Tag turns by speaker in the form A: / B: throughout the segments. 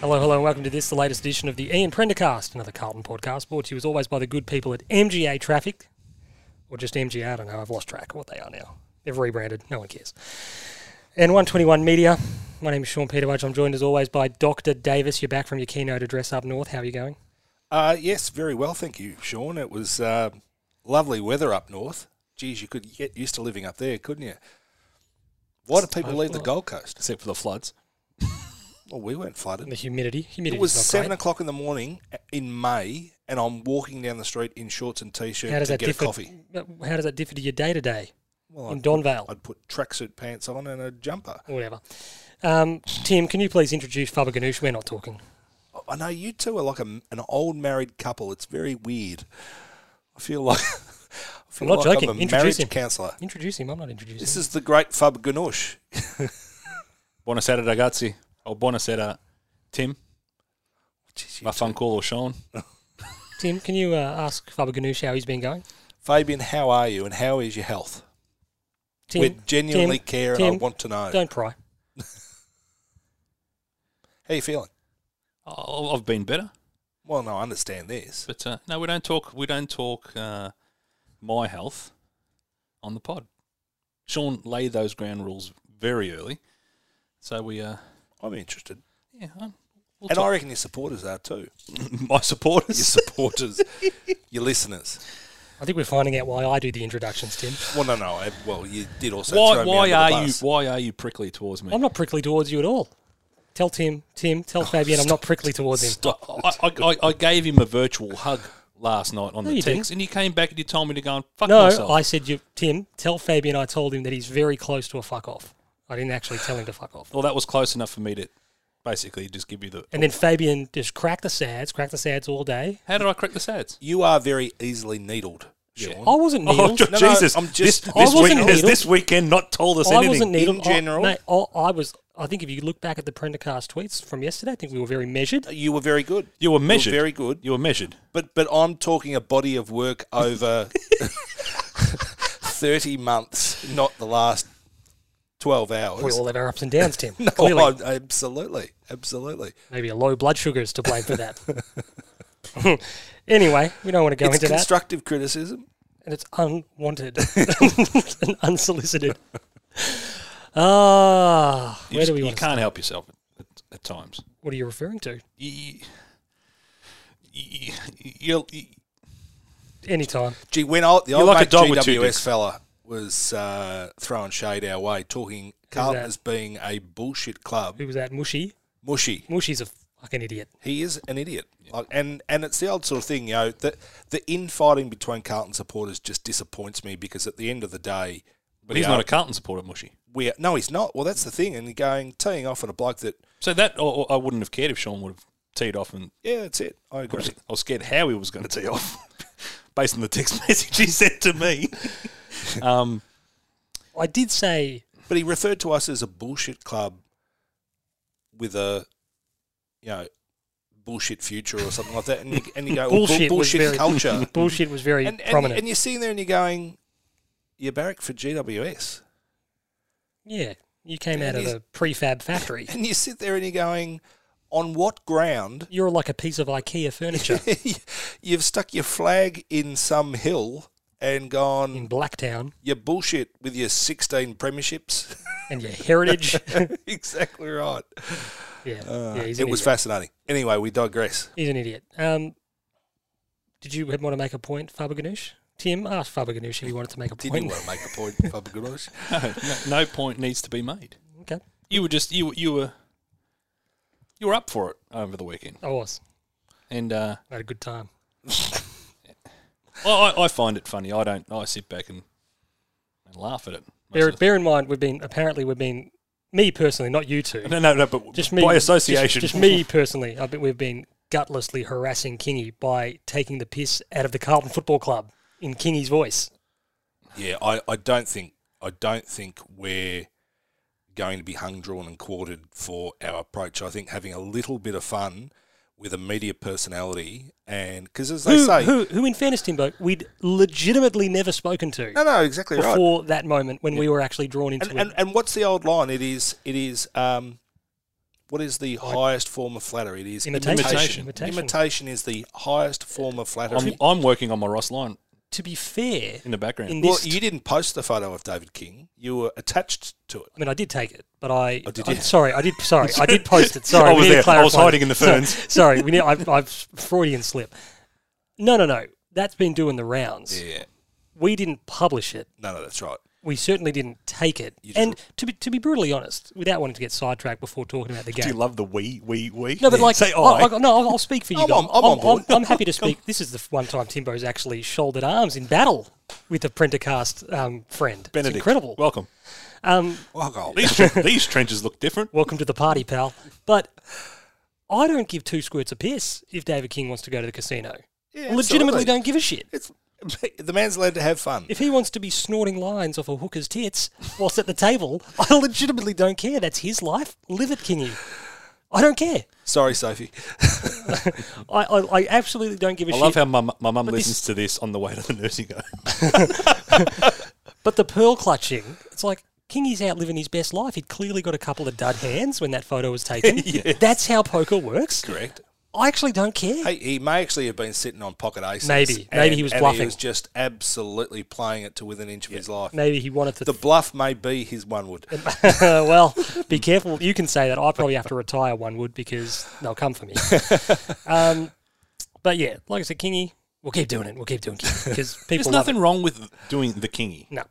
A: Hello, hello, and welcome to this, the latest edition of the Ian Prendercast, another Carlton podcast brought to you as always by the good people at MGA Traffic, or just MGA, I don't know, I've lost track of what they are now. They've rebranded, no one cares. And 121 Media, my name is Sean Peterwich, I'm joined as always by Dr. Davis, you're back from your keynote address up north, how are you going?
B: Uh, yes, very well, thank you, Sean. It was uh, lovely weather up north. Geez, you could get used to living up there, couldn't you? Why do people leave the Gold Coast?
C: except for the floods.
B: Well, we weren't flooded.
A: And the humidity, humidity
B: It was seven o'clock in the morning uh, in May, and I'm walking down the street in shorts and t-shirt
A: How does
B: to
A: that
B: get
A: differ?
B: a coffee.
A: How does that differ to your day to day
B: Well,
A: in
B: I'd,
A: Donvale?
B: I'd put tracksuit pants on and a jumper.
A: or whatever. Um, Tim, can you please introduce Faber Ganoush? We're not talking.
B: I know you two are like a, an old married couple. It's very weird. I feel like I feel
A: not
B: like
A: joking.
B: I'm a
A: Introduce
B: marriage
A: him.
B: counsellor.
A: Introduce him. I'm not introducing.
B: This
A: him.
B: is the great Fab Ganoush.
C: Buonasera ragazzi, or buonasera Tim,
B: Jeez, you
C: my phone call or Sean.
A: Tim, can you uh, ask Faber Ganoush how he's been going?
B: Fabian, how are you and how is your health?
A: Tim,
B: we genuinely
A: Tim,
B: care
A: Tim,
B: and I want to know.
A: Don't cry.
B: How you feeling?
C: Oh, I've been better,
B: Well, no, I understand this.
C: but uh, no, we don't talk. We don't talk uh, my health on the pod. Sean laid those ground rules very early, so we. Uh,
B: I'm interested.
C: yeah, um, we'll
B: and I
C: talk.
B: reckon your supporters are too.
C: my
B: Your
C: supporters.
B: supporters, your listeners.
A: I think we're finding out why I do the introductions, Tim.
B: Well, no, no. I, well, you did also.
C: Why?
B: throw me
C: Why
B: under the
C: are you?
B: bus.
C: Why are you prickly towards me?
A: I'm not prickly towards you at all. Tell Tim, Tim, tell
B: Oh,
A: Fabian, I'm not prickly towards him.
C: I, I, I, I gave him a virtual hug last night on the
A: you
C: text,
A: didn't.
C: and he came back and he told me to go and fuck
A: No,
C: myself.
A: I said you, Tim, tell Fabian. I told him that he's very close to a fuck off. I didn't actually tell him to fuck off.
C: Well, that was close enough for me to basically just give you the.
A: And then Fabian just cracked the sads, cracked the sads all day.
C: How did I crack the sads?
B: You are very easily needled, Sean.
A: I wasn't
C: Oh,
A: needled.
B: No, no, Jesus. I'm just- This- I this
A: wasn't week- has needled. this
C: weekend not told us
A: I wasn't needle.
B: in general.
A: I, mate, I, I was. I think if you look back at the Prendercast tweets from yesterday, I think we were very measured.
B: You were very good.
C: You were measured.
B: very good.
C: You were measured.
B: But but I'm talking a body of work over thirty months, not the last twelve hours.
A: We all have our ups and downs, Tim.
B: no,
A: Clearly,
B: I'm- Oh, absolutely, absolutely.
A: maybe a low blood sugar is to blame for that. anyway, we don't want to go
B: It's
A: into that,
B: constructive criticism.
A: and it's unwanted and unsolicited. Ah,
C: You,
A: where
C: just-
A: do we
C: you
A: want? to
C: can't help yourself at, at, at times.
A: What are you referring to?
C: You, you, you, you,
A: Anytime.
B: Gee, when old, the old
C: like a
B: mate
C: dog with two
B: GWS
C: dicks.
B: fella was uh, throwing shade our way, talking Carlton as being a bullshit club.
A: Who was that? Mushy.
B: Mushy.
A: Mushy's a fucking idiot.
B: He is an idiot. Like, and and it's the old sort of thing, you know, that the infighting between Carlton supporters just disappoints me because at the end of the day,
C: but he's
B: we
C: not
B: are-
C: a Carlton supporter, Mushy.
B: we are- no, he's not. Well, that's the thing. And you're going teeing off on a bloke that
C: So that or, or I wouldn't have cared if Sean would have teed off, and
B: yeah, that's it. I
C: I
B: agree.
C: was, I was scared how he was going to tee off, based on the text message he sent to me. um,
A: I did say
B: But he referred to us as a bullshit club with a, you know, bullshit future or something like that. And you, and you go, well, bullshit,
A: Bullshit was very-
B: culture.
A: bullshit was very
B: and, and,
A: prominent.
B: and you're sitting there and you're going, you're barrack for GWS.
A: yeah, you came out
B: and
A: of
B: he's-
A: a prefab factory.
B: And you sit there and you're going, on what ground
A: You're like a piece of IKEA furniture
B: you've stuck your flag in some hill and gone,
A: in Blacktown
B: you're bullshit with your 16 premierships?
A: and your heritage.
B: exactly right.
A: yeah,
B: Uh,
A: yeah, he's
B: it
A: an idiot.
B: was fascinating. Anyway, we digress.
A: he's an idiot. Um, did you want to make a point, Faber Ganoush? Tim asked Faber Ganoush if he wanted to make a
B: Did
A: point.
B: you want to make a point, Faber Goodwin?
C: no, no, no point needs to be made.
A: Okay,
C: You were just you you were you were up for it over the weekend,
A: I was.
C: and uh,
A: I had a good time.
C: I, I I find it funny. I don't. I sit back and, and laugh at it. most
A: Bear,
C: of the-
A: bear in mind, we've been apparently we've been me personally, not you two.
C: no, no, no. But
A: Just me
C: by association,
A: Just, just me personally. I've been, we've been gutlessly harassing Kingy by taking the piss out of the Carlton Football Club in Kingy's voice.
B: Yeah, I, I don't think I don't think we're going to be hung, drawn, and quartered for our approach. I think having a little bit of fun with a media personality, and because as they
A: who,
B: say,
A: who, who, in fairness, Timbo, we'd legitimately never spoken to
B: no, no, exactly right.
A: before that moment when we were actually drawn into
B: And, and
A: it.
B: and what's the old line? It is it is um, What is the highest form of flattery? It is
A: Imitation.
B: imitation.
A: Imitation.
B: Imitation is the highest form of flattery.
C: I'm, I'm working on my Ross line
A: To be fair,
C: in the background.
A: in
B: well,
A: this,
B: you didn't post the photo of David King. You were attached to it.
A: I mean, I did take it, but I.
B: Oh, did
A: I'm
B: you?
A: sorry, I did. Sorry, I did post it. Sorry,
C: I
A: we
C: was
A: need to
C: there. I was
A: clarify
C: hiding
A: that.
C: in the
A: Sorry-
C: ferns.
A: Sorry, we need, I've, I've Freudian slip. No, no, no. That's been doing the rounds.
B: Yeah.
A: We didn't publish it.
B: No, no, that's right.
A: We certainly didn't take it.
B: just-
A: And to be to be brutally honest, without wanting to get sidetracked before talking about the game,
D: Do you love the we, we, we?
A: No, but like,
D: Say
A: I,
D: I.
A: I- no, I'll, I'll speak for you
B: I'm
A: guys.
B: on- I'm on board.
A: I'm happy to speak. This is the f- one time Timbo's actually shouldered arms in battle with a Prendercast um, friend.
C: Benedict,
A: It's incredible.
C: Welcome.
A: Um,
B: Oh, God.
C: These, tren- these trenches look different.
A: welcome to the party, pal. But I don't give two squirts a piss if David King wants to go to the casino.
B: Yeah,
A: I Legitimately,
B: absolutely.
A: don't give a shit.
B: It's, the man's allowed to have fun.
A: If he wants to be snorting lines off a hooker's tits whilst at the table, I legitimately don't care. That's his life. Live it, Kingy. I don't care.
B: Sorry, Sophie.
A: I, I, I absolutely don't give a
C: I
A: shit.
C: love how my, mu- my mum
A: But this-
C: listens to this on the way to the nursing home.
A: But the pearl clutching, it's like Kingy's out living his best life. He'd clearly got a couple of dud hands when that photo was taken. That's how poker works.
B: Correct.
A: I actually don't care.
B: Hey, he may actually have been sitting on pocket aces.
A: Maybe. Maybe
B: and-
A: he was
B: and
A: bluffing.
B: He was just absolutely playing it to within an inch of his life.
A: Maybe he wanted to.
B: The bluff may be his one would.
A: well, be careful. You can say that. I probably have to retire one would because they'll come for me. um, but yeah, like I said, Kingy, we'll keep doing it. We'll keep doing it because people
C: There's
A: love
C: nothing wrong with doing the kingy.
A: it. No,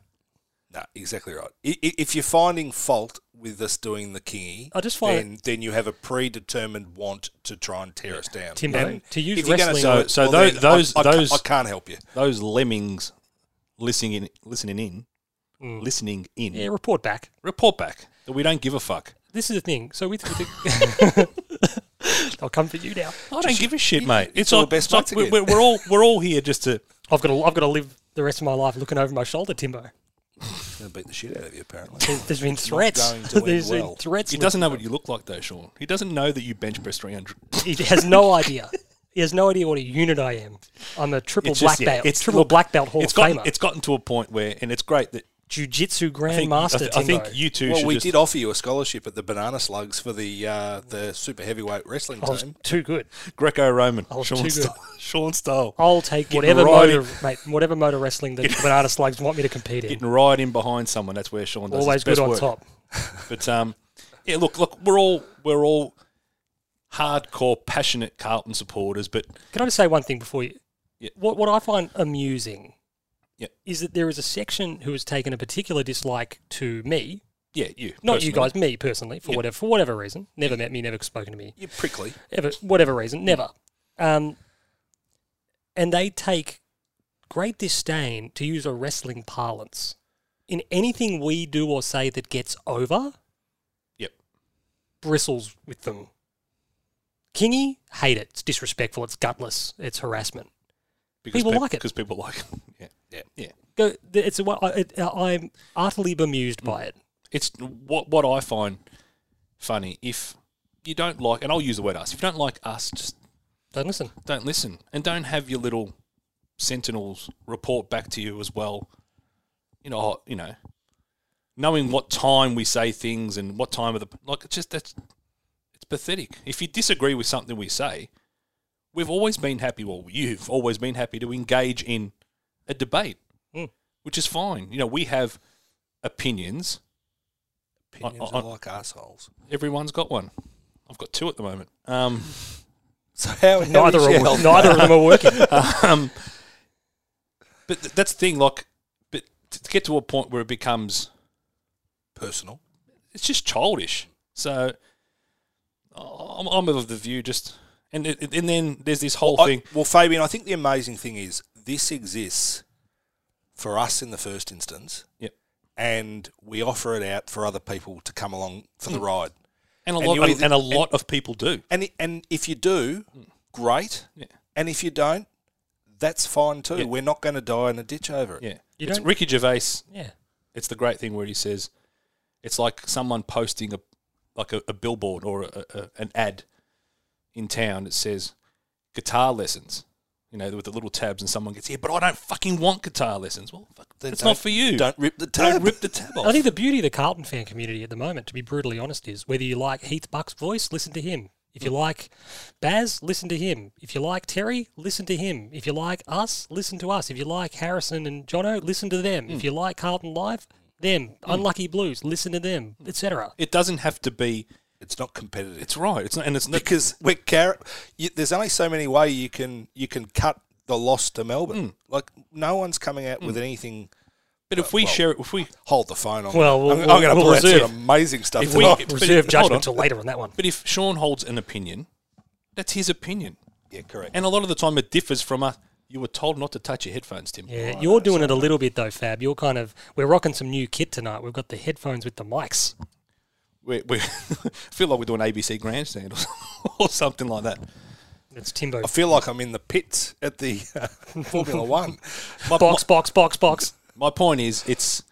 B: No, exactly right. I- i- If you're finding fault with us doing the kingy,
A: I just find
B: then, then you have a predetermined want to try and tear us down.
A: Timbo, to use
B: if you're gonna
A: wrestling-
B: do
A: So-
B: it,
C: so
B: well,
C: tho-
B: then
C: those-
B: I, I ca-
C: those-
B: I can't help you.
C: Those lemmings listening in, listening in, listening in.
A: Mm. yeah, report back.
C: Report back that we don't give a fuck.
A: This is the thing. So with, with the, I'll come for you now.
C: I don't give a shit, mate. It's,
B: all
C: all
B: best
C: best. It's
B: mates
C: like, we're,
B: again.
C: we're- we're all we're all here just to.
A: I've got to, I've got to live the rest of my life looking over my shoulder, Timbo.
B: I'm going to beat the shit out of you, apparently.
A: There's been threats.
B: going to end
A: There's been
B: well.
A: threats.
C: He doesn't know what you look like though, Sean. He doesn't know that you bench press 300.
A: He has no idea. He has no idea what a unit I am. I'm a triple
C: It's
A: black
C: just- yeah,
A: belt.
C: it's-
A: triple
C: look,
A: black belt hall
C: it's
A: of
C: gotten
A: famer.
C: it's gotten to a point where, and it's great that
A: jujitsu
C: I think,
A: grandmaster.
C: I, th- I think
A: Timbo.
C: you two
B: well,
C: should
B: we
C: just
B: did offer you a scholarship at the Banana Slugs for the uh, the super heavyweight wrestling
A: I was
B: team.
A: too good.
C: Greco-Roman.
A: was Oh, too
C: Sean
A: good. Oh.
C: Style. Sean Style.
A: I'll take
C: Getting
A: whatever
C: right in-
A: motor, mate, whatever motor wrestling that banana slugs want me to compete in.
C: Getting right in behind someone. That's where Sean does his
A: Always good
C: best
A: on
C: work.
A: top.
C: But um, yeah, look, look, we're all we're all hardcore, passionate Carlton supporters, but
A: Can I just say one thing before you?
C: Yeah.
A: What what I find amusing,
C: Yeah.
A: is that there is a section who has taken a particular dislike to me,
C: yeah, you,
A: not you
C: personally.
A: guys, me personally, for whatever for whatever reason. Never met me, never spoken to me.
B: You're prickly.
A: ever, whatever reason, never. Um, and they take great disdain, to use a wrestling parlance, in anything we do or say that gets over,
C: Yep.
A: bristles with them. Kingy, hate it. It's disrespectful. It's gutless. It's harassment.
C: Because
A: People
C: peop-
A: like it.
C: because people like it. Yeah, yeah, yeah.
A: Go. It's a, I- it, uh, I'm utterly bemused by it.
C: It's what what I find funny if you don't like, and I'll use the word us. If you don't like us, just
A: Don't listen.
C: don't listen and don't have your little sentinels report back to you as well. You know, oh, you know, knowing what time we say things and what time of the like, it's just that's it's pathetic. If you disagree with something we say, we've always been happy. Well, you've always been happy to engage in a debate,
A: Mm.
C: which is fine. You know, we have opinions.
B: Opinions
C: I- I-
B: are like assholes.
C: Everyone's got one. I've got two at the moment. Um,
B: So how, how
A: Neither
B: is
A: are,
B: your
A: wo-
B: health?
A: neither of them are working.
C: um, but th- that's the thing, like, but to to get to a point where it becomes,
B: personal?
C: it's just childish. So I'm, I'm of the view just, and it, and then there's this whole
B: I-
C: thing.
B: well, Fabian, I think the amazing thing is this exists for us in the first instance,
C: Yep.
B: and we offer it out for other people to come along for
C: Hmm.
B: the ride.
C: And a
B: And
C: lot,
B: you
C: and,
B: either-
C: and a lot of people do.
B: And i- and if you do, great.
C: Hmm. Yeah.
B: And if you don't, that's fine too.
C: Yeah.
B: We're not going to die in a ditch over it.
C: Yeah.
A: You
C: it's
A: don't-
C: Ricky Gervais
A: Yeah.
C: it's the great thing where he says it's like someone posting a like a, a billboard or a, a, an ad in town that says guitar lessons you know, with the little tabs, and someone gets here, but I don't fucking want guitar lessons. Well, fuck, then
B: It's
C: it's not for you.
B: Don't rip the tab.
C: Don't rip the tab off.
A: I think the beauty of the Carlton fan community at the moment, to be brutally honest, is whether you like Heath Buck's voice, listen to him. If you
C: Mm.
A: like Baz, listen to him. If you like Terry, listen to him. If you like us, listen to us. If you like Harrison and Jono, listen to them.
C: Mm.
A: If you like Carlton Live, them. Unlucky Blues, listen to them,
C: Mm.
A: etc.
C: it doesn't have to be.
B: it's not competitive.
C: It's right. It's not, and it's not,
B: because we're car- you, there's only so many way you can you can cut the loss to Melbourne.
C: Mm.
B: Like no one's coming out with anything.
C: But if we share it, if we
B: Hold the phone on.
A: Well,
B: I'm-
A: we'll-
B: I'm,
A: we'll-
B: going to
A: we'll
B: pull out
A: reserve.
B: some amazing stuff.
C: If we-
B: tonight.
C: But
A: Reserve
C: it- hold on.
A: judgment till later on that one.
C: But if Sean holds an opinion, that's his opinion.
B: yeah, correct.
C: And a lot of the time it differs from us. You were told not to touch your headphones, Tim.
A: Yeah, you're doing it a little bit though, Fab. You're kind of we're rocking some new kit tonight. We've got the headphones with the mics.
C: We, we feel like we're doing ABC Grandstand or, or something like that.
A: It's Timbo
B: I feel like I'm in the pits at the uh, Formula One.
C: My,
A: box, box, box, box.
C: my, my point is, it's.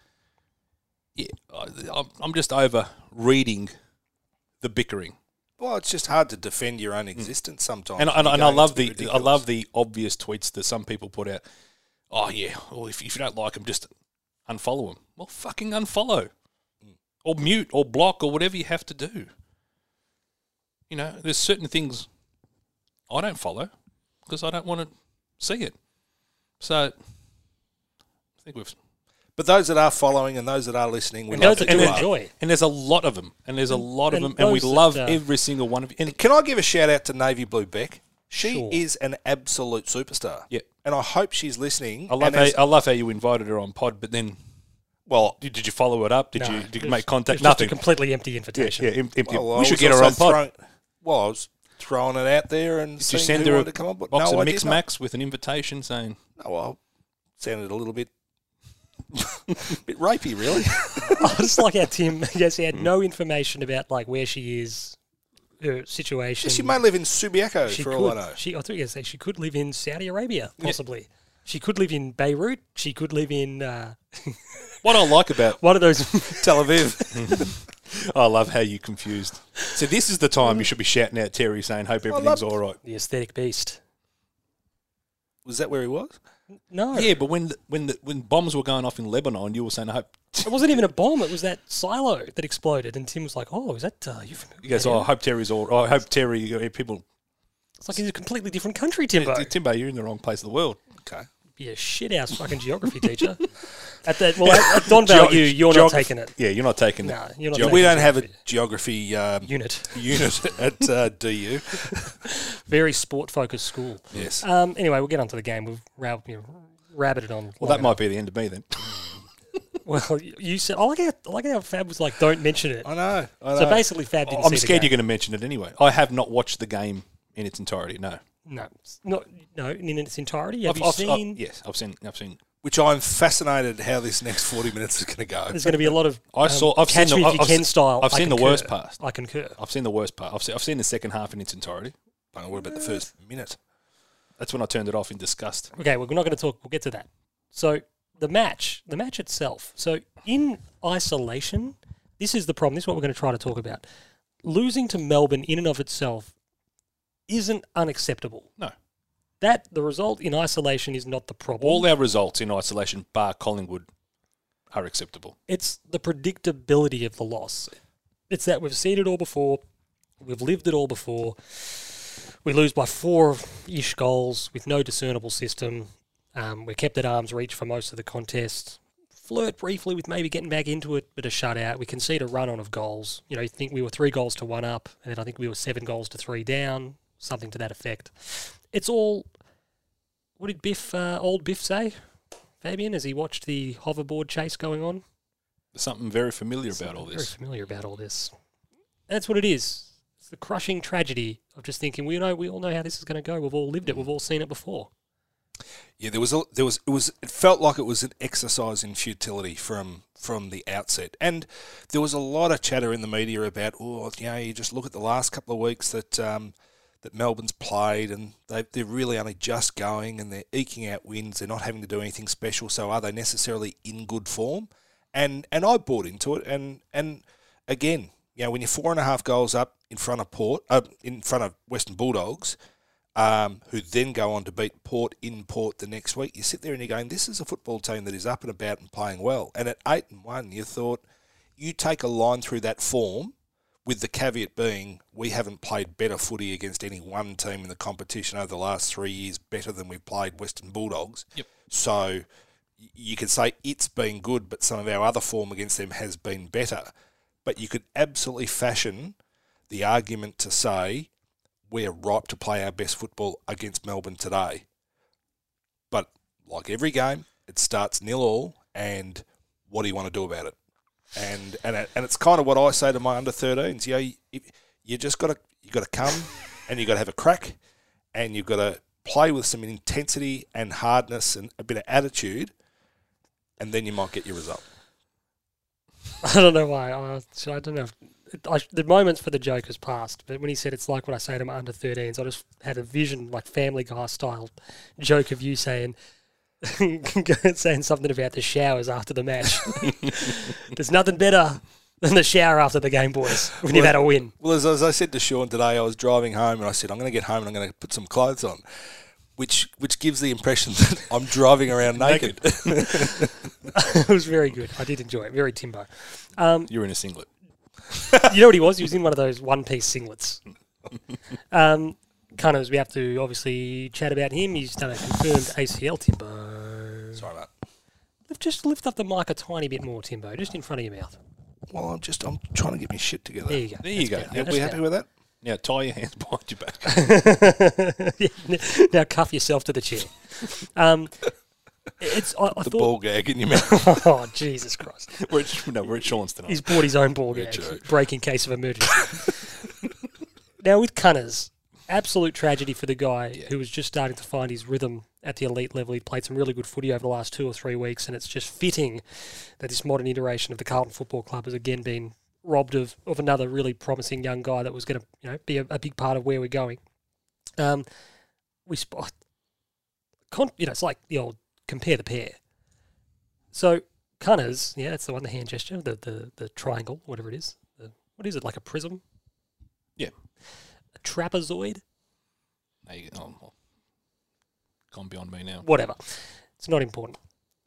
C: Yeah, I, I'm- I'm just over reading the bickering.
B: Well, it's just hard to defend your own existence sometimes.
C: Mm. And, and,
B: Oh, You're
C: and I
B: going
C: love
B: to
C: the I
B: ridiculous.
C: love the obvious tweets that some people put out. Oh yeah, well if, if you don't like them, just unfollow them. Well, fucking unfollow, or mute, or block, or whatever you have to do. You know, there's certain things I don't follow because I don't want to see it. So I think we've
B: But those that are following and those that are listening, we
A: And
B: love
A: those
B: that
A: that
B: you
A: do
B: are.
A: enjoy.
C: and there's a lot of them, and there's a lot
A: And
C: of them, and we
A: those that,
C: love
A: uh,
C: every single one of you. And
B: Can I give a shout out to Navy Blue Beck? She
A: Sure.
B: is an absolute superstar.
C: Yeah.
B: And I hope she's listening.
C: I love
B: and
C: how,
B: as-
C: I love how you invited her on pod, but then
B: well,
C: did, did you follow it up? Did you did you make contact?
A: It's just a
C: Nothing.
A: completely empty invitation.
C: Yeah, em- empty.
B: Well, I
C: we should
B: was
C: get her
B: also
C: on pod.
B: Throwing, well, I was throwing it out there and
C: Did you
B: seeing
C: send
B: who
C: her
B: wanted
C: a
B: to come on. But
C: box
B: no, I
C: of Mix
B: did not.
C: Max with an invitation saying,
B: No, I sounded a little bit, bit rapey, really.
A: I just like how Tim, yes, he had no information about like where she is, her situation.
B: she may live in Subiaco
A: She
B: for
A: could.
B: all I know.
A: She, I thought you were gonna say she could live in Saudi Arabia, possibly. She could live in Beirut. She could live in uh,
C: "What I like about
A: one of those.
B: Tel Aviv.
C: I love how you confused." So this is the time you should be shouting out Terry saying, "Hope everything's all right."
A: the aesthetic beast.
B: was that where he was?
A: No,
C: Yeah, but when the, when the, when bombs were going off in Lebanon, you were saying, "I hope."
A: it wasn't even a bomb. It was that silo that exploded, and Tim was like, "Oh, is that uh, you?" From,
C: He goes, "Oh, I hope Terry's all. I hope Terry. you know, People,
A: it's like he's a completely different country, Timbo.
C: Timbo, you're in the wrong place of the world."
B: Okay.
A: be a shit ass fucking geography teacher. At that, well, at, at Don Value,
C: Geog-
A: you're
C: geography-
A: not taking it.
C: Yeah, you're not taking
A: No,
C: it.
A: you're not.
B: Yeah,
A: taking
B: we
A: it.
B: don't have a geography um,
A: unit.
B: unit at uh, DU.
A: Very sport focused school.
B: Yes.
A: Um. Anyway, we'll get onto the game. We've rab- you know, rabbited on.
C: Well, that might be the end of me then.
A: Well, you you said I like how I like how Fab was like, "Don't mention it."
B: I know. I know.
A: So basically, Fab didn't.
C: I'm scared you're going to mention it anyway. I have not watched the game in its entirety. No,
A: you're no, it's not no in its entirety. Have
C: I've,
A: you
C: I've- I've-
A: seen?
C: yes, I've seen. I've seen.
B: Which I'm fascinated how this next 40 minutes is going to go.
A: There's going to be a lot of.
C: I saw- I've
A: catch
C: seen the-
A: me if
C: I've-
A: you
C: I've
A: can
C: seen-
A: style.
C: I've
A: I
C: seen the
A: concur.
C: worst part.
A: I concur.
C: I've seen the worst part. I've seen, I've seen the second half in its entirety.
B: Oh, what about the first minute?
C: That's when I turned it off in disgust.
A: Okay, we're not going to talk. We'll get to that. So the match, the match itself. So in isolation, this is the problem. This is what we're going to try to talk about. Losing to Melbourne in and of itself isn't unacceptable.
C: No.
A: That the result in isolation is not the problem.
C: All our results in isolation, bar Collingwood, are acceptable.
A: it's the predictability of the loss. It's that we've seen it all before, we've lived it all before. We lose by four ish goals with no discernible system. Um, we're kept at arm's reach for most of the contest. Flirt briefly with maybe getting back into it, but a shutout. We concede a run on of goals. You know, you think we were three goals to one up, and then I think we were seven goals to three down, something to that effect. It's all. What did Biff, uh, old Biff, say, Fabian, as he watched the hoverboard chase going on?
C: There's something very familiar about all
A: Very
C: this.
A: familiar about all this. That's what it is. It's the crushing tragedy of just thinking we know we all know how this is going to go. We've all lived it. We've all seen it before.
B: Yeah, there was a, there was it was it felt like it was an exercise in futility from from the outset, and there was a lot of chatter in the media about oh you know you just look at the last couple of weeks that um, that Melbourne's played and they they're really only just going and they're eking out wins. They're not having to do anything special, so are they necessarily in good form? And and I bought into it, and and again, you know when you're four and a half goals up in front of Port, uh, in front of Western Bulldogs um, who then go on to beat Port in Port the next week. You sit there and you're going, this is a football team that is up and about and playing well. And at eight and one, you thought you take a line through that form, with the caveat being we haven't played better footy against any one team in the competition over the last three years better than we've played Western Bulldogs.
C: Yep.
B: So y- you could say it's been good, but some of our other form against them has been better. But you could absolutely fashion the argument to say we're ripe to play our best football against Melbourne today. But like every game, it starts nil all, and what do you want to do about it? And and it- and it's kind of what I say to my under 13s. You know, you, you just got to you got to come, and you got to have a crack, and you've got to play with some intensity and hardness and a bit of attitude, and then you might get your result.
A: I don't know why. I, so I don't know. If, I, the moments for the joke has passed, but when he said it's like what I say to my under 13s, I just had a vision, like Family Guy style joke of you saying, saying something about the showers after the match. There's nothing better than the shower after the game, boys, when you've had a win.
B: Well, as, as I said to Sean today, I was driving home and I said, I'm going to get home and I'm going to put some clothes on, which which gives the impression that I'm driving around naked.
A: it was very good. I did enjoy it. Very Timbo. Um,
C: You're in a singlet.
A: you know what he was? He was in one of those one piece singlets. Um, Cunners, we have to obviously chat about him. He's done a confirmed ACL, Timbo.
B: Sorry, mate.
A: Lift- Just lift up the mic a tiny bit more, Timbo, just in front of your mouth.
B: Well, I'm just I'm trying to get my shit together.
A: There you go.
C: There you go.
B: Are
A: That's
B: we happy with that?
C: Now tie your hands behind your back.
A: better. now cuff yourself to the chair. Um, it's I, I
B: The
A: thought.
B: ball gag in your mouth.
A: Oh Jesus Christ!
C: we're at, no, we're at Sean's tonight.
A: He's bought his own ball gag.
B: joke.
A: Break in case of emergency. now with Cunners, absolute tragedy for the guy who was just starting to find his rhythm at the elite level. He played some really good footy over the last two or three weeks, and it's just fitting that this modern iteration of the Carlton Football Club has again been robbed of, of another really promising young guy that was going to you know be a, a big part of where we're going. Um, we spot, con- you know, it's like the old compare the pair. So Cunners, yeah, that's the one, the hand gesture, the the, the triangle, whatever it is. The, what is it, like a prism?
C: Yeah.
A: A trapezoid?
C: There you go. Oh, well. Gone beyond me now.
A: Whatever. It's not important.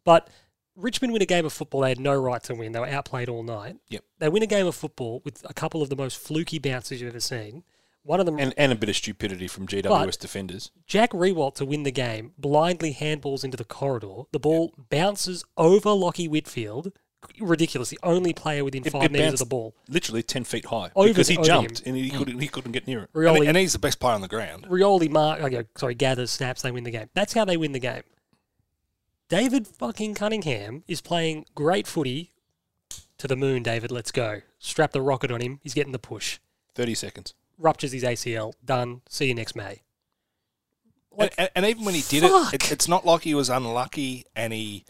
A: But Richmond win a game of football they had no right to win. They were outplayed all night.
C: Yep.
A: They win a game of football with a couple of the most fluky bounces you've ever seen. One of them,
C: And, and a bit of stupidity from GWS
A: But-
C: defenders.
A: Jack Rewalt to win the game, blindly handballs into the corridor. The ball bounces over Lockie Whitfield. Ridiculous. The only player within
C: It-
A: five
C: it
A: metres of
C: bounced
A: the ball.
C: Literally 10 feet high.
A: Over
C: because
A: the- Hmm.
C: he
A: over
C: jumped
A: him.
C: and he, couldn't, he couldn't get near it.
B: And,
A: Rioli
B: and he's the best player on the ground.
A: Rioli mark, oh, yeah, sorry, gathers snaps, they win the game. That's how they win the game. David fucking Cunningham is playing great footy to the moon, David. Let's go. Strap the rocket on him. He's getting the push.
C: 30 seconds.
A: Ruptures his ACL. Done. See you next May.
B: And, and, and even when he did
A: fuck.
B: it, it, it's not like he was unlucky and he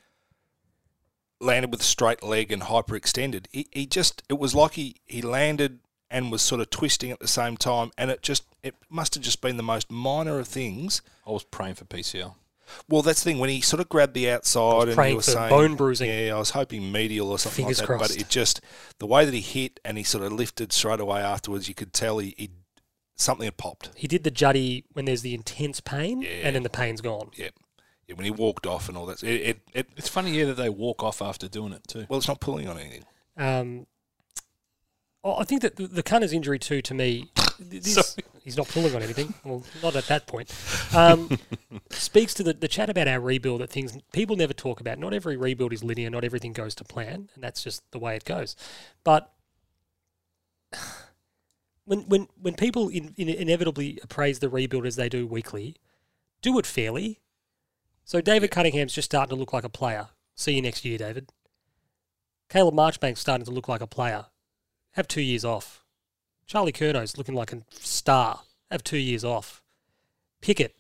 B: landed with a straight leg and hyperextended. He, he just, it was like he, he landed and was sort of twisting at the same time. And it just, it must have just been the most minor of things.
C: I was praying for PCL.
B: Well, that's the thing. When he sort of grabbed the outside and he
A: praying
B: was
A: for
B: saying
A: bone bruising.
B: Yeah, I was hoping medial or something
A: Fingers
B: like that.
A: crossed.
B: But it just the way that he hit and he sort of lifted straight away afterwards, you could tell he, he something had popped.
A: He did the juddy when there's the intense pain
B: Yeah.
A: and then the pain's gone.
B: Yeah. yeah, when he walked off and all that, it, it, it
C: It's funny, yeah, that they walk off after doing it, too.
B: well, it's not pulling on anything.
A: Um, oh, I think that the, the Cunner's injury too, to me, th- this, he's not pulling on anything. Well, not at that point. Um, speaks to the, the chat about our rebuild that things people never talk about. Not every rebuild is linear. Not everything goes to plan, and that's just the way it goes. But when when when people in, in inevitably appraise the rebuild as they do weekly, do it fairly. So David Cunningham's just starting to look like a player. See you next year, David. Caleb Marchbank's starting to look like a player. Have two years off. Charlie Curno's looking like a star. Have two years off. Pickett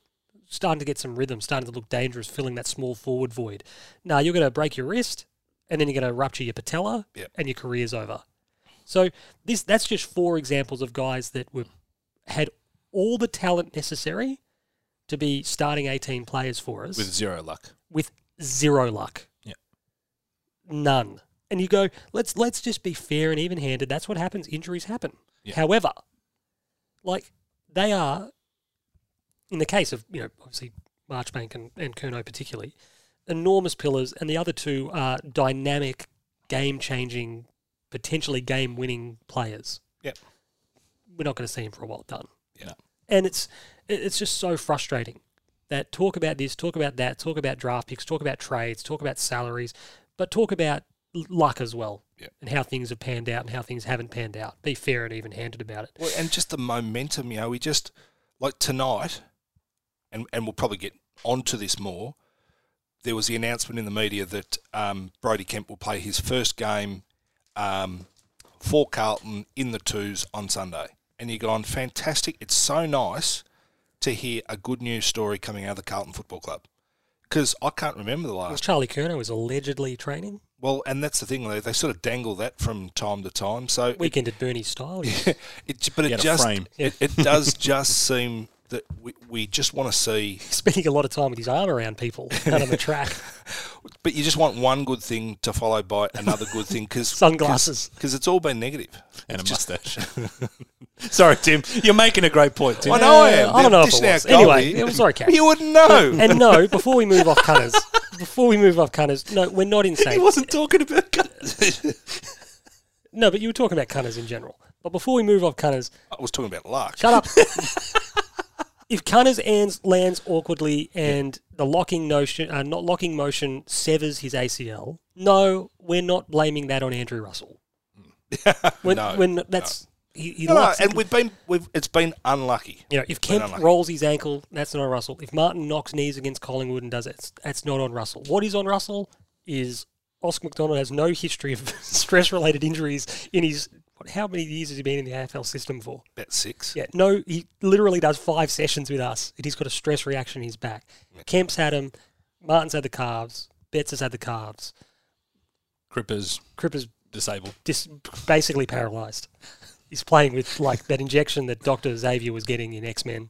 A: starting to get some rhythm, starting to look dangerous, filling that small forward void. Now you're going to break your wrist, and then you're going to rupture your patella,
B: Yep.
A: and your career's over. So this that's just four examples of guys that were had all the talent necessary to be starting 18 players for us
C: With zero luck.
A: with zero luck.
C: Yeah.
A: None. And you go, let's let's just be fair and even handed. That's what happens. Injuries happen.
C: Yeah.
A: However, like they are in the case of you know obviously Marchbank and and Kurnow particularly, enormous pillars, and the other two are dynamic, game changing, potentially game winning players.
C: Yep.
A: We're not going to see him for a while done.
C: Yeah.
A: And it's it- it's just so frustrating that talk about this, talk about that, talk about draft picks, talk about trades, talk about salaries, but talk about l- luck as well
B: Yep.
A: and how things have panned out and how things haven't panned out. Be fair and even handed about it.
B: Well, and just the momentum, you know, we just like tonight, and and we'll probably get onto this more. There was the announcement in the media that um, Brody Kemp will play his first game um, for Carlton in the twos on Sunday, and you're gone fantastic. It's so nice to hear a good news story coming out of the Carlton Football Club because I can't remember the
A: Well,
B: last.
A: Charlie Kerner was allegedly training
B: Well, and that's the thing; they, they sort of dangle that from time to time. So
A: weekend at Bernie style.
B: it, j- but it
C: He had a
B: just
C: frame.
B: It, it does just seem that we, we just want to see.
A: spending a lot of time with his arm around people out on the track.
B: But you just want one good thing to follow by another good thing because
A: Sunglasses.
B: because it's all been negative.
C: and a mustache. Sorry, Tim. You're making a great point, Tim.
B: I know I am.
A: I don't know if
B: Dishing
A: it
B: out
A: was.
B: goal
A: Anyway,
B: here.
A: it was okay.
B: You wouldn't know.
A: And no, before we move off Cunners, before we move off Cunners, no, we're not
C: He
A: insane.
C: wasn't talking about
A: No, but you were talking about Cunners in general. But before we move off Cunners,
B: I was talking about luck.
A: shut up. if Cunners ends, lands awkwardly and the locking notion, uh, not locking motion, severs his ACL, no, we're not blaming that on Andrew Russell. when,
B: No,
A: when that's he, he
B: No, no,
A: locks it
B: and we've been we've it's been unlucky.
A: You know, if
B: Been
A: Kemp
B: unlucky.
A: rolls his ankle, that's not on Russell. If Martin knocks knees against Collingwood and does it, that's not on Russell. What is on Russell is Oscar McDonald has no history of stress-related injuries in his. What, how many years has he been in the AFL system for?
B: About six.
A: Yeah, no, he literally does five sessions with us, and he's got a stress reaction in his back. Kemp's had him, Martin's had the calves, Betts has had the calves,
C: Crippers
A: Cripper's
C: disabled.
A: dis- basically paralysed. He's playing with like that injection that Doctor Xavier was getting in X Men.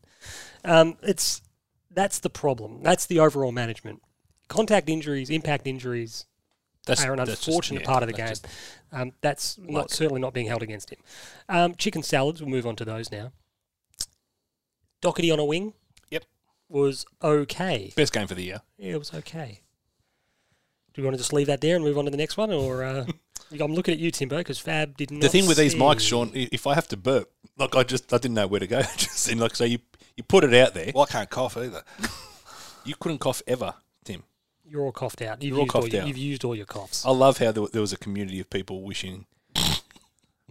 A: Um, it's that's the problem. That's the overall management. Contact injuries, impact injuries
C: That's
A: are an
C: that's just-
A: unfortunate
C: yeah,
A: part of the game.
C: that's just-
A: um, that's not certainly not being held against him. Um, chicken salads. We'll move on to those now. Doherty on a wing.
B: Yep.
A: Was okay.
C: best game for the year.
A: Yeah, it was okay. Do we want to just leave that there and move on to the next one, or uh, I'm looking at you, Timbo, because Fab did not.
C: The thing with these mics,
A: see.
C: Sean, i- if I have to burp, like I just I didn't know where to go. just, and like so, you you put it out there.
B: Well, I can't cough either.
C: You couldn't cough ever, Tim.
A: You're all coughed out. You've
C: You're all
A: used all
C: coughed
A: your-
C: out. Um,
A: You've used all your coughs.
C: I love how there, wa- there was a community of people wishing.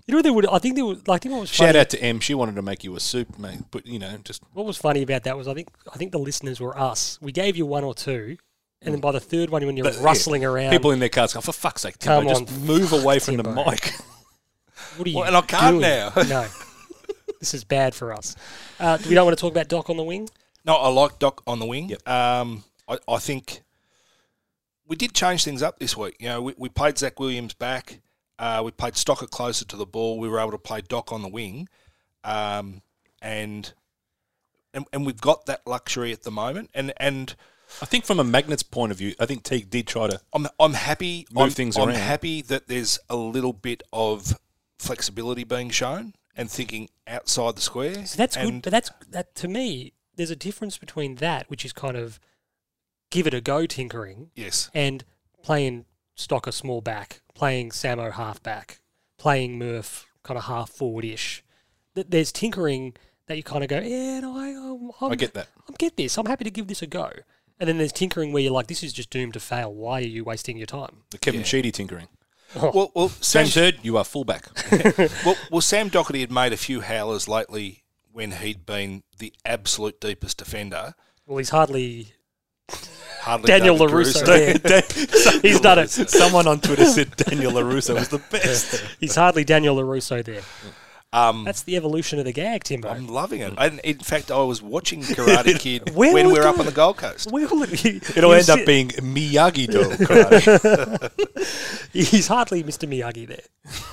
A: You know, there would. I think there would. Like, I think what was
C: Shout
A: funny,
C: out to M. She wanted to make you a soup, mate. But you know, just
A: what was funny about that was I think I think the listeners were us. We gave you one or two, and then by the third one, when you're
C: Mm. But, yeah,
A: rustling around,
C: people in their cars go, for fuck's sake, Tim,
A: Come
C: just
A: on,
C: move away from the
A: Timbo."
C: mic.
A: what are you?
B: Well, and I can't
A: doing?
B: now.
A: no, this is bad for us. Uh, we don't want to talk about Doc on the wing.
B: No, I like Doc on the wing.
C: Yep.
B: Um, I, I think we did change things up this week. You know, we, we played Zach Williams back. Uh, we played Stocker closer to the ball. We were able to play Doc on the wing, um, and, and and we've got that luxury at the moment. And and
C: I think from a magnet's point of view, I think Teague did try to.
B: I'm I'm happy.
C: Move
B: I'm,
C: things
B: I'm
C: around.
B: happy that there's a little bit of flexibility being shown and thinking outside the square.
A: So that's good.
B: and
A: But that's that to me. There's a difference between that, which is kind of give it a go tinkering,
B: Yes.
A: and playing Stocker small back, playing Samo half back, playing Murph kind of half forward ish. There's tinkering that you kind of go, yeah, no, I, I'm,
C: I get that.
A: I get this. I'm happy to give this a go. And then there's tinkering where you're like, this is just doomed to fail. Why are you wasting your time?
C: The Kevin Sheedy tinkering.
B: Well, well, Sam
C: Sam Third, you are fullback.
B: well, well, Sam Doherty had made a few howlers lately when he'd been the absolute deepest defender.
A: Well, he's hardly
B: Hardly
A: Daniel
B: David
A: LaRusso.
B: Caruso.
A: yeah.
C: He's
A: He's done it.
C: Someone on Twitter said Daniel LaRusso was the best.
A: He's hardly Daniel LaRusso there.
B: Um,
A: That's the evolution of the gag, Timbo.
B: I'm loving it. And in fact, I was watching Karate Kid
A: Where
B: when
A: we
B: we were up
A: going?
B: on the Gold Coast.
A: Where will it be?
C: It'll
A: You
C: end up
A: sit-
C: being Miyagi Do.
A: He's hardly Mr. Miyagi there.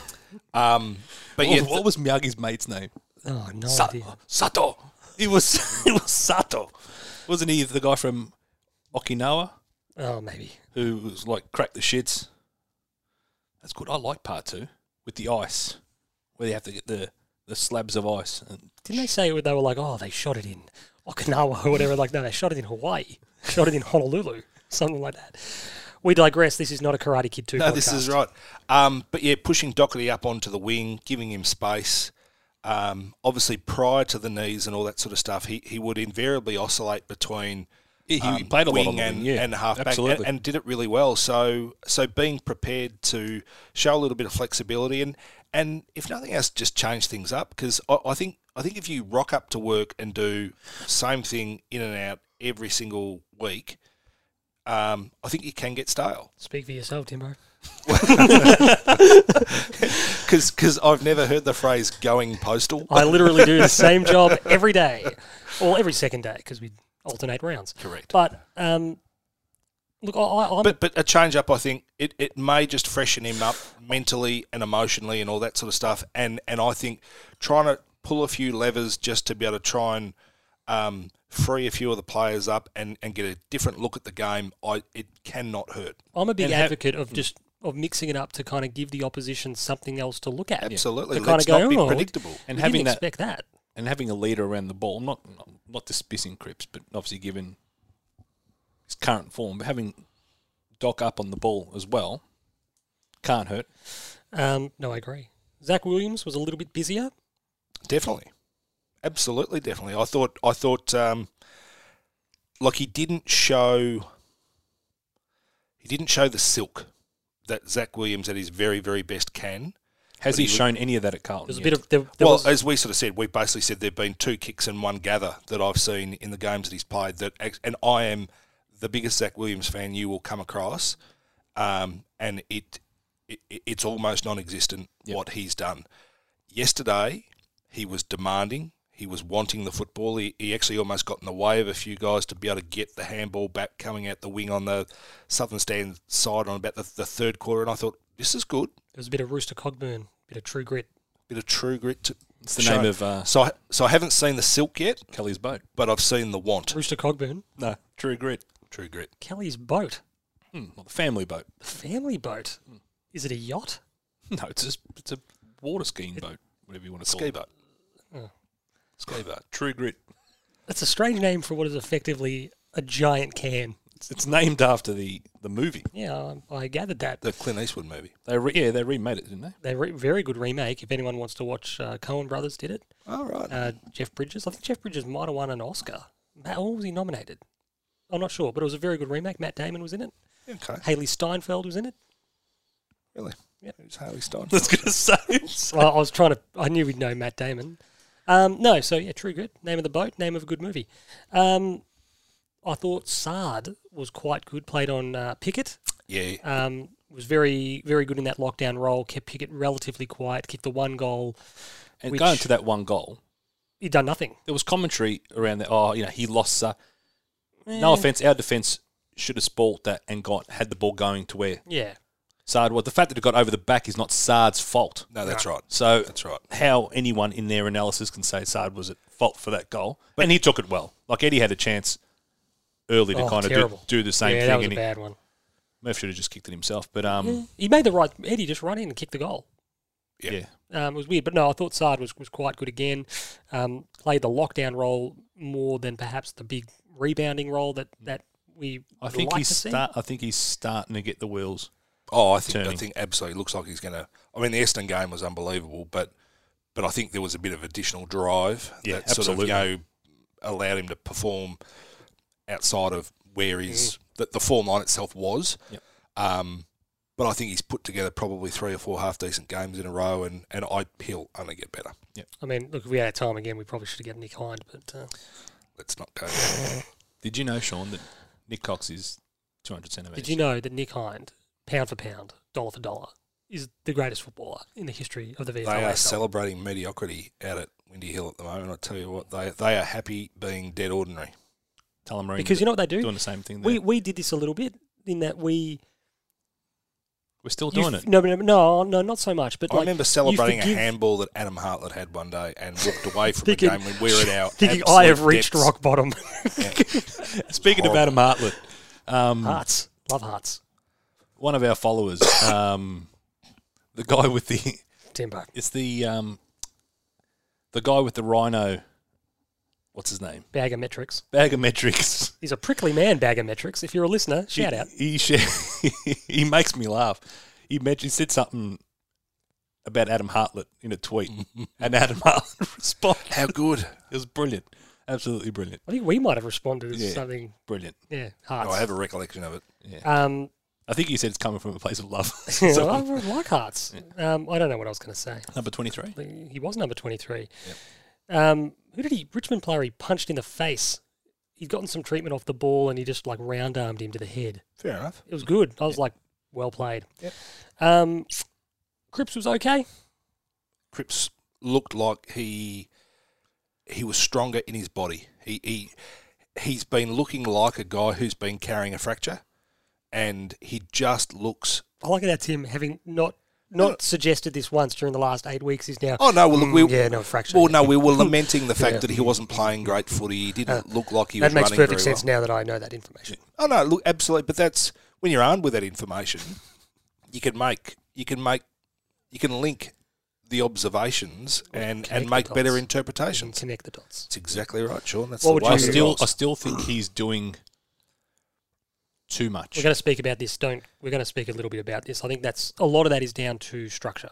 B: Um, but yeah,
C: what was Miyagi's mate's name?
A: Oh, no idea.
C: Sato. It was it was Sato. Wasn't he the guy from Okinawa
A: Oh, maybe.
C: who was like crack the shits? That's good. I like part two with the ice, where they have to get the, the slabs of ice. And
A: Didn't they say they were like, oh, they shot it in Okinawa or whatever. Like, no, they shot it in Hawaii, shot it in Honolulu, something like that. We digress. This is not a Karate Kid 2
B: No,
A: podcast.
B: this is right. Um, but yeah, pushing Doherty up onto the wing, giving him space. Um, obviously, prior to the knees and all that sort of stuff, he, he would invariably oscillate between
C: He, he
B: um,
C: played a lot
B: wing
C: on the
B: and,
C: wing, yeah,
B: and halfback, and,
C: absolutely.
B: and did it really well. So, so being prepared to show a little bit of flexibility, and and if nothing else, just change things up because I, I think I think if you rock up to work and do same thing in and out every single week, um, I think you can get stale.
A: Speak for yourself, Timbo.
B: Because I've never heard the phrase going postal.
A: I literally do the same job every day, well, every second day because we alternate rounds.
B: Correct.
A: But um, look, I, I, I'm
B: But but a change up, I think it, it may just freshen him up mentally and emotionally and all that sort of stuff. And and I think trying to pull a few levers just to be able to try and um, free a few of the players up and, and get a different look at the game, I it cannot hurt.
A: I'm a big
C: and have-
A: advocate of just of mixing it up to kind of give the opposition something else to look at.
B: Absolutely,
A: To kind
B: let's
A: of go,
B: not be
A: "Oh,
B: predictable.
A: And
C: And
A: we
C: having
A: didn't
C: that-
A: expect that.
C: and having a leader around the ball. I'm not not, not dismissing Cripps, but obviously given his current form, but having Doc up on the ball as well can't hurt.
A: Um, no, I agree. Zach Williams was a little bit busier.
B: Definitely, absolutely, definitely. I thought I thought um, like he didn't show he didn't show the silk that Zach Williams at his very very best can.
C: Has
B: But
C: he
B: he would-
C: shown any of that at Carlton?
A: There was a
C: yet?
A: bit of there, there
B: well, uh,
A: was,
B: as we sort of said, we basically said there've been two kicks and one gather that I've seen in the games that he's played. That act- and I am the biggest Zach Williams fan you will come across, um, and it, it it's almost non-existent what he's done. Yesterday, he was demanding. He was wanting the football. He, he actually almost got in the way of a few guys to be able to get the handball back coming out the wing on the southern stand side on about the, the third quarter. And I thought, this is good.
A: there was a bit of Rooster Cogburn, bit of True Grit.
B: Bit of true grit. To
C: It's the name of uh,
B: so I, so I haven't seen the silk yet,
C: Kelly's boat.
B: but I've seen the want.
A: Rooster Cogburn,
C: No, True Grit.
B: True grit.
A: Kelly's boat,
C: Hmm, not the family boat.
A: the family boat. Is it a yacht?
C: No, it's just, it's a water skiing boat, whatever you want to call
B: Ski
C: it.
B: boat.
A: Oh.
B: Ski boat.
C: uh, True Grit.
A: That's a strange name for what is effectively a giant can.
C: It's, it's named after the, the movie.
A: Yeah, I, I gathered that.
B: The Clint Eastwood movie.
C: They re, yeah, they remade it, didn't they?
A: They re- very good remake. If anyone wants to watch, uh, Cohen Brothers did it.
B: All right.
A: Uh, Jeff Bridges. I think Jeff Bridges might have won an Oscar. Matt, what was he nominated? I'm not sure, but it was a very good remake. Matt Damon was in it.
B: okay.
A: Haley Steinfeld was in it.
B: Really.
A: Yep.
B: It's Harley Stein.
C: That's going to say.
A: Well, I was trying to. I knew we'd know Matt Damon. Um, no, so yeah, True Grit. Name of the boat. Name of a good movie. Um, I thought Sard was quite good. Played on uh, Pickett.
B: Yeah.
A: Um, was very very good in that lockdown role. Kept Pickett relatively quiet. Kicked the one goal.
C: And
A: Which-
C: going to that one goal,
A: He done nothing.
C: there was commentary around that. Oh, you know, he lost. Uh, No offense, our defense should have spoilt that and got had the ball going to where
A: Yeah.
C: Sard was. The fact that it got over the back is not Sard's fault.
B: No, that's right.
C: So
B: That's right.
C: How anyone in their analysis can say Sard was at fault for that goal, and he took it well. Like Eddie had a chance early to
A: Oh,
C: kind of do,
A: terrible.
C: do the same
A: yeah,
C: thing,
A: that was a
C: and he,
A: bad one.
C: Murph should have just kicked it himself. But um,
A: He made the right. Eddie just run in and kicked the goal.
B: Yeah.
C: yeah,
A: Um, it was weird, but no, I thought Sard was, was quite good again. Um, played the lockdown role more than perhaps the big rebounding role that, that we
C: I think
A: like
C: he's
A: to see.
C: start. I think he's starting to get the wheels.
B: Oh, I think I
C: Turning.
B: think absolutely looks like he's going to. I mean, the Eston game was unbelievable, but but I think there was a bit of additional drive
C: Yeah,
B: that sort of you know allowed him to perform outside of where his that the form line itself was.
C: Mm. Yep.
B: Um, but I think he's put together probably three or four half decent games in a row, and and I he'll only get better.
A: I mean, look, if we had time again, we probably should have got Nick Hind, but uh,
B: Let's not go. There.
C: Did you know, Sean, that Nick Cox is two hundred centimeters?
A: did you know that Nick Hind, pound for pound, dollar for dollar, is the greatest footballer in the history of the VFL?
B: They are celebrating mediocrity out at Windy Hill at the moment. I tell you what, they they are happy being dead ordinary.
C: Tell him
A: because you know what they do?
C: doing the same thing. There.
A: We,
C: We,
A: we did this a little bit in that we.
C: we're still
A: you
C: doing
A: f-
C: it.
A: No, no, no, no, not so much. But
B: I
A: like,
B: remember
A: you
B: celebrating a
A: forgive-
B: handball that Adam Hartlett had one day and walked away from
A: Thinking-
B: the game when we were at our
A: Thinking
B: absolute
A: I have reached
B: depths.
A: rock bottom.
C: Speaking
B: horrible.
C: about Adam Martlet,
B: Hmm.
C: um,
A: hearts. Love hearts.
C: one of our followers, um, the guy with the
A: Timbo.
C: it's the um, the guy with the rhino what's his name?
A: Bag of metrics.
C: Bag of Metrics.
A: He's a prickly man, Bag of metrics. If you're a listener, shout
C: he,
A: out.
C: He, sha- he makes me laugh. He, men- he said something about Adam Hartlett in a tweet, and Adam Hartlett responded.
B: How good?
C: It was brilliant. Absolutely brilliant.
A: I think we might have responded as
C: Yeah.
A: something.
C: Brilliant.
A: Yeah,
B: Oh, I
A: hearts.
B: have a recollection of it.
A: Um,
C: I think he said it's coming from a place of love.
A: well,
C: So,
A: I really like hearts. Um, I don't know what I was going to say.
C: number 23.
A: He was number 23. Um, who did he? Richmond player he punched in the face. He'd gotten some treatment off the ball and he just like round armed him to the head.
B: Fair enough.
A: It was good. I was like, well played.
B: Yep.
A: Um, Cripps was okay.
B: Cripps looked like he he was stronger in his body. He he he's been looking like a guy who's been carrying a fracture, and he just looks.
A: I like it that's him having not
B: No.
A: not suggested this once during the last eight weeks. He's now.
B: Oh no! Well, look,
A: Mm,
B: we,
A: yeah, no fracture.
B: Well, no, we were lamenting the fact
A: Yeah. Uh,
B: that he wasn't playing great footy. He didn't look like he
A: that
B: was
A: makes
B: running
A: perfect
B: very
A: sense
B: well.
A: now that I know that information.
B: Oh no, look, absolutely. But that's when you're armed with that information, you can make you can make you can link the observations and
A: connect
B: and
A: the
B: make better
A: dots.
B: interpretations.
A: Connect the dots.
B: That's exactly right, Sean. That's
A: What
B: the
A: would
B: way
A: you
B: it
C: I still,
B: rolls.
C: I still think he's doing too much.
A: We're going to speak about this. Don't we're going to speak a little bit about this. I think that's a lot of that is down to structure.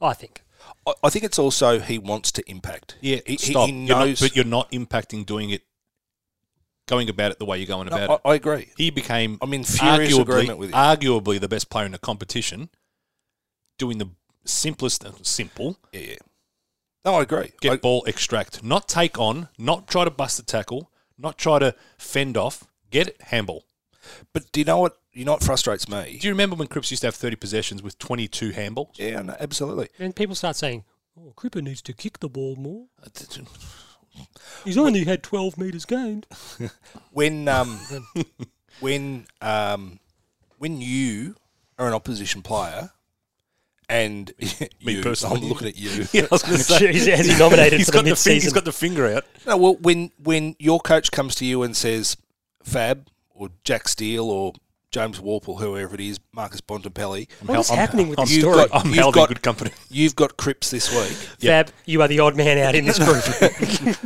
A: I think.
B: I, I think it's also he wants to impact.
C: Yeah,
B: he, he-
C: stop.
B: he
C: You're not-
B: knows.
C: but you're not impacting doing it, going about it the way you're going
B: No,
C: about it.
B: I, I agree.
C: He became,
B: I'm in furious
C: arguably,
B: agreement with you.
C: arguably the best player in the competition, doing the simplest, uh, simple
B: Yeah, yeah. No, I agree.
C: get
B: I-
C: ball, extract, not take on, not try to bust the tackle, not try to fend off, get it, handball.
B: but do you know what? You know what frustrates me?
C: Do you remember when Cripps used to have 30 possessions with 22 handballs?
B: yeah, no, absolutely.
A: And people start saying, "Oh, Cripper needs to kick the ball more.
C: It's
A: He's only had 12 meters gained."
B: when um, when um, when you are an opposition player, and
C: Me
B: you-
C: personally.
B: I'm looking at you.
A: He's, has he nominated for the
C: got the fin-
A: mid-season?
C: he's got the finger out.
B: No, well, when when your coach comes to you and says, "Fab" or Jack Steele or James Warple, whoever it is, Marcus Bontempelli,
A: what is
C: I'm-
A: happening with
C: I'm-
A: this
B: you've
A: story?
B: got-
C: I'm
B: You've
C: held in good company.
B: you've got Cripps this week.
A: Fab, you are the odd man out in this group.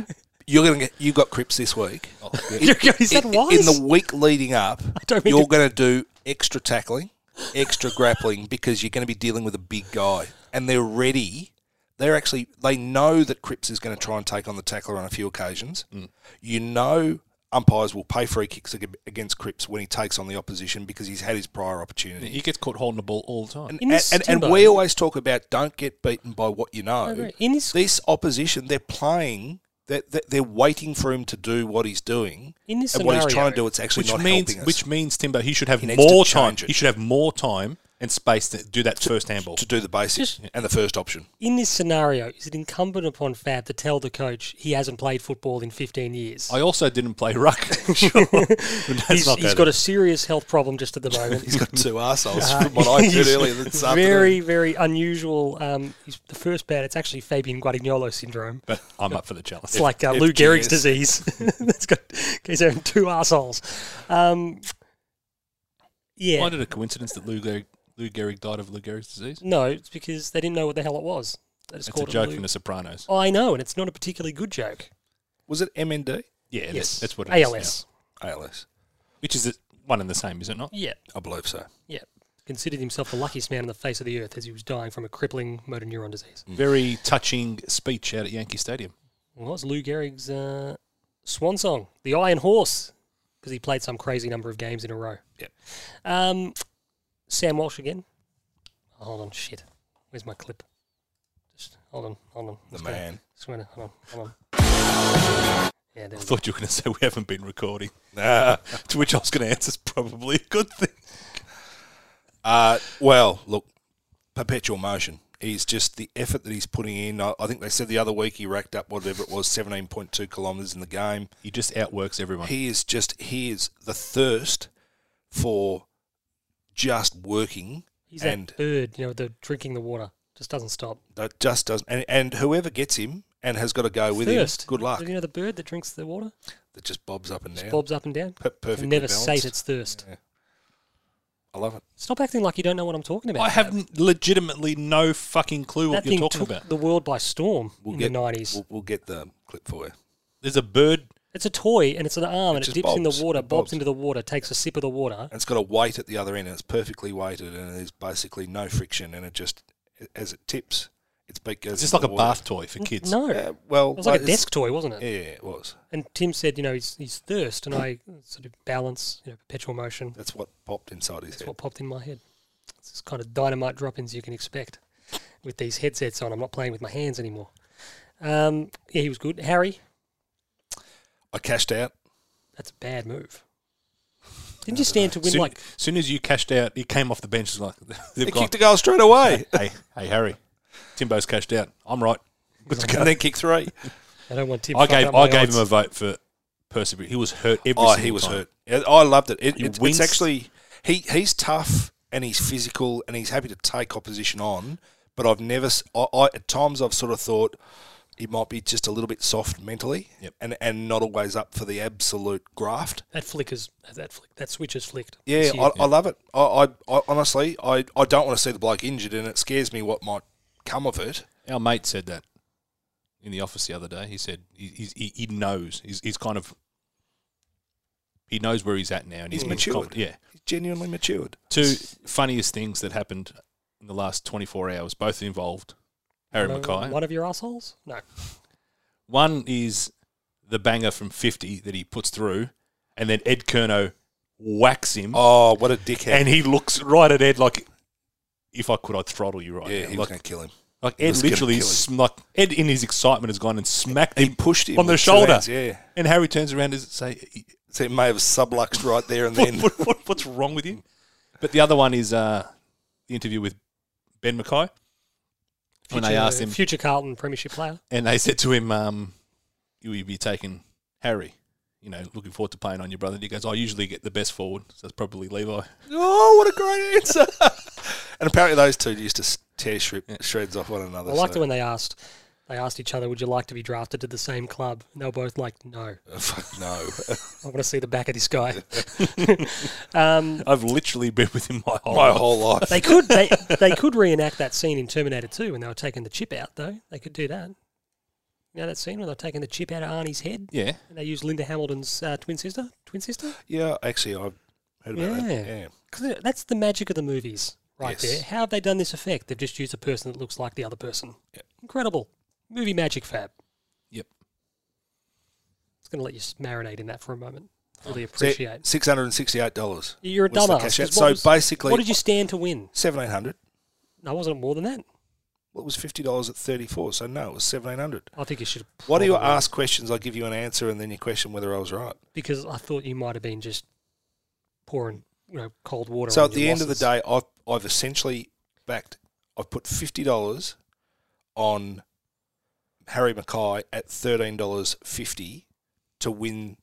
B: You're going to get you got Cripps this week.
A: is that
B: In-
A: wise?
B: In the week leading up,
A: don't mean
B: you're
A: to-
B: going to do extra tackling, extra grappling because you're going to be dealing with a big guy, and they're ready. They're actually they know that Cripps is going to try and take on the tackler on a few occasions. You know, umpires will pay free kicks ag- against Cripps when he takes on the opposition because he's had his prior opportunity.
C: He gets caught holding the ball all the time.
A: In
B: And,
A: this
B: and, and
A: Timbo-
B: we always talk about don't get beaten by what you know.
A: no, in this-
B: this opposition, they're playing. They're, they're- they're waiting for him to do what he's doing.
A: In this
B: and what he's
A: scenario,
B: trying to do, it's actually
C: Which
B: not
C: means,
B: helping us
C: which means Timbo, he should have
B: needs to
C: more time.
B: change it.
C: He should have more time and space to do that first handball.
B: to do the basics and the first option.
A: in this scenario, is it incumbent upon Fab to tell the coach he hasn't played football in 15 years?
C: I also didn't play ruck. sure. But that's
A: he's
C: not
A: he's
C: bad.
A: got a serious health problem just at the moment.
B: He's got two arseholes from what I heard
A: Uh, He's
B: earlier this
A: very, very unusual. Um, he's the first bat. It's actually Fabian Guadagnolo syndrome.
C: but I'm up for the challenge.
A: It's like uh, Lou Gehrig's disease. That's got he's having two assholes. Um, yeah,
C: Find it a coincidence that Lou Gehrig, Lou Gehrig died of Lou Gehrig's disease?
A: no, it's because they didn't know what the hell it was. They just
C: It's a
A: called
C: joke
A: it
C: from
A: Lou.
C: The Sopranos.
A: I know, and it's not a particularly good joke.
B: Was it MND?
C: Yeah, that-
A: yes,
C: that's what it is
A: ALS.
B: ALS.
C: now. which is the- one and the same, is it not?
A: Yeah,
B: I believe so.
A: yeah. Considered himself the luckiest man on the face of the earth as he was dying from a crippling motor neuron disease.
C: Very touching speech out at Yankee Stadium.
A: Well, that was Lou Gehrig's uh, swan song, The Iron Horse, because he played some crazy number of games in a row.
B: Yep.
A: Um, Sam Walsh again. Hold on, shit. Where's my clip? Just hold on, hold on.
B: The man.
A: Just gonna, hold on, hold on. Yeah, there
C: I
A: we go.
C: thought you were going to say we haven't been recording, to which I was going to answer is probably a good thing.
B: Uh, well, look, perpetual motion is just the effort that he's putting in. I, I think they said the other week he racked up whatever it was, 17.2 kilometres in the game.
C: He just outworks everyone.
B: He is just, he is the thirst for just working
A: He's that
B: and
A: bird, you know, the drinking the water just doesn't stop.
B: that just doesn't. And, and whoever gets him and has got to go with
A: Thirst.
B: him, good luck.
A: You know the bird that drinks the water,
B: That just bobs up and down.
A: bobs up and down.
B: Per-
A: Can
B: perfectly
A: never
B: balanced.
A: sate its thirst.
B: Yeah. I love it.
A: Stop acting like you don't know what I'm talking about.
C: I have n- legitimately no fucking clue
A: that
C: what
A: thing
C: you're talking
A: took
C: about.
A: the world by storm in
B: get-
A: the 90s.
B: We'll, we'll get the clip for you.
C: There's a bird.
A: It's a toy and it's an arm and
B: just
A: it dips in the
B: bobs.
A: water,
B: It
A: bobs,
B: bobs.
A: into the water, takes a sip of the water.
B: And it's got a weight at the other end, and it's perfectly weighted, and there's basically no friction, and it just as it tips, its beak goes.
C: It's just
B: in
C: like
B: the
C: a
B: water.
C: bath toy for kids.
A: No.
B: Uh,
A: It
B: well,
A: was like a
B: it's-
A: desk toy, wasn't it?
B: Yeah, it was.
A: And Tim said, you know, he's, he's thirst and I sort of balance, you know, perpetual motion.
B: That's what popped inside his
A: That's
B: head.
A: what popped in my head. It's this kind of dynamite drop-ins you can expect with these headsets on. I'm not playing with my hands anymore. Um, yeah, he was good. Harry,
B: I cashed out.
A: that's a bad move. Didn't you stand to win
C: soon,
A: like
C: soon as you cashed out, he came off the bench. it's Like they've
B: He
C: gone.
B: kicked a goal straight away,
C: hey, hey, Harry, Timbo's cashed out. I'm right. Good to go.
B: and then kicked three.
A: I don't want Tim?
C: I
A: fucking
C: gave
A: up my
C: I gave
A: odds.
C: him a vote for Percy. He was hurt every.
B: Oh,
C: single
B: he was
C: time.
B: hurt. Yeah, I loved it. it
C: You
B: it's, it's
C: winced.
B: actually he he's tough and he's physical and he's happy to take opposition on. But I've never. s- I, I- at times I've sort of thought he might be just a little bit soft mentally,
C: Yep.
B: and and not always up for the absolute graft.
A: that flickers that flick that switch is flicked.
B: Yeah,
A: It's you.
B: I, I love it. I, I, I honestly, I, I don't want to see the bloke injured, and it scares me what might come of it.
C: Our mate said that in the office the other day. He said he he's- he, he knows. He's, he's kind of he knows where he's at now, and he's,
B: He's
C: he's
B: matured.
C: confident. Yeah.
B: He's genuinely matured.
C: Two funniest things that happened in the last 24 hours, both involved Harry
A: One of-
C: Mackay.
A: One of your assholes? No.
C: One is the banger from 50 that he puts through, and then Ed Kerno whacks him,
B: Oh, what a dickhead!
C: and he looks right at Ed like, if I could, I'd throttle you right
B: yeah,
C: now.
B: he was
C: like,
B: going to kill him.
C: like
B: he
C: Ed
B: was gonna
C: literally,
B: kill him.
C: sm- like Ed in his excitement has gone and smacked
B: He
C: him,
B: pushed him
C: on the
B: with two
C: shoulder.
B: hands, yeah,
C: and Harry turns around and say,
B: so he may have subluxed right there and
C: what,
B: then.
C: what- what- what's wrong with you? But the other one is uh, the interview with Ben Mackay. When they
A: Future-
C: asked him,
A: future Carlton premiership player,
C: and they said to him, um, "You will be taking Harry." You know, looking forward to playing on your brother. And he goes, "I usually get the best forward, so it's probably Levi."
B: oh, what a great answer! and apparently, those two used to s- tear shred, shreds off one another.
A: I liked it
B: so-
A: when they asked. They asked each other, "Would you like to be drafted to the same club?" And they were both like, "No."
B: Fuck no.
A: I want to see the back of this guy. um,
C: I've literally been with him my whole.
B: My
C: life.
B: whole life.
A: they could they, they could reenact that scene in Terminator 2 when they were taking the chip out, though. They could do that. You know that scene when they're taking the chip out of Arnie's head
C: Yeah,
A: and they used Linda Hamilton's uh, twin sister? Twin sister?
B: Yeah, actually, I've heard
A: Yeah.
B: about that. Yeah.
A: 'Cause that's the magic of the movies right
B: Yes.
A: there. How have they done this effect? They've just used a person that looks like the other person.
B: Yep.
A: Incredible. Movie magic fab.
C: Yep.
A: It's going to let you s- marinate in that for a moment. Really
B: So,
A: appreciate.
B: Six hundred and sixty-eight dollars.
A: You're a dumbass. 'cause
B: So
A: what was-
B: basically,
A: What did you stand to win?
B: Seventeen hundred.
A: No, wasn't it more than that?
B: What was fifty dollars at thirty-four? So no, it was seventeen hundred.
A: I think you should. have
B: Why do you
A: probably-
B: ask questions? I give you an answer, and then you question whether I was right.
A: Because I thought you might have been just pouring, you know, cold water.
B: So
A: on
B: at the
A: your
B: end of the
A: losses.
B: day, I've I've essentially backed. I've put fifty dollars on Harry Mackay at thirteen dollars fifty to win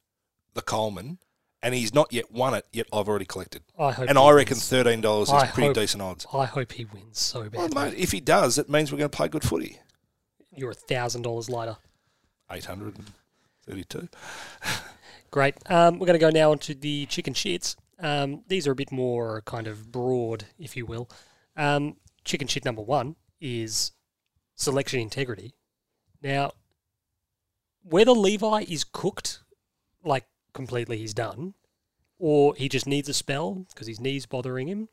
B: the Coleman, and he's not yet won it. Yet I've already collected,
A: I hope
B: and
A: he
B: I reckon
A: wins.
B: thirteen dollars is
A: I
B: pretty
A: hope-
B: decent odds.
A: I hope he wins so
B: Well,
A: bad.
B: mate, if he does, it means we're going to play good footy.
A: You're a thousand dollars lighter.
B: Eight hundred and thirty-two.
A: Great. Um, we're going to go now onto the chicken shits. Um, these are a bit more kind of broad, if you will. Um, chicken shit number one is selection integrity. Now, whether Levi is cooked, like completely he's done, or he just needs a spell because his knee's bothering him,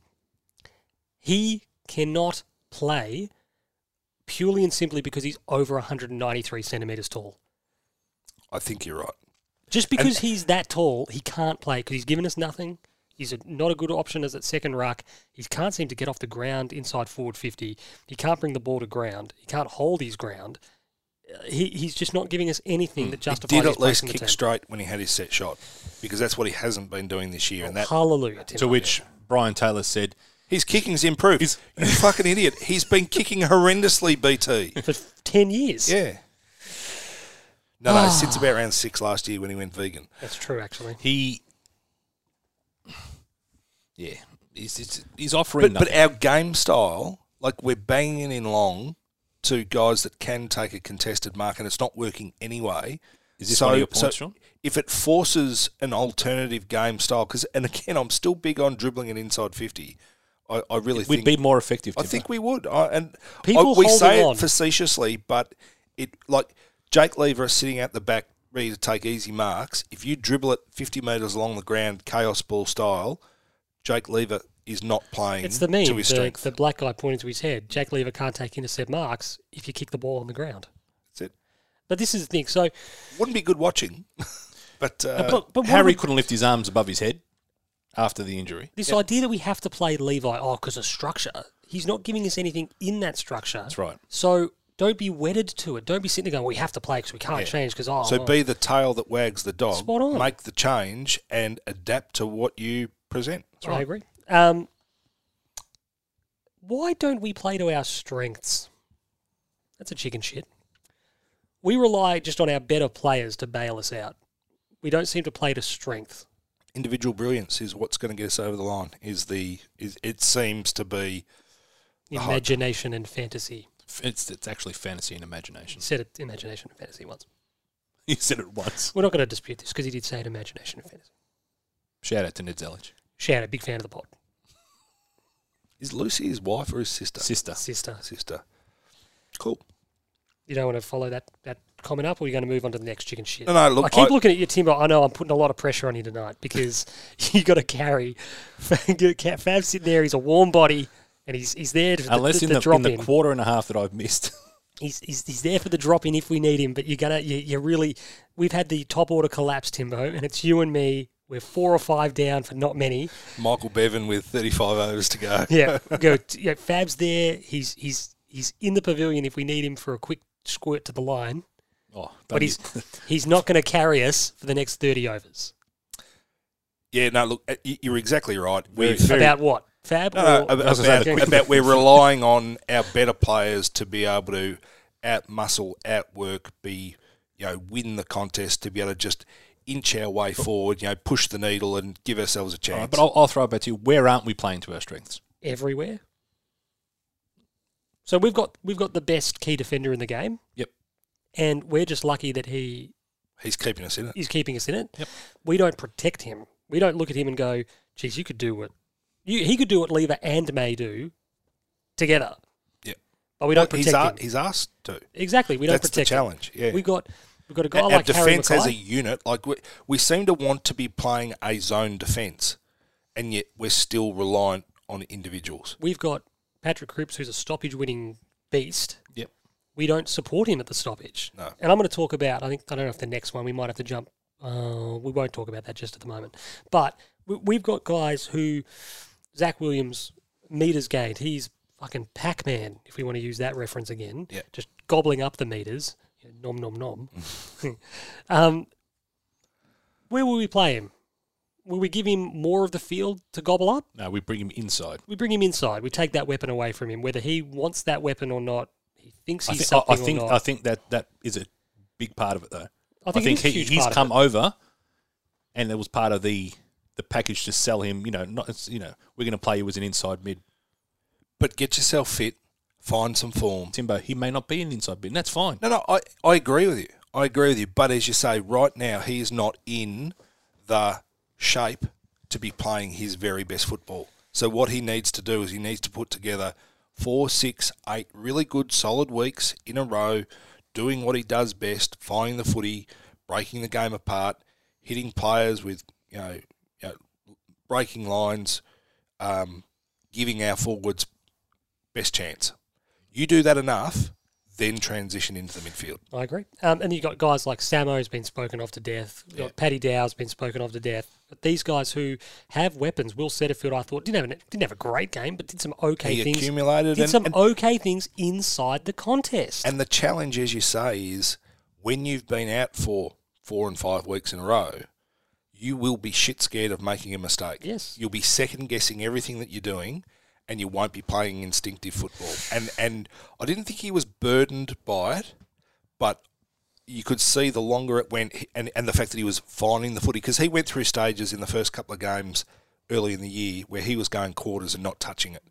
A: he cannot play purely and simply because he's over 193 centimetres tall.
B: I think you're right.
A: Just because he's that tall, he can't play because he's given us nothing. He's a, not a good option as at second ruck. He can't seem to get off the ground inside forward 50. He can't bring the ball to ground. He can't hold his ground. Uh, He, he's just not giving us anything that
B: Hmm. He
A: justifies
B: did
A: his
B: at
A: place
B: least
A: in the
B: kick
A: team.
B: straight when he had his set shot because that's what he hasn't been doing this year, and that
A: Hallelujah, Tim.
C: to which Brian Taylor said,
B: his kicking's improved.
C: He's-
B: you fucking idiot! He's been kicking horrendously, BT.
A: For 10 years.
B: Yeah. No, no, since about round six last year when he went vegan.
A: That's true, actually.
C: "He, yeah, he's he's, he's offering
B: But,
C: nothing.
B: but our game style, like we're banging in long to guys that can take a contested mark, and it's not working anyway.
C: Is this
B: so,
C: one of your
B: so
C: points, Sean?
B: if it forces an alternative game style, because and again, I'm still big on dribbling an inside fifty. I, I really
C: We'd
B: think
C: be more effective.
B: I
C: Timbo.
B: think we would. I, and
A: People
B: I, we
A: holding
B: say
A: on.
B: it facetiously, but it like Jake Lever is sitting at the back ready to take easy marks. If you dribble it 50 metres along the ground, chaos ball style, Jake Lever is not playing
A: It's the meme,
B: to his
A: the,
B: strength.
A: the black guy pointing to his head. Jack Lever can't take intercept marks if you kick the ball on the ground.
B: That's it.
A: But this is the thing. So
B: Wouldn't be good watching, but, uh,
A: but, but what
C: Harry
A: we-
C: couldn't lift his arms above his head after the injury.
A: this idea that we have to play Levi, oh, because of structure, he's not giving us anything in that structure.
C: That's right.
A: So don't be wedded to it. Don't be sitting there going, we have to play because we can't change because, oh,
B: so
A: well.
B: be the tail that wags the dog.
A: Spot on.
B: Make the change and adapt to what you present. That's
A: I agree. Um, why don't we play to our strengths? That's a chicken shit. We rely just on our better players to bail us out. We don't seem to play to strength.
B: Individual brilliance is what's going to get us over the line. Is the is it seems to be
A: Imagination and fantasy.
C: It's, it's actually fantasy and imagination.
A: Said it, imagination and fantasy once.
C: He said it once.
A: We're not going to dispute this because he did say it, imagination and fantasy.
C: Shout out to Ned Zelich.
A: Shout out, big fan of the pod.
B: is Lucy his wife or his sister?
C: Sister.
A: Sister,
B: sister. Cool.
A: you don't want to follow that, that comment up or you're going to move on to the next chicken shit?
B: No, no, look,
A: I keep
B: I-
A: looking at you, Timbo. I know I'm putting a lot of pressure on you tonight because you got to carry. Fab's sitting there. He's a warm body, and he's he's there for the,
C: Unless
A: the,
C: in the,
A: drop
C: in
A: in.
C: the quarter and a half that I've missed.
A: he's, he's he's there for the drop in if we need him. But you're gonna you, you're really. We've had the top order collapse, Timbo, and it's you and me. We're four or five down for not many.
B: Michael Bevan with 35 overs to go.
A: Yeah, go. Yeah, Fab's there. He's he's he's in the pavilion if we need him for a quick squirt to the line.
C: Oh, don't
A: But he's
C: you-
A: he's not going to carry us for the next thirty overs.
B: Yeah, no, look, uh, y- you're exactly right.
C: Very-
B: We've,
C: very-
A: About what? Fab?
B: no, no,
A: or-
B: ab-
C: I was gonna say
B: about,
C: the quick-
B: about we're relying on our better players to be able to outmuscle, outwork, be, you know, win the contest, to be able to just inch our way forward, you know, push the needle and give ourselves a
C: All right,
B: chance.
C: but I'll, I'll throw it back to you. Where aren't we playing to our strengths?
A: everywhere. So we've got we've got the best key defender in the game,
C: Yep.
A: and we're just lucky that he
B: He's keeping us in it.
A: is keeping us in it.
C: Yep.
A: We don't protect him. We don't look at him and go, "Geez, you could do what you he could do what Lever and May do together."
B: Yep.
A: But we don't protect
B: he's, a-
A: him.
B: he's asked to.
A: exactly, we don't
B: That's the
A: protect him.
B: challenge. Yeah.
A: We got we got a guy
B: Our
A: like Harry
B: defense as a
A: Mackay.
B: unit, like we, we seem to want to be playing a zone defense, and yet we're still reliant on individuals.
A: We've got Patrick Cripps, who's a stoppage-winning beast.
C: Yep.
A: we don't support him at the stoppage.
B: No.
A: And I'm going to talk about, I think, I don't know if the next one, we might have to jump. Uh, we won't talk about that just at the moment. But we, we've got guys who, Zach Williams, meters gained. He's fucking Pac Man, if we want to use that reference again.
B: Yeah.
A: Just gobbling up the meters. Nom, nom, nom. um, where will we play him? Will we give him more of the field to gobble up?
C: No, we bring him inside.
A: We bring him inside. We take that weapon away from him, whether he wants that weapon or not. He thinks
C: I
A: he's
C: think,
A: something
C: I, I think
A: or not.
C: I think that that is a big part of it, though.
A: I think, it is a
C: he,
A: huge
C: he's
A: part of
C: come
A: it.
C: over, and it was part of the the package to sell him. You know, not it's, you know, we're going to play you as an inside mid.
B: But get yourself fit, find some form.
C: Timbo, he may not be an inside mid. And that's fine.
B: No, no, I, I agree with you. I agree with you. But as you say, right now, he is not in the shape to be playing his very best football. So, what he needs to do is he needs to put together four, six, eight really good, solid weeks in a row, doing what he does best, finding the footy, breaking the game apart, hitting players with, you know, you know breaking lines, um, giving our forwards best chance. You do that enough, then transition into the midfield.
A: I agree. Um, and you've got guys like Samo's been spoken of to death. You've got Paddy Dow's been spoken of to death. But these guys who have weapons, Will Setterfield, I thought, didn't have, an, didn't have a great game, but did some okay
B: He
A: things.
B: accumulated
A: Did
B: and,
A: some
B: and,
A: okay things inside the contest.
B: and the challenge, as you say, is when you've been out for four and five weeks in a row, you will be shit scared of making a mistake.
A: Yes.
B: You'll be second guessing everything that you're doing and you won't be playing instinctive football. And and I didn't think he was burdened by it, but you could see the longer it went he- and, and the fact that he was finding the footy because he went through stages in the first couple of games early in the year where he was going quarters and not touching it.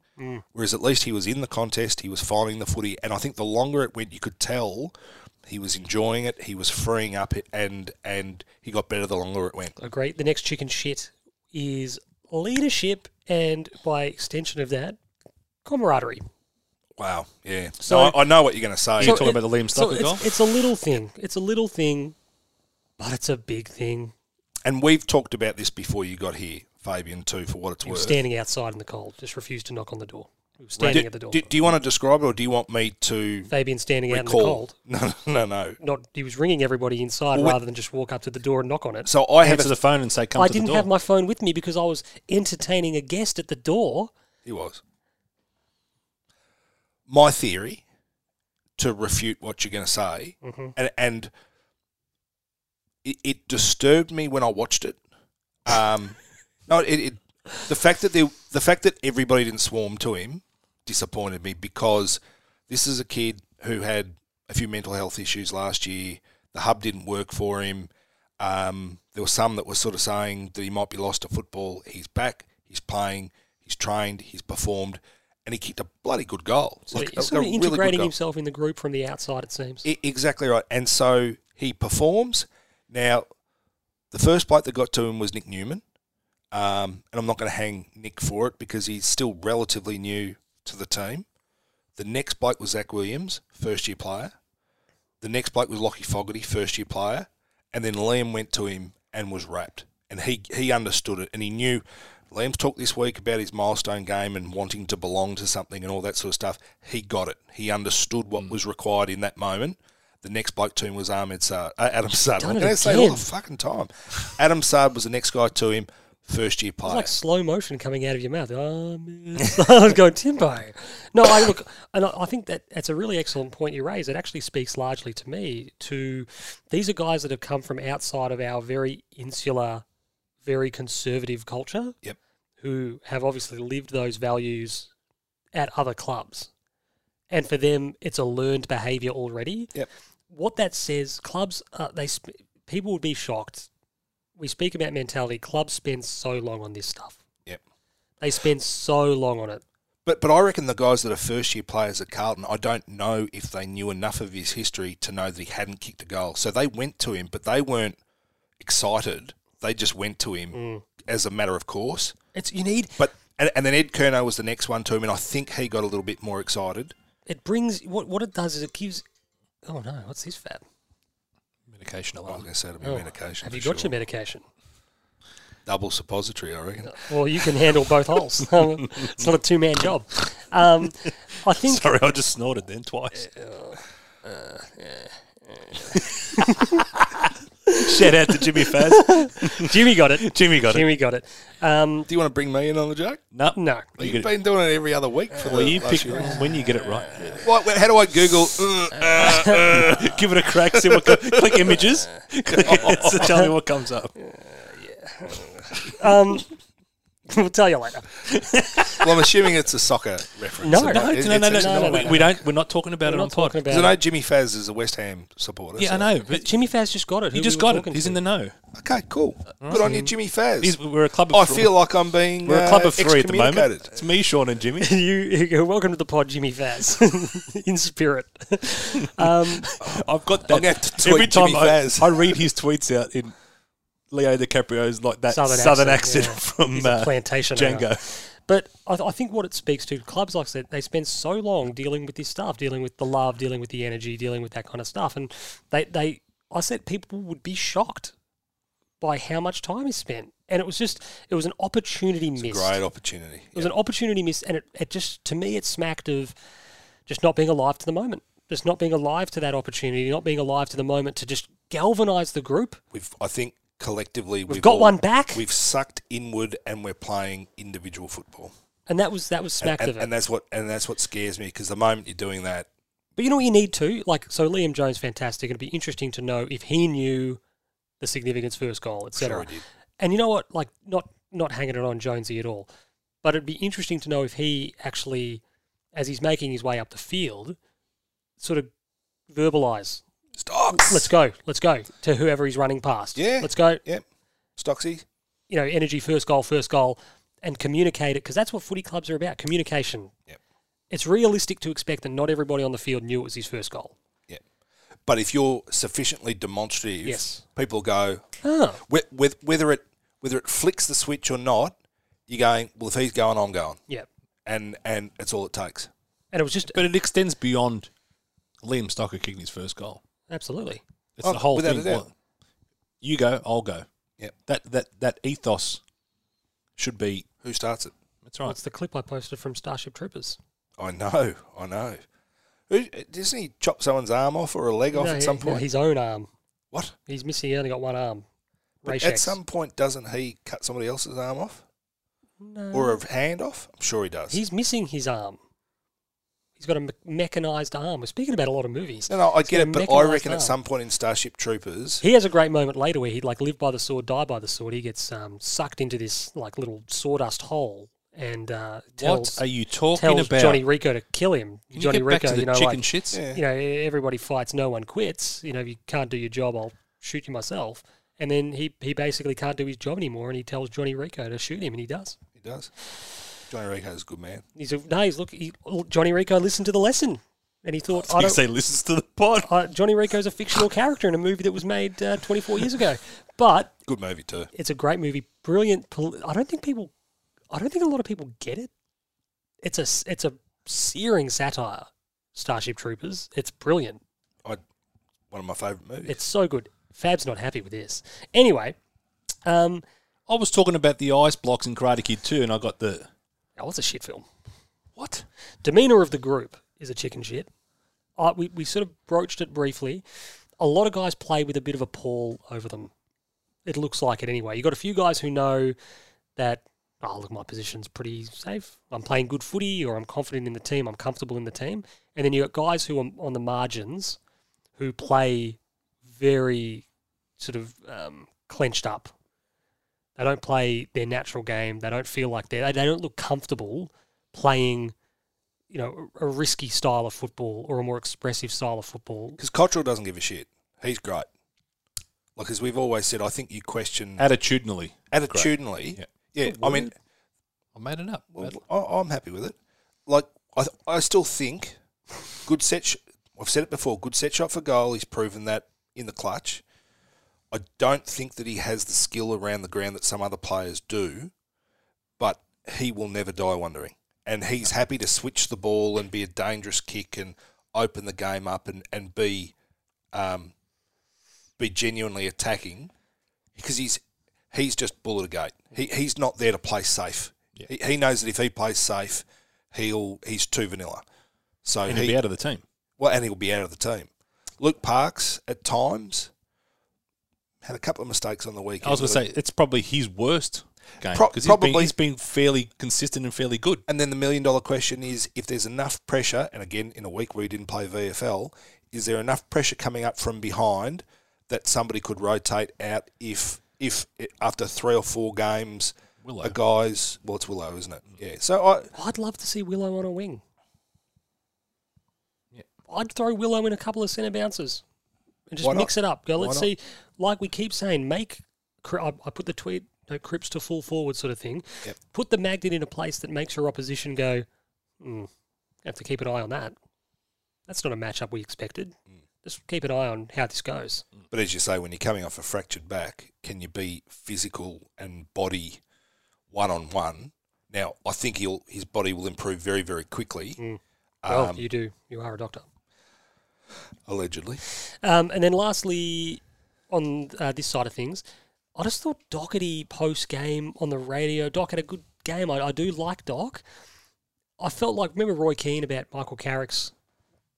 B: Whereas at least he was in the contest, he was finding the footy, and I think the longer it went, you could tell He was enjoying it. He was freeing up, it, and and he got better the longer it went.
A: So great. The next chicken shit is leadership, and by extension of that, camaraderie.
B: Wow. Yeah.
A: So-
B: So I, I know what you're going to say.
C: You're talking about the Liam
A: So
C: Stucker goal?
A: it's, it's a little thing. It's a little thing, but it's a big thing.
B: and we've talked about this before you got here, Fabian, too, for what it's
A: He was
B: worth.
A: standing outside in the cold, just refused to knock on the door. He was standing
B: do,
A: at the door.
B: do- do you want to describe it or do you want me to
A: Fabian standing out in the
B: recall?
A: cold.
B: No, no, no.
A: Not he was ringing everybody inside
B: Well, we-
A: rather than just walk up to the door and knock on it.
B: So I have a,
C: Answer the phone and say, come
A: I
C: to the
A: didn't
C: door.
A: have my phone with me because I was entertaining a guest at the door.
B: He was. My theory to refute what you're going to say, and, and it, it disturbed me when I watched it. Um, no, it, it the fact that they, the fact that everybody didn't swarm to him disappointed me because this is a kid who had a few mental health issues last year. The hub didn't work for him. Um, there were some that were sort of saying that he might be lost to football. He's back. He's playing. He's trained. He's performed, and he kicked a bloody good goal.
A: So
B: Like,
A: he's
B: a- a
A: sort of
B: really good
A: integrating
B: goal.
A: himself in the group from the outside, it seems.
B: I- E, exactly right. And so he performs. Now, the first bloke that got to him was Nick Newman. Um, and I'm not going to hang Nick for it because he's still relatively new to the team. The next bloke was Zach Williams, first year player. The next bloke was Lockie Fogarty, first year player. And then Liam went to him and was wrapped. And he, he understood it and he knew. Liam's talked this week about his milestone game and wanting to belong to something and all that sort of stuff. He got it. He understood what
A: Mm.
B: was required in that moment. The next bloke to him was Ahmed Saad, uh, Adam Saad.
A: Done
B: I'm
A: it
B: going to say it all the
A: again.
B: fucking time. Adam Saad was the next guy to him, first year player.
A: It's like slow motion coming out of your mouth. Um, I was going Timbo. No, I look, and I I think that that's a really excellent point you raise. It actually speaks largely to me. To these are guys that have come from outside of our very insular, very conservative culture.
B: Yep.
A: Who have obviously lived those values at other clubs, and for them, it's a learned behaviour already.
B: Yep.
A: What that says, clubs, uh, they sp- people would be shocked. We speak about mentality. Clubs spend so long on this stuff.
B: Yep.
A: They spend so long on it.
B: But but I reckon the guys that are first year players at Carlton, I don't know if they knew enough of his history to know that he hadn't kicked a goal. So they went to him, but they weren't excited. They just went to him
A: Mm.
B: as a matter of course.
A: It's you need
B: But and, and then Ed Kerno was the next one to him, and I think he got a little bit more excited.
A: it brings what what it does is it gives. Oh no! What's this fat?
C: Medication
B: I was
C: alone.
B: going to say to be
A: Oh,
B: medication.
A: Have you
B: for
A: got
B: sure.
A: your medication?
B: double suppository? I reckon.
A: Well, you can handle both holes. Um, it's not a two man job. Um, I think
C: Sorry, I just snorted then twice.
A: uh,
C: Shout out to Jimmy Faz.
A: Jimmy got it.
C: Jimmy got it.
A: Jimmy got it. Um,
B: Do you want to bring me in on the joke?
C: No,
A: no,
C: You
B: You've
C: get it.
B: been doing it every other week
A: Uh,
B: for
C: Well,
B: the
C: you
B: last
C: pick
B: few weeks.
C: when you get it right.
B: Why- why- How do I Google? uh, uh,
C: Give it a crack. See what co- click images. Click
A: Oh.
C: it, so tell me what comes up.
A: um, we'll tell you later.
B: well, I'm assuming it's a soccer reference.
A: No.
C: No,
B: It-
C: no, no,
B: it's-
C: no,
B: it's-
A: no,
C: no,
A: no,
C: We,
A: no.
C: we don't. We're not talking about
A: We're
C: it on
A: not talking
C: pod.
A: about.
B: Because
A: it.
B: I know Jimmy Faz is a West Ham supporter.
C: Yeah, I
B: so-
C: know. But
A: Jimmy Faz just got it.
C: he just got it. He's in the know.
B: Okay, cool. Good on you, Jimmy Faz.
C: Mm. He's, we're a club of.
B: I
C: three.
B: feel like I'm being
C: we're a
B: uh,
C: club of three at the moment.
B: excommunicated.
C: It's me, Sean, and Jimmy.
A: You, you're welcome to the pod, Jimmy Faz, in spirit. Um,
C: I've got
B: I'm
C: that.
B: gonna have to tweet
C: Every time
B: Jimmy
C: I,
B: Faz.
C: I read his tweets out in Leo DiCaprio's like that
A: Southern
C: southern,
A: accent,
C: accent,
A: he's
C: from
A: a
C: uh,
A: plantation owner.
C: Django.
A: But I, th- I think what it speaks to clubs like that, they spend so long dealing with this stuff, dealing with the love, dealing with the energy, dealing with that kind of stuff, and they, they I said people would be shocked by how much time is spent, and it was just it was an opportunity missed.
B: Great opportunity.
A: It was an opportunity missed, and it, it just to me it smacked of just not being alive to the moment, just not being alive to that opportunity, not being alive to the moment to just galvanize the group.
B: We've, I think, collectively we've,
A: got
B: all-
A: one back.
B: We've sucked inward, and we're playing individual football.
A: And that was that was smacked
B: And,
A: of it.
B: and that's what and that's what scares me because the moment you're doing that,
A: But you know what you need to like. So Liam Jones, fantastic. It'd be interesting to know if he knew the significance first goal,
B: sure I
A: etc.
B: did.
A: and you know what, like not not hanging it on Jonesy at all, but it'd be interesting to know if he actually, as he's making his way up the field, sort of verbalize,
B: Stocks.
A: "Let's go, let's go" to whoever he's running past.
B: Yeah.
A: let's go.
B: Yep. Stocksy.
A: You know, energy first goal, first goal, and communicate it because that's what footy clubs are about: communication.
B: Yep.
A: It's realistic to expect that not everybody on the field knew it was his first goal.
B: But if you're sufficiently demonstrative,
A: Yes.
B: people go
A: Oh,
B: with, with, whether it whether it flicks the switch or not. You're going well. If he's going, I'm going,
A: yeah.
B: and and it's all it takes.
A: And it was just
C: But it extends beyond Liam Stocker kicking his first goal.
A: absolutely.
C: It's
B: Oh,
C: the whole
B: without
C: thing.
B: a doubt.
C: Well, you go, I'll go.
B: Yep.
C: That that that ethos should be.
B: Who starts it?
C: That's right.
A: It's the clip I posted from Starship Troopers.
B: I know, I know. Who, doesn't he chop someone's arm off or a leg off
A: No,
B: at some
A: no,
B: point?
A: his own arm.
B: what?
A: He's missing. He only got one arm.
B: But
A: Ray
B: at
A: Shacks.
B: some point, doesn't he cut somebody else's arm off
A: No.
B: or a hand off? I'm sure he does.
A: Uh, He's missing his arm. He's got a me- mechanized arm. We're speaking about a lot of movies.
B: no, no, I
A: He's
B: get
A: got a
B: it, but I
A: mechanised
B: reckon
A: arm.
B: at some point in Starship Troopers,
A: He has a great moment later where he'd like live by the sword, die by the sword. He gets um, sucked into this like little sawdust hole and uh, tells,
C: what are you talking
A: tells
C: about?
A: Johnny Rico to kill him.
C: Can you
A: Johnny
C: get
A: Rico,
C: back to the
A: you know,
C: chicken
A: like,
C: shits?
B: Yeah.
A: you know, e-, everybody fights, no one quits. You know, if you can't do your job, I'll shoot you myself. And then he, he basically can't do his job anymore, and he tells Johnny Rico to shoot him, and he does.
B: he does. Johnny Rico's a good man.
A: He's a, no, he's look, he, oh, Johnny Rico listened to the lesson, and he thought, I
C: You
A: don't,
C: say listens to the pod.
A: uh, Johnny Rico's a fictional character in a movie that was made uh, 24 years ago. But
B: Good movie too.
A: it's a great movie, brilliant. Pol- I don't think people, I don't think a lot of people get it. It's a s- it's a searing satire. Starship Troopers. It's brilliant.
B: I one of my favourite movies.
A: It's so good. Fab's not happy with this. Anyway, um,
C: I was talking about the ice blocks in Karate Kid too, and I got the
A: oh, it's a shit film.
C: what?
A: Demeanor of the group is a chicken shit. I, we we sort of broached it briefly. A lot of guys play with a bit of a pall over them. It looks like it anyway. You got a few guys who know that. Oh, look, my position's pretty safe. I'm playing good footy, or I'm confident in the team. I'm comfortable in the team. And then you got guys who are on the margins, who play very sort of um, clenched up. They don't play their natural game. They don't feel like they they don't look comfortable playing, you know, a a risky style of football or a more expressive style of football.
B: Because Cottrell doesn't give a shit. He's great. Like as we've always said, I think you question
C: Attitudinally,
B: attitudinally.
C: Yeah.
B: yeah I mean,
C: I made it up.
B: Well, I, I'm happy with it. Like I, th- I still think good set. Sh- I've said it before. Good set shot for goal. He's proven that in the clutch. I don't think that he has the skill around the ground that some other players do, but he will never die wondering. And he's happy to switch the ball and be a dangerous kick and open the game up and and be, um, be genuinely attacking because he's he's just bullet a gate. He, he's not there to play safe. He, he knows that if he plays safe, he'll he's too vanilla. So
C: and
B: he,
C: he'd be out of the team.
B: well, and he'll be out of the team. Luke Parks at times had a couple of mistakes on the weekend.
C: I was going to say it's probably his worst game
B: Pro-
C: because he's, been-
B: probably.
C: he's been fairly consistent and fairly good.
B: and then the million dollar question is if there's enough pressure, and again in a week where he didn't play VFL, is there enough pressure coming up from behind that somebody could rotate out if if it, after three or four games
C: Willow.
B: a guy's well it's Willow isn't it yeah so I
A: I'd love to see Willow on a wing. I'd throw Willow in a couple of centre bounces and just
B: Why not?
A: mix it up. Go,
B: Why
A: let's
B: not?
A: see. Like we keep saying, make. Cri- I, I put the tweet, no, Crips to full forward sort of thing.
B: Yep.
A: Put the magnet in a place that makes your opposition go, hmm, have to keep an eye on that. That's not a matchup we expected.
B: Mm.
A: Just keep an eye on how this goes.
B: But as you say, when you're coming off a fractured back, can you be physical and body one on one? Now, I think he'll his body will improve very, very quickly,
A: Well,
B: Um,
A: you do. You are a doctor.
B: allegedly.
A: Um, and then lastly, on uh, this side of things, I just thought Doherty post game on the radio, Doc had a good game. I, I do like Doc. I felt like, remember Roy Keane about Michael Carrick's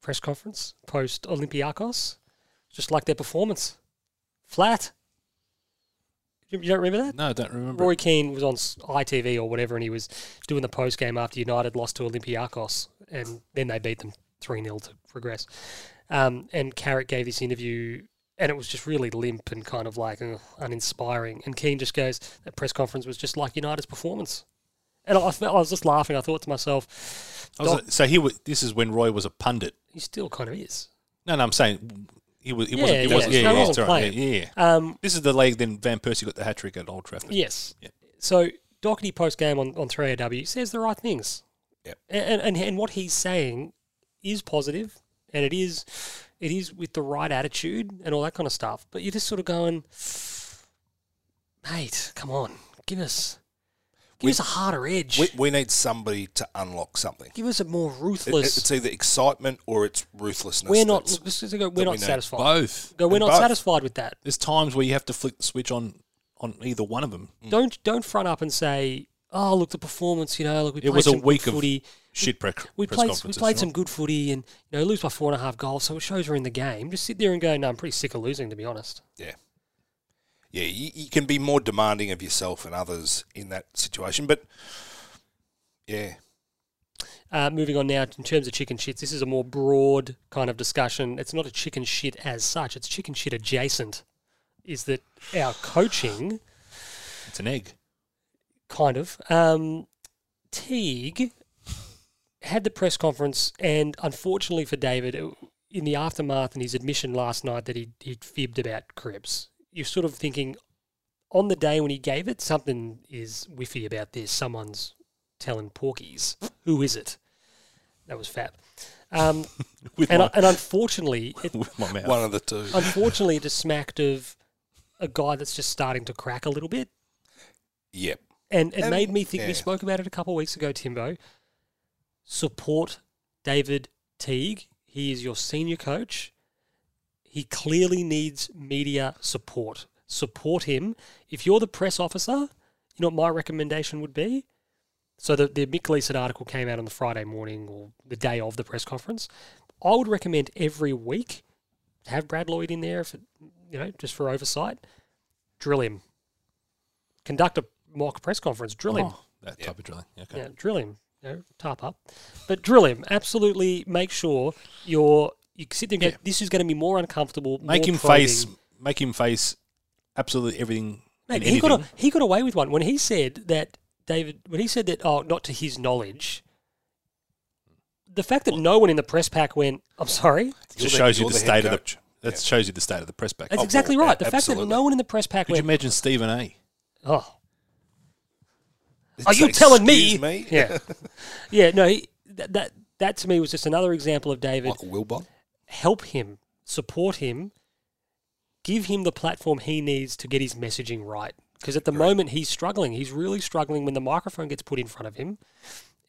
A: press conference post Olympiacos? Just like their performance. Flat. You you don't remember that?
C: No, I don't remember.
A: Roy Keane was on s- ITV or whatever, and he was doing the post game after United lost to Olympiacos, and then they beat them 3 0 to progress. Um, and Carrick gave this interview, and it was just really limp and kind of like ugh, uninspiring. And Keane just goes, That press conference was just like United's performance. And I, felt, I was just laughing. I thought to myself,
C: I was
A: Doc,
C: like- so he was, this is when Roy was a pundit.
A: he still kind of is.
C: No, no, I'm saying he was. It
A: Yeah,
C: wasn't. It
A: yeah,
C: wasn't.
A: yeah.
C: Yeah,
A: No,
C: yeah,
A: he wasn't
C: that's right,
A: playing.
C: yeah, yeah.
A: Um,
C: This is the leg. Then Van Persie got the hat trick at Old Trafford.
A: Yes.
C: Yeah.
A: So Doherty post game on, on 3AW says the right things.
B: Yep.
A: A- And, and and what he's saying is positive and it is It is with the right attitude and all that kind of stuff. But you're just sort of going, mate, come on, give us, give
B: We-
A: us a harder edge.
B: We, we need somebody to unlock something.
A: give us a more
B: It-
A: ruthless.
B: it's either excitement or it's ruthlessness.
A: we're not.
B: that's-
A: Let's just go,
B: that we
A: we're not
B: need.
A: satisfied.
C: Both.
A: go, we're
B: and
A: not
B: both.
A: satisfied with that.
C: There's times where you have to flick the switch on on either one of them.
B: Mm.
A: Don't don't front up and say, oh look, the performance. You know, look, we
C: It
A: played
C: was a
A: some good
C: week of
A: footy.
C: Shit, pre-
A: we
C: press
A: played we
C: conferences,
A: played
C: right?
A: some good footy and you know lose by four and a half goals, so it shows we're in the game. Just sit there and go, no, I'm pretty sick of losing, to be honest.
B: Yeah. Yeah, you, you can be more demanding of yourself and others in that situation, but yeah,
A: Uh, moving on now in terms of chicken shits, this is a more broad kind of discussion. It's not a chicken shit as such; it's chicken shit adjacent. Is that our coaching
C: It's an egg.
A: kind of um, Teague had the press conference, and unfortunately for David, it- in the aftermath and his admission last night that he he fibbed about Cribs, you're sort of thinking on the day when he gave it, something is whiffy about this. Someone's telling porkies. Who is it? That was fab. Um,
C: With
A: and,
C: my,
A: and unfortunately, it,
C: with my mouth.
B: one of the two.
A: unfortunately, it just smacked of a guy that's just starting to crack a little bit.
B: Yep.
A: And it
B: And-
A: made me think.
B: yeah.
A: We spoke about it a couple of weeks ago, Timbo. Support David Teague. He is your senior coach. He clearly needs media support. Support him. If you're the press officer, you know what my recommendation would be. So the the Mick Leeson article came out on the Friday morning or the day of the press conference. I would recommend every week have Brad Lloyd in there, if it, you know, just for oversight. Drill him. Conduct a mock press conference. Drill him.
C: Oh, that type of drilling. Okay.
A: Yeah, drill him. You know, tarp up, but drill him. Absolutely, make sure you're. You sit there and go, this is going to be more uncomfortable.
C: Make
A: more
C: him
A: probing."
C: face. Make him face. Absolutely everything.
A: Mate,
C: and
A: he
C: anything.
A: got a, he got away with one when he said that David. When he said that, oh, not to his knowledge. The fact that no one in the press pack went, I'm sorry.
C: just
B: You're the-
C: shows you
B: you're
C: the,
B: the head
C: state of
B: coach.
C: the. That shows you the state of the press back. Oh,
A: That's
B: Oh, well,
A: exactly right. The
B: a-
A: fact that no
B: absolutely.
A: one in the press pack
C: Could you
A: went,
C: imagine Stephen A?
A: oh, Are you telling me?
B: Excuse me?
A: Yeah, yeah. No, he, that, that that to me was just another example of David.
B: Michael Wilbon.
A: Help him, support him, give him the platform he needs to get his messaging right. Because at the moment he's struggling. He's really struggling when the microphone gets put in front of him.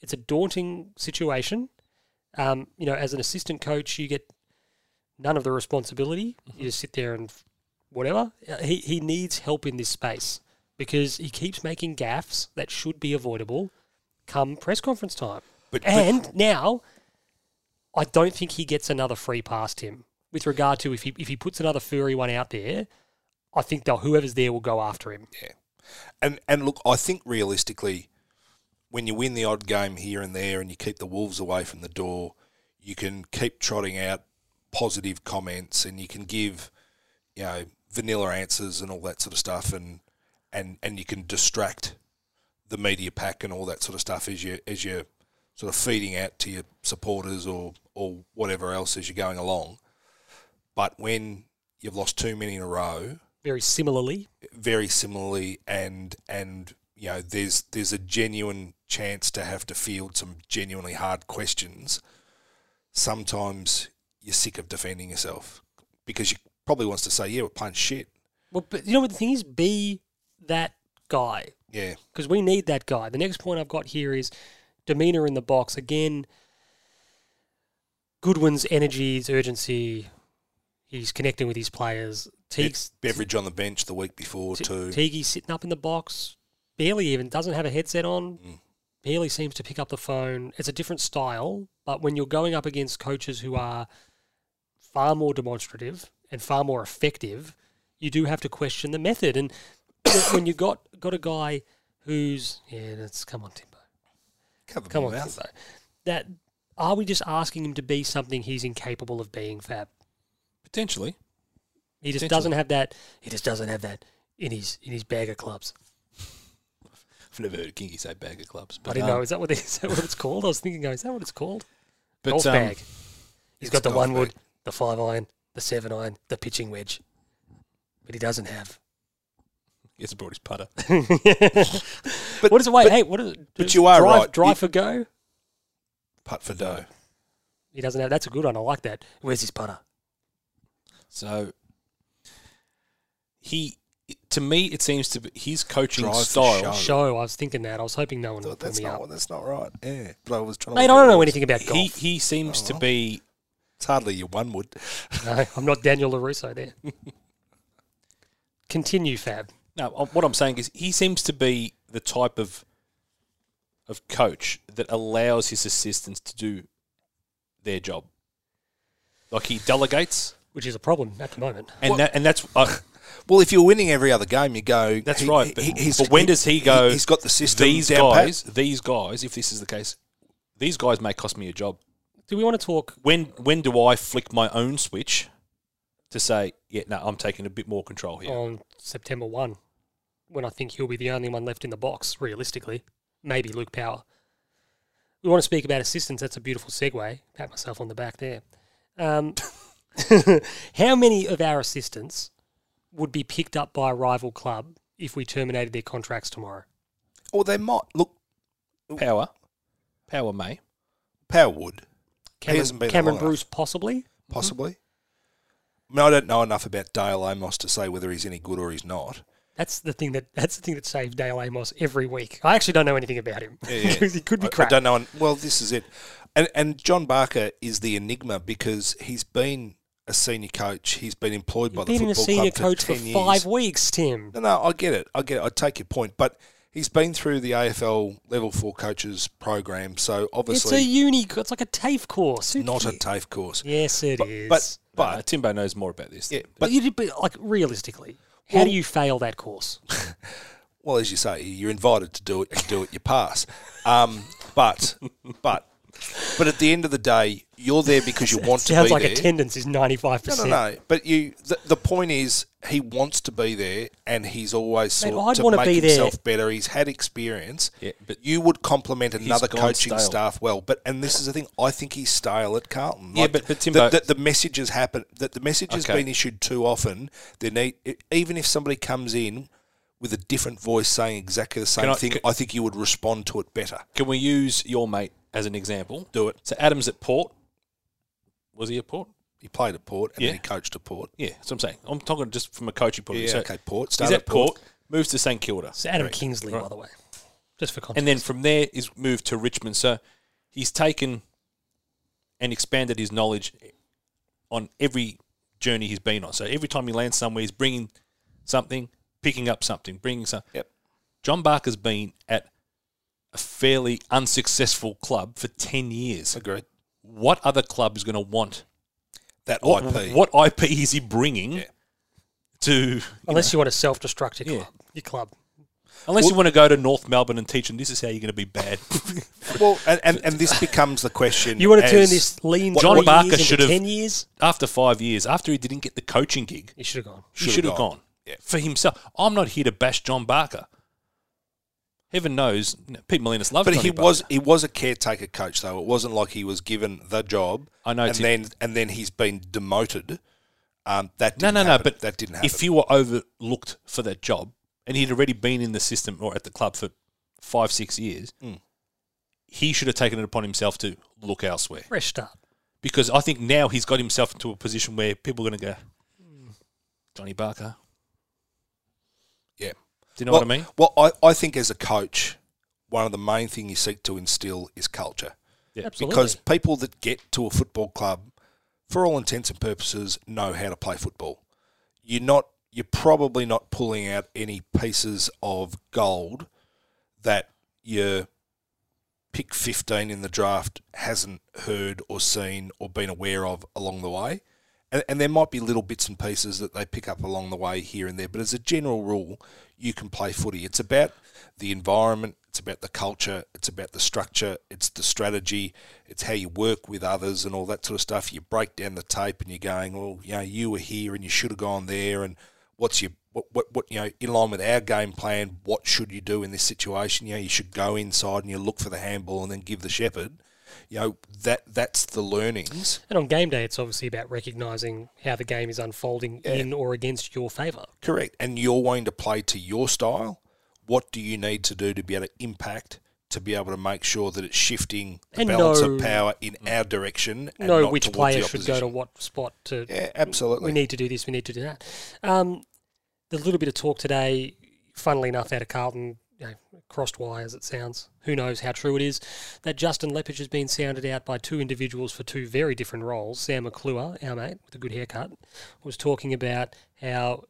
A: It's a daunting situation. Um, you know, as an assistant coach, you get none of the responsibility. You just sit there and f- whatever. Uh, He he needs help in this space because he keeps making gaffes that should be avoidable come press conference time.
B: But- but-
A: and now, I don't think he gets another free pass, Tim. With regard to if he if he puts another furry one out there, I think they'll, whoever's there will go after him.
B: And and look, I think realistically, when you win the odd game here and there, and you keep the wolves away from the door, you can keep trotting out positive comments, and you can give, you know, vanilla answers and all that sort of stuff, and and and you can distract the media pack and all that sort of stuff as you as you sort of feeding out to your supporters or or whatever else as you're going along. But when you've lost too many in a row,
A: Very similarly,
B: very similarly, and and you know, there's there's a genuine chance to have to field some genuinely hard questions. Sometimes you're sick of defending yourself because you probably wants to say, "Yeah, we're playing shit."
A: well, but you know what the thing is, be that guy.
B: Yeah,
A: because we need that guy. The next point I've got here is demeanor in the box. Again, Goodwin's energy, his urgency, he's connecting with his players. Teague's,
B: beverage on the bench the week before too.
A: Teague's sitting up in the box, barely even, doesn't have a headset on, barely seems to pick up the phone. It's a different style, but when you're going up against coaches who are far more demonstrative and far more effective, you do have to question the method. And when- when you got got a guy who's yeah, that's come on Timbo,
B: Cover
A: come
B: my
A: on
B: mouth.
A: Timbo, that are we just asking him to be something he's incapable of being? Fab,
C: Potentially.
A: he just
C: Potentially.
A: doesn't have that. He just doesn't have that in his in his bag of clubs.
C: I've never heard Kingy say bag of clubs. But,
A: I didn't
C: um,
A: know. Is that what is that what it's called? I was thinking, is that what it's called?
C: But,
A: golf
C: um,
A: bag. He's got
B: it's a
A: the
B: golf
A: one
B: bag.
A: wood, the five iron, the seven iron, the pitching wedge, but he doesn't have.
C: Yes, I brought his putter.
B: But-
A: what is it? Wait, hey, what is it?
B: but you are
A: drive,
B: right.
A: Drive
B: You-
A: for go.
B: Putt for dough.
A: He doesn't have. That's a good one. I like that. Where's his putter?
C: So he, to me, it seems to be his coaching
B: Drive for
C: style.
B: show.
A: Show, I was thinking that. I was hoping no one would pull
B: That's
A: me
B: not
A: up.
B: what- that's not right. Yeah, but I was trying. to
A: Mate, I
B: look at
A: don't know
B: yours.
A: anything about golf. Oh,
C: He he seems to be
B: It's hardly your one would.
A: No, I'm not Daniel LaRusso there. Continue, Fab.
C: No, uh, what I'm saying is he seems to be the type of of coach that allows his assistants to do their job. Like he delegates,
A: Which is a problem at the moment.
C: and that and that's uh,
B: Well, if you're winning every other game, you go.
C: that's
B: he-
C: right.
B: he-
C: But,
B: he's-
C: but when does he go?
B: He's got the system.
C: These
B: down pat."
C: guys, these guys. If this is the case, these guys may cost me a job.
A: Do we want to talk?
C: When when do I flick my own switch to say, yeah, no, I'm taking a bit more control here?
A: on September 1 when I think he'll be the only one left in the box, realistically. Maybe Luke Power. We want to speak about assistants. That's a beautiful segue. Pat myself on the back there. Um, how many of our assistants would be picked up by a rival club if we terminated their contracts tomorrow?
B: Or they might look. Oh.
C: Power, power Uh, may.
B: Power would
A: Cameron,
B: hasn't been there
A: Cameron
B: long enough.
A: Bruce, Mm-hmm. possibly.
B: possibly. I mean, I don't know enough about Dale Amos to say whether he's any good or he's not.
A: That's the thing that that's the thing that saved Dale Amos every week. I actually don't know anything about him.
B: yeah.
A: 'Cause he could be
B: I- I,
A: crap.
B: don't know. And, well, this is it. And, and John Barker is the enigma because he's been a senior coach. He's been employed by the
A: Been a
B: football
A: senior
B: club
A: coach for,
B: for 10 years.
A: five weeks, Tim.
B: No, no, I get it. I get it. I take your point, but he's been through the AFL level four coaches program, so
A: It's a
B: obviously
A: uni. It's like a TAFE course. Who
B: not a
A: cares?
B: TAFE course.
A: Yes, it is.
B: But
C: But
B: but
C: Timbo knows more about this.
B: yeah,
A: but
B: but
A: you did, but like realistically, how do you fail that course?
B: well, as you say, you're invited to do it. You do it. You pass. Um, but but but at the end of the day, you're there because you want to
A: Sounds
B: be
A: like
B: there.
A: attendance is ninety five
B: no, no,
A: percent.
B: no. But you, the, the point is, he wants to be there, and he's always
A: Mate,
B: sought
A: I'd
B: to
A: wanna
B: make
A: be there.
B: himself better. He's had experience.
C: Yeah, but
B: you would compliment another
C: gone
B: coaching
C: stale.
B: staff well. But and this is the thing, I think he's stale at Carlton.
C: Yeah, but- but Timbo-
B: that the, the, message has happened. That the message has
C: Okay.
B: been issued too often. They need e, even if somebody comes in with a different voice saying exactly the same
C: Can I-
B: thing.
C: can-
B: I think you would respond to it better.
C: Can we use your mate as an example?
B: Do it.
C: So Adams at Port. Was he at Port?
B: He played at Port and
C: Yeah.
B: then he coached at Port.
C: Yeah, that's what I'm saying. I'm talking just from a coaching point of
B: Yeah,
C: view. So
B: okay, Port.
C: He's
B: Started
C: at Port, moves to St Kilda,
A: It's Adam Kingsley, by the way, just for context.
C: and then from there is moved to Richmond. So he's taken and expanded his knowledge on every journey he's been on. So every time he lands somewhere, he's bringing something, picking up something, bringing something.
B: Yep.
C: John Barker's been at a fairly unsuccessful club for ten years.
B: Agreed.
C: What other club is going to want
B: That
C: what
B: IP.
C: what IP is he bringing
B: Yeah.
C: to?
A: unless you want to self destruct your
C: Yeah.
A: club, your club.
C: Unless you want to go to North Melbourne and teach them, this is how you're going to be bad.
B: Well, and, and, and this becomes the question.
A: You want to turn
B: as-
A: this lean
C: what-
A: John
C: John
A: three
C: Barker
A: years into
C: should have-
A: ten years.
C: after five years, after he didn't get the coaching gig,
A: You should have gone.
C: he
B: Should've
C: should have
B: gone.
C: gone, for himself. I'm not here to bash John Barker. Heaven knows, you know, Pete Molinas loves.
B: But
C: Johnny
B: he
C: Barker.
B: was he was a caretaker coach though. It wasn't like he was given the job.
C: I know,
B: And
C: Tim.
B: then and then he's been demoted. Um, that
C: No,
B: didn't
C: no, no.
B: happen.
C: But
B: that didn't happen.
C: If you were overlooked for that job, and he'd already been in the system or at the club for five, six years,
B: Mm.
C: he should have taken it upon himself to look elsewhere.
A: Fresh start.
C: because I think now he's got himself into a position where people are going to go, "Hmm, Johnny Barker.
B: yeah.
C: Do you know
B: well,
C: what I mean?
B: Well, I, I think as a coach, one of the main thing you seek to instill is culture.
C: Yeah.
A: Absolutely.
B: Because people that get to a football club, for all intents and purposes, know how to play football. You're not you're probably not pulling out any pieces of gold that your pick fifteen in the draft hasn't heard or seen or been aware of along the way. And, and there might be little bits and pieces that they pick up along the way here and there, but as a general rule, you can play footy. It's about the environment, it's about the culture, it's about the structure, it's the strategy, it's how you work with others and all that sort of stuff. You break down the tape and you're going, well, you know, you were here and you should have gone there, and what's your what, what, what you know in line with our game plan? What should you do in this situation? You know, you should go inside and you look for the handball and then give the shepherd. You know that that's the learnings.
A: and on game day, it's obviously about recognizing how the game is unfolding in or against your favor.
B: Correct. And you're wanting to play to your style. What do you need to do to be able to impact to be able to make sure that it's shifting the
A: And
B: balance
A: no-
B: of power in our direction and
A: know
B: not
A: which
B: towards
A: player
B: the
A: should go to
B: opposition.
A: what spot to
B: Yeah, absolutely.
A: we need to do this, we need to do that. Um, the little bit of talk today, funnily enough, out of Carlton, you know, crossed wires it sounds. Who knows how true it is? That Justin Lepage has been sounded out by two individuals for two very different roles. Sam McClure, our mate with a good haircut, was talking about how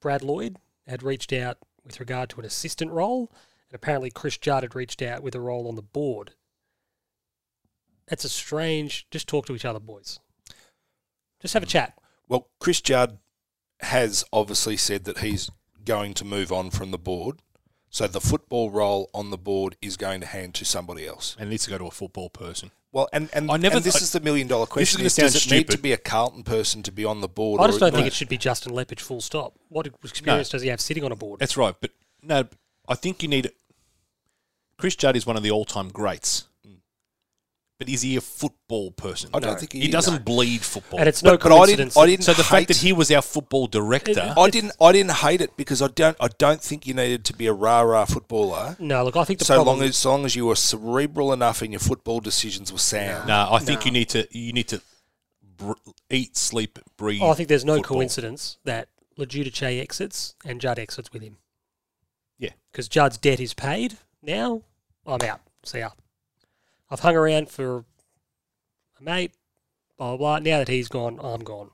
A: Brad Lloyd had reached out with regard to an assistant role, and apparently Chris Judd had reached out with a role on the board. That's a strange. Just talk to each other, boys. Just have a chat.
B: Well, Chris Judd has obviously said that he's going to move on from the board. So the football role on the board is going to hand to somebody else.
C: And it needs to go to a football person.
B: Well, and, and,
C: I never
B: and this
C: thought-
B: is the million dollar
C: This is
B: question:
C: gonna
B: is, does it
C: sound
B: need to
C: stupid.
B: be a Carlton person to be on the board?
A: I just
B: or-
A: don't think it should be Justin Lepage. Full stop. What experience does he have sitting on a board?
C: That's right. But no, I think you need. Chris Judd is one of the all-time greats. But is he a football person?
B: I don't think he
C: he
B: is,
C: doesn't
B: no.
C: bleed football.
A: And it's no
B: But, but I didn't.
A: coincidence.
B: I didn't.
C: so the
B: hate-
C: fact that he was our football director,
B: I didn't. I didn't hate it because I don't. I don't think you needed to be a rah rah footballer.
A: no, look, I think the
B: So
A: problem.
B: long as, so long as you were cerebral enough and your football decisions were sound.
C: no, I think you need to you need to br- eat, sleep, breathe.
A: oh, I think there's no
C: football.
A: coincidence that Lejudice exits and Judd exits with him
C: Yeah,
A: because Judd's debt is paid. Now I'm out. See ya. I've hung around for a mate. Blah blah. blah. Now that he's gone, I'm gone.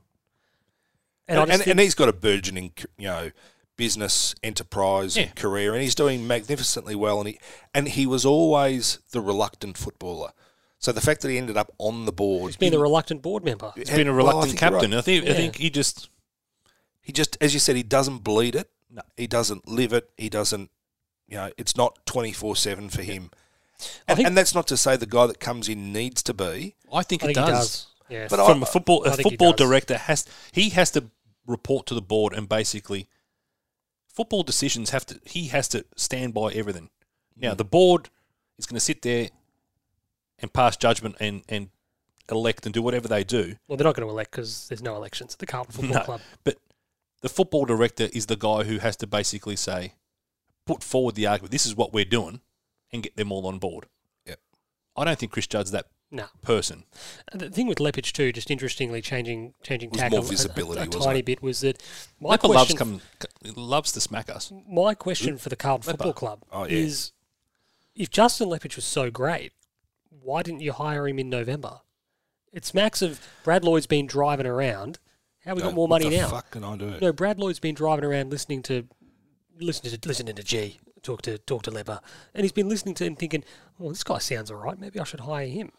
A: And,
B: And,
A: I
B: and,
A: just think,
B: he's got a burgeoning, you know, business enterprise
C: Yeah.
B: career, and he's doing magnificently well. And he and he was always the reluctant footballer. So the fact that he ended up on the board, oh,
A: he's been a reluctant board member.
C: he's been a reluctant captain. I think I
A: Yeah.
C: think he just
B: He just, as you said, he doesn't bleed it.
C: No.
B: He doesn't live it. He doesn't, you know, it's not twenty four seven for him.
A: I
B: And,
A: think-
B: and that's not to say the guy that comes in needs to be.
C: I think
A: I
C: it
A: think he does. Yeah.
B: But
C: from
B: I-
C: a football
A: I
C: a
A: think he
C: football
A: does.
C: director has he has to report to the board and basically football decisions have to he has to stand by everything.
A: Mm.
C: Now the board is going to sit there and pass judgment and and elect and do whatever they do.
A: well, they're not going to elect because there's no elections at the Carlton Football
C: No,
A: Club.
C: but the football director is the guy who has to basically say put forward the argument this is what we're doing and get them all on board.
B: Yep.
C: I don't think Chris Judd's that
A: No.
C: person.
A: The thing with Lepage too, just interestingly changing changing
B: Was
A: tack
B: more
A: a- a-
B: visibility,
A: a,
B: wasn't
A: tiny
B: it?
A: bit was that my
C: Leper loves
A: question
C: come loves to smack us.
A: my question for the Carlton
C: Leper.
A: Football Club
B: Oh, yeah.
A: is if Justin Lepage was so great, why didn't you hire him in November? It's max of Brad Lloyd's been driving around. How we got
B: Go,
A: more
B: what
A: money
B: the
A: now?
B: Fuck can I do?
A: No, Brad Lloyd's been driving around listening to listening to listening to G talk to talk to Leper, and he's been listening to him thinking, "Well, this guy sounds all right. Maybe I should hire him,"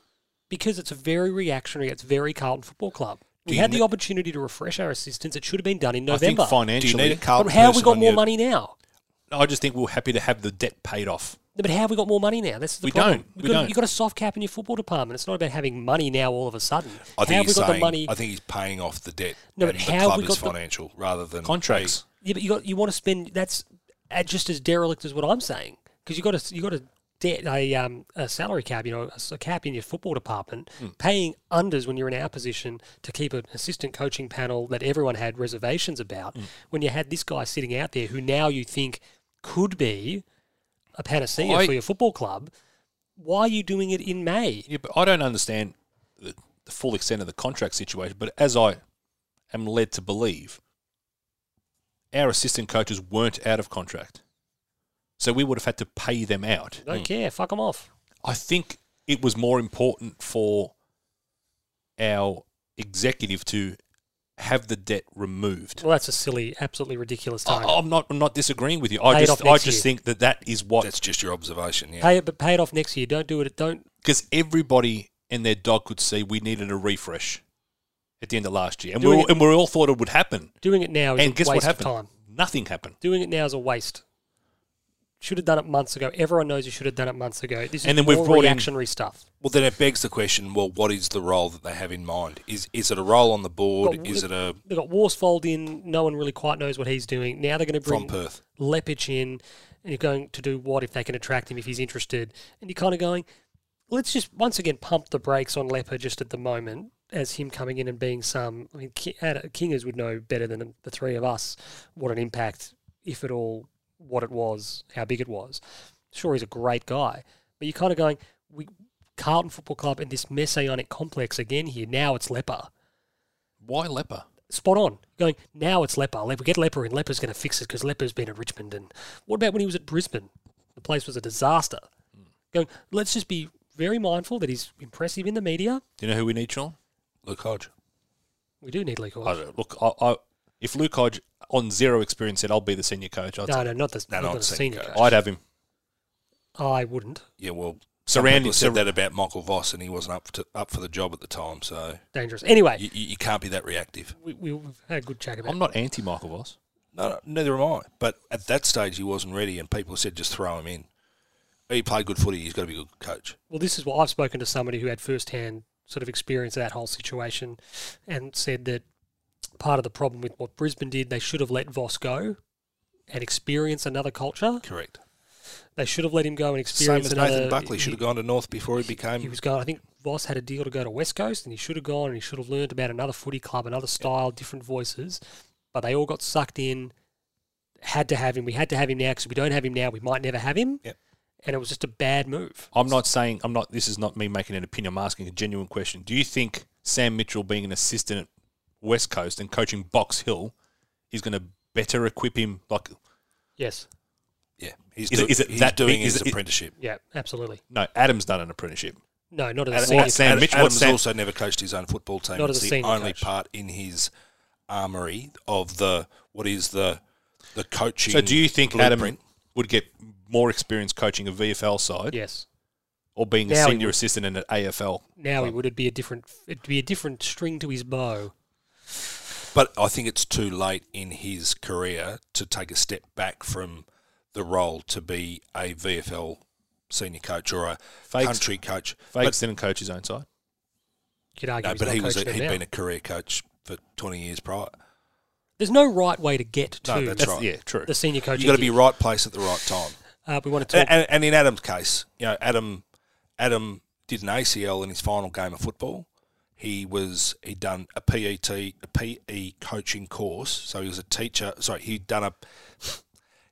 A: because it's a very reactionary. It's very Carlton Football Club. We
B: Do you
A: had the
B: ne-
A: opportunity to refresh our assistants. It should have been done in
C: I think
A: November.
B: Do you
C: financially
B: need a
A: but
B: Carlton
A: how have we
B: person
A: got
B: on
A: more
B: your-
A: money now?
C: I just think we're happy to have the debt paid off.
A: No, But how have we got more money now? That's the
C: We
A: problem.
C: don't.
A: We've
C: We
A: got,
C: don't.
A: You've got a soft cap in your football department. It's not about having money now all of a sudden.
B: I
A: how have
B: think
A: we
B: he's
A: got
B: saying,
A: the money?
B: I think he's paying off the debt.
A: No,
B: and
A: but
B: the
A: how have
B: club
A: we got
B: is
A: the-
B: financial rather
C: Mm,
B: than
C: Contracts.
A: Yeah, but you got you want to spend. That's uh, just as derelict as what I'm saying because you got to you got to debt a um a salary cap. You know, a, s- a cap in your football department,
C: Hmm.
A: paying unders when you're in our position to keep an assistant coaching panel that everyone had reservations about.
C: Hmm.
A: When you had this guy sitting out there who now you think could be a panacea
C: I-
A: for your football club. Why are you doing it in May?
C: Yeah, but I don't understand the, the full extent of the contract situation. But as I am led to believe, our assistant coaches weren't out of contract, so we would have had to pay them out.
A: Don't care. Fuck them off.
C: I think it was more important for our executive to have the debt removed.
A: Well, that's a silly, absolutely ridiculous
C: I,
A: target.
C: I'm not. I'm not disagreeing with you. I
A: Pay it off
C: just. I
A: next
C: just
A: year.
C: think that that is what
B: That's just your observation. Yeah.
A: Pay it, but pay it off next year. Don't do it. Don't
C: because everybody and their dog could see we needed a refresh at the end of last year, and we
A: Doing
C: all, and we all thought it would happen.
A: doing it now. Is
C: and
A: a
C: guess
A: waste
C: what
A: of
C: happened?
A: Time.
C: Nothing happened.
A: Doing it now is a waste. Should have done it months ago. Everyone knows you should have done it months ago. This is
C: And then we've
A: more
C: brought in-
A: reactionary stuff.
B: Well, then it begs the question: Well, what is the role that they have in mind? Is is it a role on the board?
A: Well,
B: is it a
A: They got Warsfold in. No one really quite knows what he's doing. Now they're going to
B: from
A: bring
B: Perth?
A: Lepich in, and you're going to do what if they can attract him if he's interested? And you're kind of going, let's just once again pump the brakes on Leper just at the moment as him coming in and being some. I mean, Ki- Ad- Kingers would know better than the three of us what an impact, if at all, what it was, how big it was. Sure, he's a great guy, But you're kind of going, we Carlton Football Club and this messianic complex again here. Now it's leper.
C: Why leper?
A: Spot on. Going now it's leper. Leper get leper in. Leper's going to fix it because leper's been at Richmond. And what about when he was at Brisbane? The place was a disaster.
C: Hmm.
A: Going, let's just be very mindful that he's impressive in the media.
C: Do you know who we need, Sean?
B: Luke Hodge.
A: We do need Lee
C: I
A: Hodge.
C: don't, look, I, I, if Luke Hodge on zero experience said, "I'll be the senior coach," I'd,
A: No, no, not the,
B: No,
A: not
B: not
A: the
B: senior
A: senior.
B: coach.
A: coach.
C: I'd have him.
A: I wouldn't.
B: Yeah, well,
C: Surrounding-
B: surrounding said
C: sur-
B: that about Michael Voss, and he wasn't up to, up for the job at the time. So
A: Dangerous. Anyway,
B: you, you, you can't be that reactive.
A: we, we've had a good chat about.
C: I'm not anti Michael Voss.
B: No, no, neither am I. But at that stage, he wasn't ready, and people said just throw him in. He played good footy. He's got to be a good coach.
A: Well, this is what I've spoken to somebody who had first-hand sort of experience of that whole situation, and said that part of the problem with what Brisbane did, they should have let Voss go and experience another culture.
B: Correct.
A: They should have let him go and
B: Same
A: experience
B: as
A: another.
B: Nathan
C: uh,
B: Buckley should have gone to North before he
A: He
B: became.
A: was going. I think Voss had a deal to go to West Coast, and he should have gone, and he should have learned about another footy club, another style, different voices. But they all got sucked in. Had to have him. We had to have him now because if we don't have him now, we might never have him.
B: Yep.
A: And it was just a bad move.
C: I'm not saying I'm not. This is not me making an opinion. I'm asking a genuine question. Do you think Sam Mitchell being an assistant at West Coast and coaching Box Hill is going to better equip him? Like,
A: Yes.
B: Yeah, he's
C: Is it-
B: doing,
C: is it
B: he's
C: that
B: doing
C: big? Is
B: his
C: it- is-
B: apprenticeship.
A: Yeah. Absolutely.
C: no, Adam's done an apprenticeship.
A: No, not as a
C: Adam-
A: senior.
C: Adam- Sam
B: Adam-
C: Mitchell-
B: Adams
C: Sam-
B: also never coached his own football team.
A: Not as a
B: it's the
A: senior
B: only
A: coach.
B: part in his armory of the what is the the coaching.
C: So, do you think Adam
B: blueprint.
C: would get more experience coaching a VFL side
A: Yes.
C: or being a
A: Now he
C: senior
A: would.
C: assistant in an AFL?
A: Now it would it be a different. It'd be a different string to his bow.
B: But I think it's too late in his career to take a step back from the role to be a VFL senior coach or a
C: Fakes-
B: country coach.
C: Fakes didn't coach his own side.
A: You could argue.
B: But,
A: he's
B: no, but
A: not
B: he was a,
A: coaching
B: he'd
A: them now.
B: been a career coach for 20 years prior.
A: There's no right way to get to
B: No, that's
C: That's
B: right.
C: yeah, true.
A: the senior coach.
B: You've got to be right place at the right time.
A: Uh, we want to talk.
B: And, and, and in Adam's case, you know, Adam Adam did an ACL in his final game of football. He was he'd done a PET a PE coaching course, so he was a teacher. Sorry, he'd done a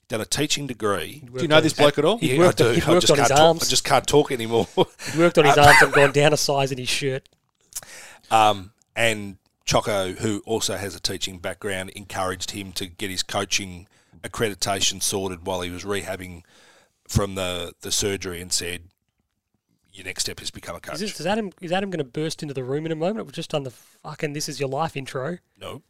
B: done a teaching degree.
C: do you know this bloke at all?
A: He
B: Yeah,
A: worked
B: I
A: on-
B: do.
A: he
B: I
A: worked
B: just
A: on his
B: can't talk.
A: arms.
B: I just can't talk anymore.
A: He worked on his arms and gone down a size in his shirt.
B: um, and Choco, who also has a teaching background, encouraged him to get his coaching accreditation sorted while he was rehabbing from the, the surgery, and said, "Your next step is become a coach."
A: Is, this, is Adam? Is Adam going to burst into the room in a moment? We've just done the fucking "This is your life" intro.
B: No.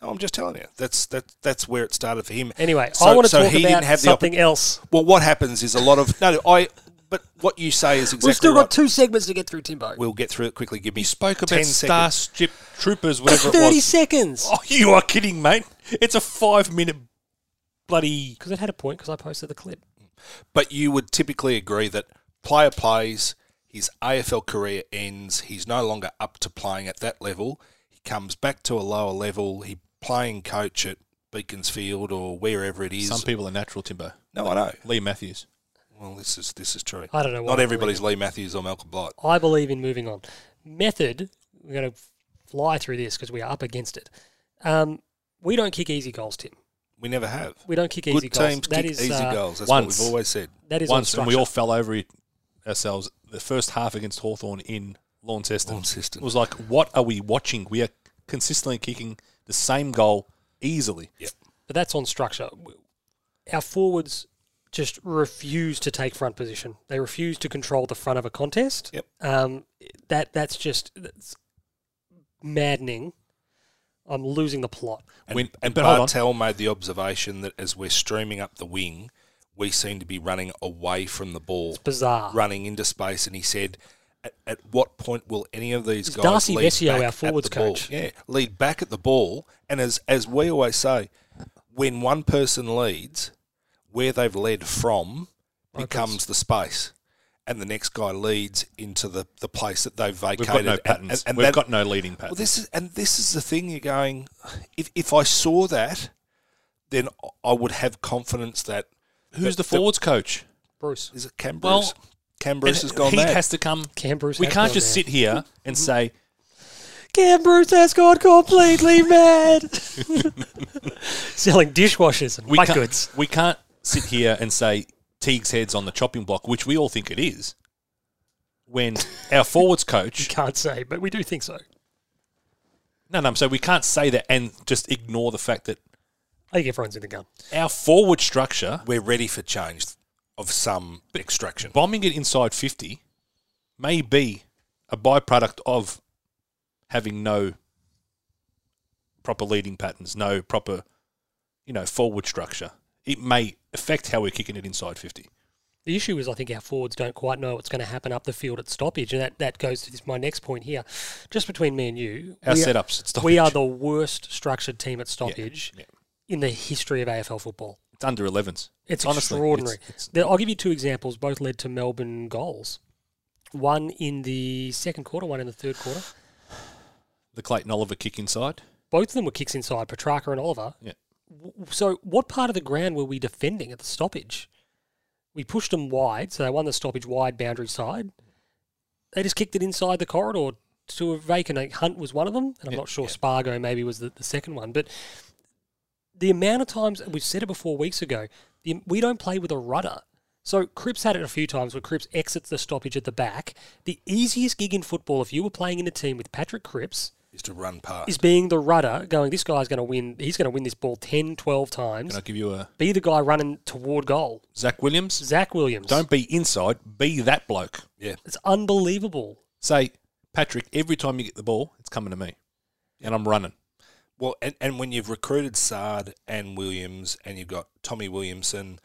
B: No, I'm just telling you. That's that. That's where it started for him.
A: Anyway,
B: So-
A: I want to
B: so
A: talk
B: he
A: about
B: didn't have the
A: something else.
B: Well, what happens is a lot of no. I. But what you say is exactly
A: We've still
B: right.
A: got two segments to get through, Timbo.
B: We'll get through it quickly. Give me.
C: You spoke about
B: 10
C: Star
B: seconds.
C: Strip Troopers, whatever it
A: Thirty
C: was.
A: seconds.
C: Oh, you are kidding, mate. It's a five minute bloody.
A: Because it had a point. Because I posted the clip.
B: But you would typically agree that player plays. His AFL career ends. He's no longer up to playing at that level. He comes back to a lower level. He playing coach at Beaconsfield or wherever it is.
C: Some people are natural, Timbo.
B: no, I know.
C: Lee Matthews.
B: Well, this is this is true.
A: I don't know why I
B: Not
A: believe
B: everybody's Lee Matthews or Malcolm Blight.
A: I believe in moving on. Method, we're going to fly through this because we are up against it. Um, we don't kick easy goals, Tim.
B: We never have.
A: We don't kick easy
B: Good
A: goals.
B: teams
A: That
B: kick
A: is,
B: easy
A: uh,
B: goals. That's
C: once.
B: what we've always said.
A: That is
C: Once,
A: on
C: and we all
A: structure.
C: fell over it ourselves. The first half against Hawthorn in Launceston.
B: Launceston.
C: It was like, what are we watching? We are consistently kicking the same goal easily.
A: But that's on structure. Our forwards just refuse to take front position. They refuse to control the front of a contest.
B: Yep.
A: Um, that that's just that's maddening. I'm losing the plot.
B: And,
C: When-
B: and
C: but hold on.
B: Bartel made the observation that as we're streaming up the wing, we seem to be running away from the ball,
A: Bizarre.
B: running into space. And he said, at, at what point will any of these
A: Is
B: guys
A: Darcy
B: lead
A: Vecchio
B: back
A: our
B: at
A: forwards
B: the ball?
A: coach?
B: Yeah, lead back at the ball. And as as we always say, when one person leads, where they've led from becomes the space. And the next guy leads into the, the place that they've vacated.
C: We've got no
B: And-
C: patterns.
B: and- and
C: We've
B: that-
C: got no leading
B: Well,
C: patterns.
B: this is and this is the thing. You're going. If if I saw that, then I would have confidence that
C: Who's the forwards coach?
A: Bruce.
B: is it Cam
C: Well,
B: Bruce? Cam Bruce
C: And
B: has gone
C: He
B: mad.
C: has to come.
A: Cam Bruce Mm-hmm.
C: we
A: has
C: can't
A: gone
C: just
A: mad.
C: sit here and say,
A: Cam Bruce has gone completely mad. Selling dishwashers and
C: we
A: wet
C: can't,
A: goods.
C: we can't sit here and say Teague's head's on the chopping block, which we all think it is, when our forwards coach.
A: Can't say, but we do think so.
C: No, no, so we can't say that and just ignore the fact that
A: I think everyone's in the gun.
C: our forward structure,
B: We're ready for change of some extraction.
C: bombing it inside 50, may be a byproduct of having no proper leading patterns, no proper, you know, forward structure. It may affect how we're kicking it inside 50.
A: The issue is, I think our forwards don't quite know what's going to happen up the field at stoppage, and that, that goes to this, my next point here. Just between me and you,
C: Our
A: we, are,
C: setups, it's
A: we are the worst structured team at stoppage
C: yeah.
A: in the history of AFL football.
C: It's under 11s.
A: It's
C: Honestly,
A: extraordinary.
C: it's- it's-
A: There- I'll give you two examples. Both led to Melbourne goals. One in the second quarter, one in the third quarter.
C: the Clayton Oliver kick inside.
A: Both of them were kicks inside, Petrarca and Oliver.
C: Yeah.
A: W- So, what part of the ground were we defending at the stoppage? We pushed them wide, so they won the stoppage wide boundary side. They just kicked it inside the corridor to a vacant. like, Hunt was one of them, and I'm
C: Yeah,
A: not sure
C: yeah.
A: Spargo maybe was the, the second one. But the amount of times and we've said it before weeks ago, the, we don't play with a rudder. So Cripps had it a few times where Cripps exits the stoppage at the back. The easiest gig in football, if you were playing in a team with Patrick Cripps,
B: Is to run past.
A: is being the rudder going this guy's going to win he's going to win this ball 10 12 times
C: Can I give you a
A: be the guy running toward goal
C: Zach Williams?
A: zach williams
C: Don't be inside. Be that bloke.
B: yeah.
A: it's unbelievable
C: Say, Patrick, every time you get the ball, it's coming to me, and I'm running.
B: Well, and, and when you've recruited Sard and Williams, and you've got Tommy Williamson,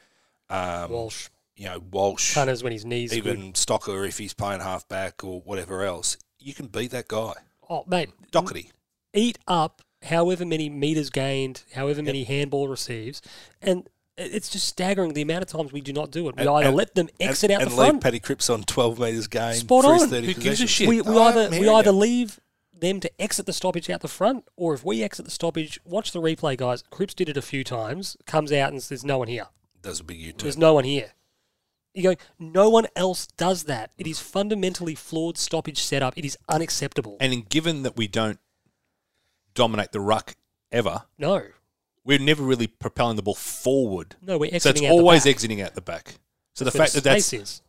B: um,
A: walsh
B: you know Walsh,
A: punters when his knees
B: even
A: good.
B: Stocker if he's playing halfback or whatever else, you can beat that guy.
A: oh mate
B: Doherty.
A: eat up however many meters gained however many handball receives and it- it's just staggering the amount of times we do not do it we
B: And-
A: either
B: and-
A: let them exit
B: and,
A: out
B: and
A: the front
B: leave Paddy Cripps on twelve meters gain.
A: Spot
B: for his
A: on.
B: 30
C: Who gives a
B: possessions.
C: shit?
A: we, we
B: I'm
A: either we
B: hearing
A: either
B: you.
A: leave them to exit the stoppage out the front, or if we exit the stoppage, watch the replay, guys. Cripps did it a few times. Comes out and says, "No one here.
B: Does a big U-turn.
A: There's no one here." You go. No one else does that. It is fundamentally flawed stoppage setup. It is unacceptable.
C: And in given that we don't dominate the ruck ever,
A: no,
C: we're never really propelling the ball forward.
A: no, we're
C: so it's
A: exiting out
C: always
A: the back.
C: exiting out the back. So the
A: Where
C: fact
A: the
C: that that's
A: space is.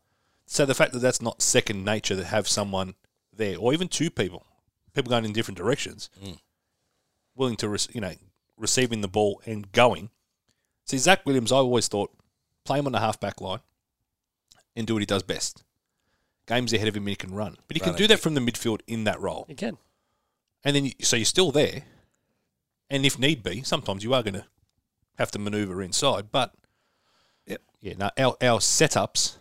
C: so the fact that that's not second nature to have someone there, or even two people, people going in different directions, willing to rec- you know receiving the ball and going. See, Zach Williams, I always thought play him on the half back line and do what he does best. Games ahead of him, and he can run, but he can
B: Run
C: do
B: and
C: that from the midfield in that role,
A: again.
C: and then you, so you're still there. And if need be, sometimes you are going to have to maneuver inside, but
B: Yep.
C: yeah, no, our our setups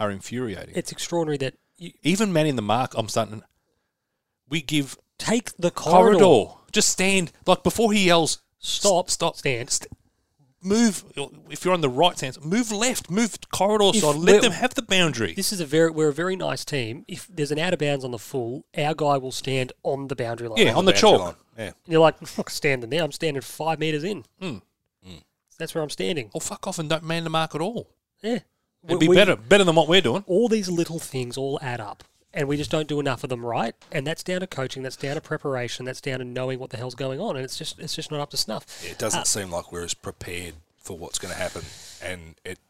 C: are infuriating E,
A: It's extraordinary that you
C: even man in the mark, I'm starting. We give
A: take the
C: corridor.
A: corridor,
C: Just stand like before he yells.
A: stop,
C: "S- stop,
A: stand.
C: st- move. If you're on the right hand, move left, move corridor
A: If
C: side.
A: we're-
C: Let them have the boundary.
A: This is a very we're a very nice team. If there's an out of bounds on the full, our guy will stand on the boundary line.
C: yeah, on the
B: Boundary
C: chalk.
B: line. Yeah.
A: And you're like, "Fuck, standing there. I'm standing five meters in.
C: Hmm.
A: That's where I'm standing.
C: Or fuck off and don't man the mark at all.
A: Yeah,
C: Oh. It'd
A: We-
C: be
A: we-
C: better, better than what we're doing.
A: All these little things all add up, and we just don't do enough of them right. And that's down to coaching. That's down to preparation. That's down to knowing what the hell's going on. And it's just it's just not up to snuff.
B: It doesn't seem like we're as prepared for what's going to happen, and it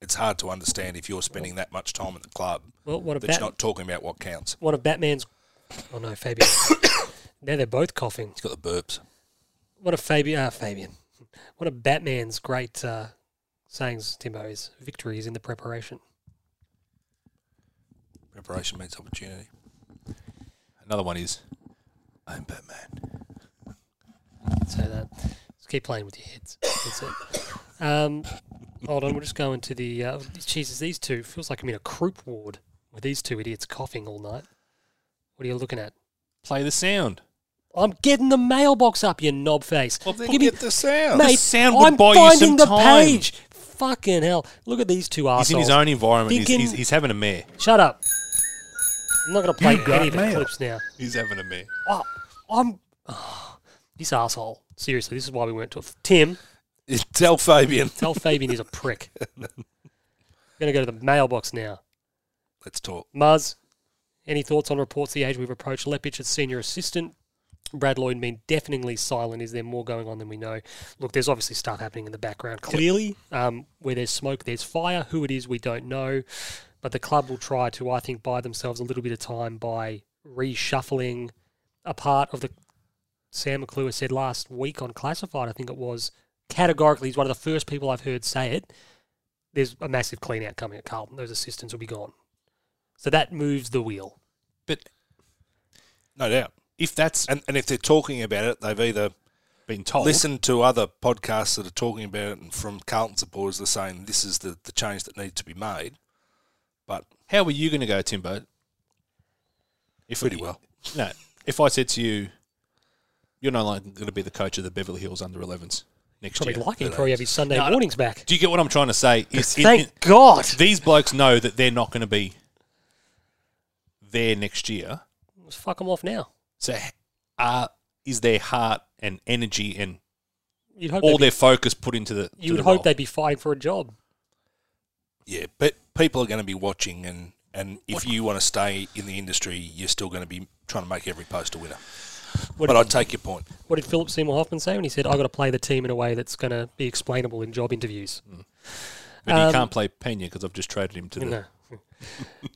B: it's hard to understand if you're spending that much time at the club
A: Well, what
B: that
A: about
B: you're not talking about what counts.
A: one of Batman's? Oh no, Fabian. now they're both coughing.
B: He's got the burps.
A: One of Fabian. Uh, Fabian. One of Batman's great uh, sayings, Timbo, is victory is in the preparation.
B: Preparation means opportunity.
C: Another one is, I'm Batman.
A: So that just keep playing with your heads. That's it. Um, hold on, we're just going to the uh, Jesus. These two feels like I'm in a croup ward with these two idiots coughing all night. What are you looking at?
C: Play the sound.
A: I'm getting the mailbox up, you knob face. Give me,
B: the sound.
A: mate,
C: the sound would
A: I'm
C: buy you some
A: finding the
C: time.
A: page. Fucking hell! Look at these two arseholes.
C: He's in his own environment. He's,
A: Thinking-
C: he's, he's having a mare.
A: Shut up! I'm not going to play
C: You got
A: any of the
C: mail.
A: clips now.
C: He's having a mare.
A: Oh, I'm this asshole. Seriously, this is why we weren't to Tim.
B: Tell Fabian.
A: Tell Fabian he's a prick. Going to go to the mailbox now.
B: Let's talk.
A: Muzz, any thoughts on reports the age we've approached Lepich as senior assistant? Brad Lloyd mean deafeningly silent. Is there more going on than we know? Look, there's obviously stuff happening in the background. Clearly, um, where there's smoke, there's fire. Who it is, we don't know. But the club will try to, I think, buy themselves a little bit of time by reshuffling a part of the. Sam McClure said last week on Classified, I think it was categorically, he's one of the first people I've heard say it. There's a massive clean out coming at Carlton. Those assistants will be gone. So that moves the wheel.
C: But
B: No doubt.
C: if that's
B: And, and if they're talking about it, they've either
C: been told,
B: listened to other podcasts that are talking about it and from Carlton supporters, they're saying this is the, the change that needs to be made. But
C: how are you going to go, Timbo? If
B: pretty well.
C: No, if I said to you, you're no longer going to be the coach of the Beverly Hills under 11s next
A: Probably
C: year.
A: like it. Probably have his Sunday
C: No, no.
A: mornings back.
C: Do you get what I'm trying to say? Is it-
A: Thank
C: it-
A: God.
C: these blokes know that they're not going to be there next year.
A: Let's fuck them off now.
C: So, h- are, is their heart and energy and
A: You'd hope
C: all
A: they'd
C: their focus put into the?
A: be, Oh,
C: to
A: you would
C: the
A: hope
C: role?
A: they'd be fighting for a job.
B: Yeah, but people are going to be watching, and, and if you want to stay in the industry, you're still going to be trying to make every post a winner. but I take your point.
A: What did Philip Seymour Hoffman say when he said, "I got to play the team in a way that's going to be explainable in job interviews"?
C: Mm-hmm. But
A: um,
C: you can't play Pena because I've just traded him to the
A: No.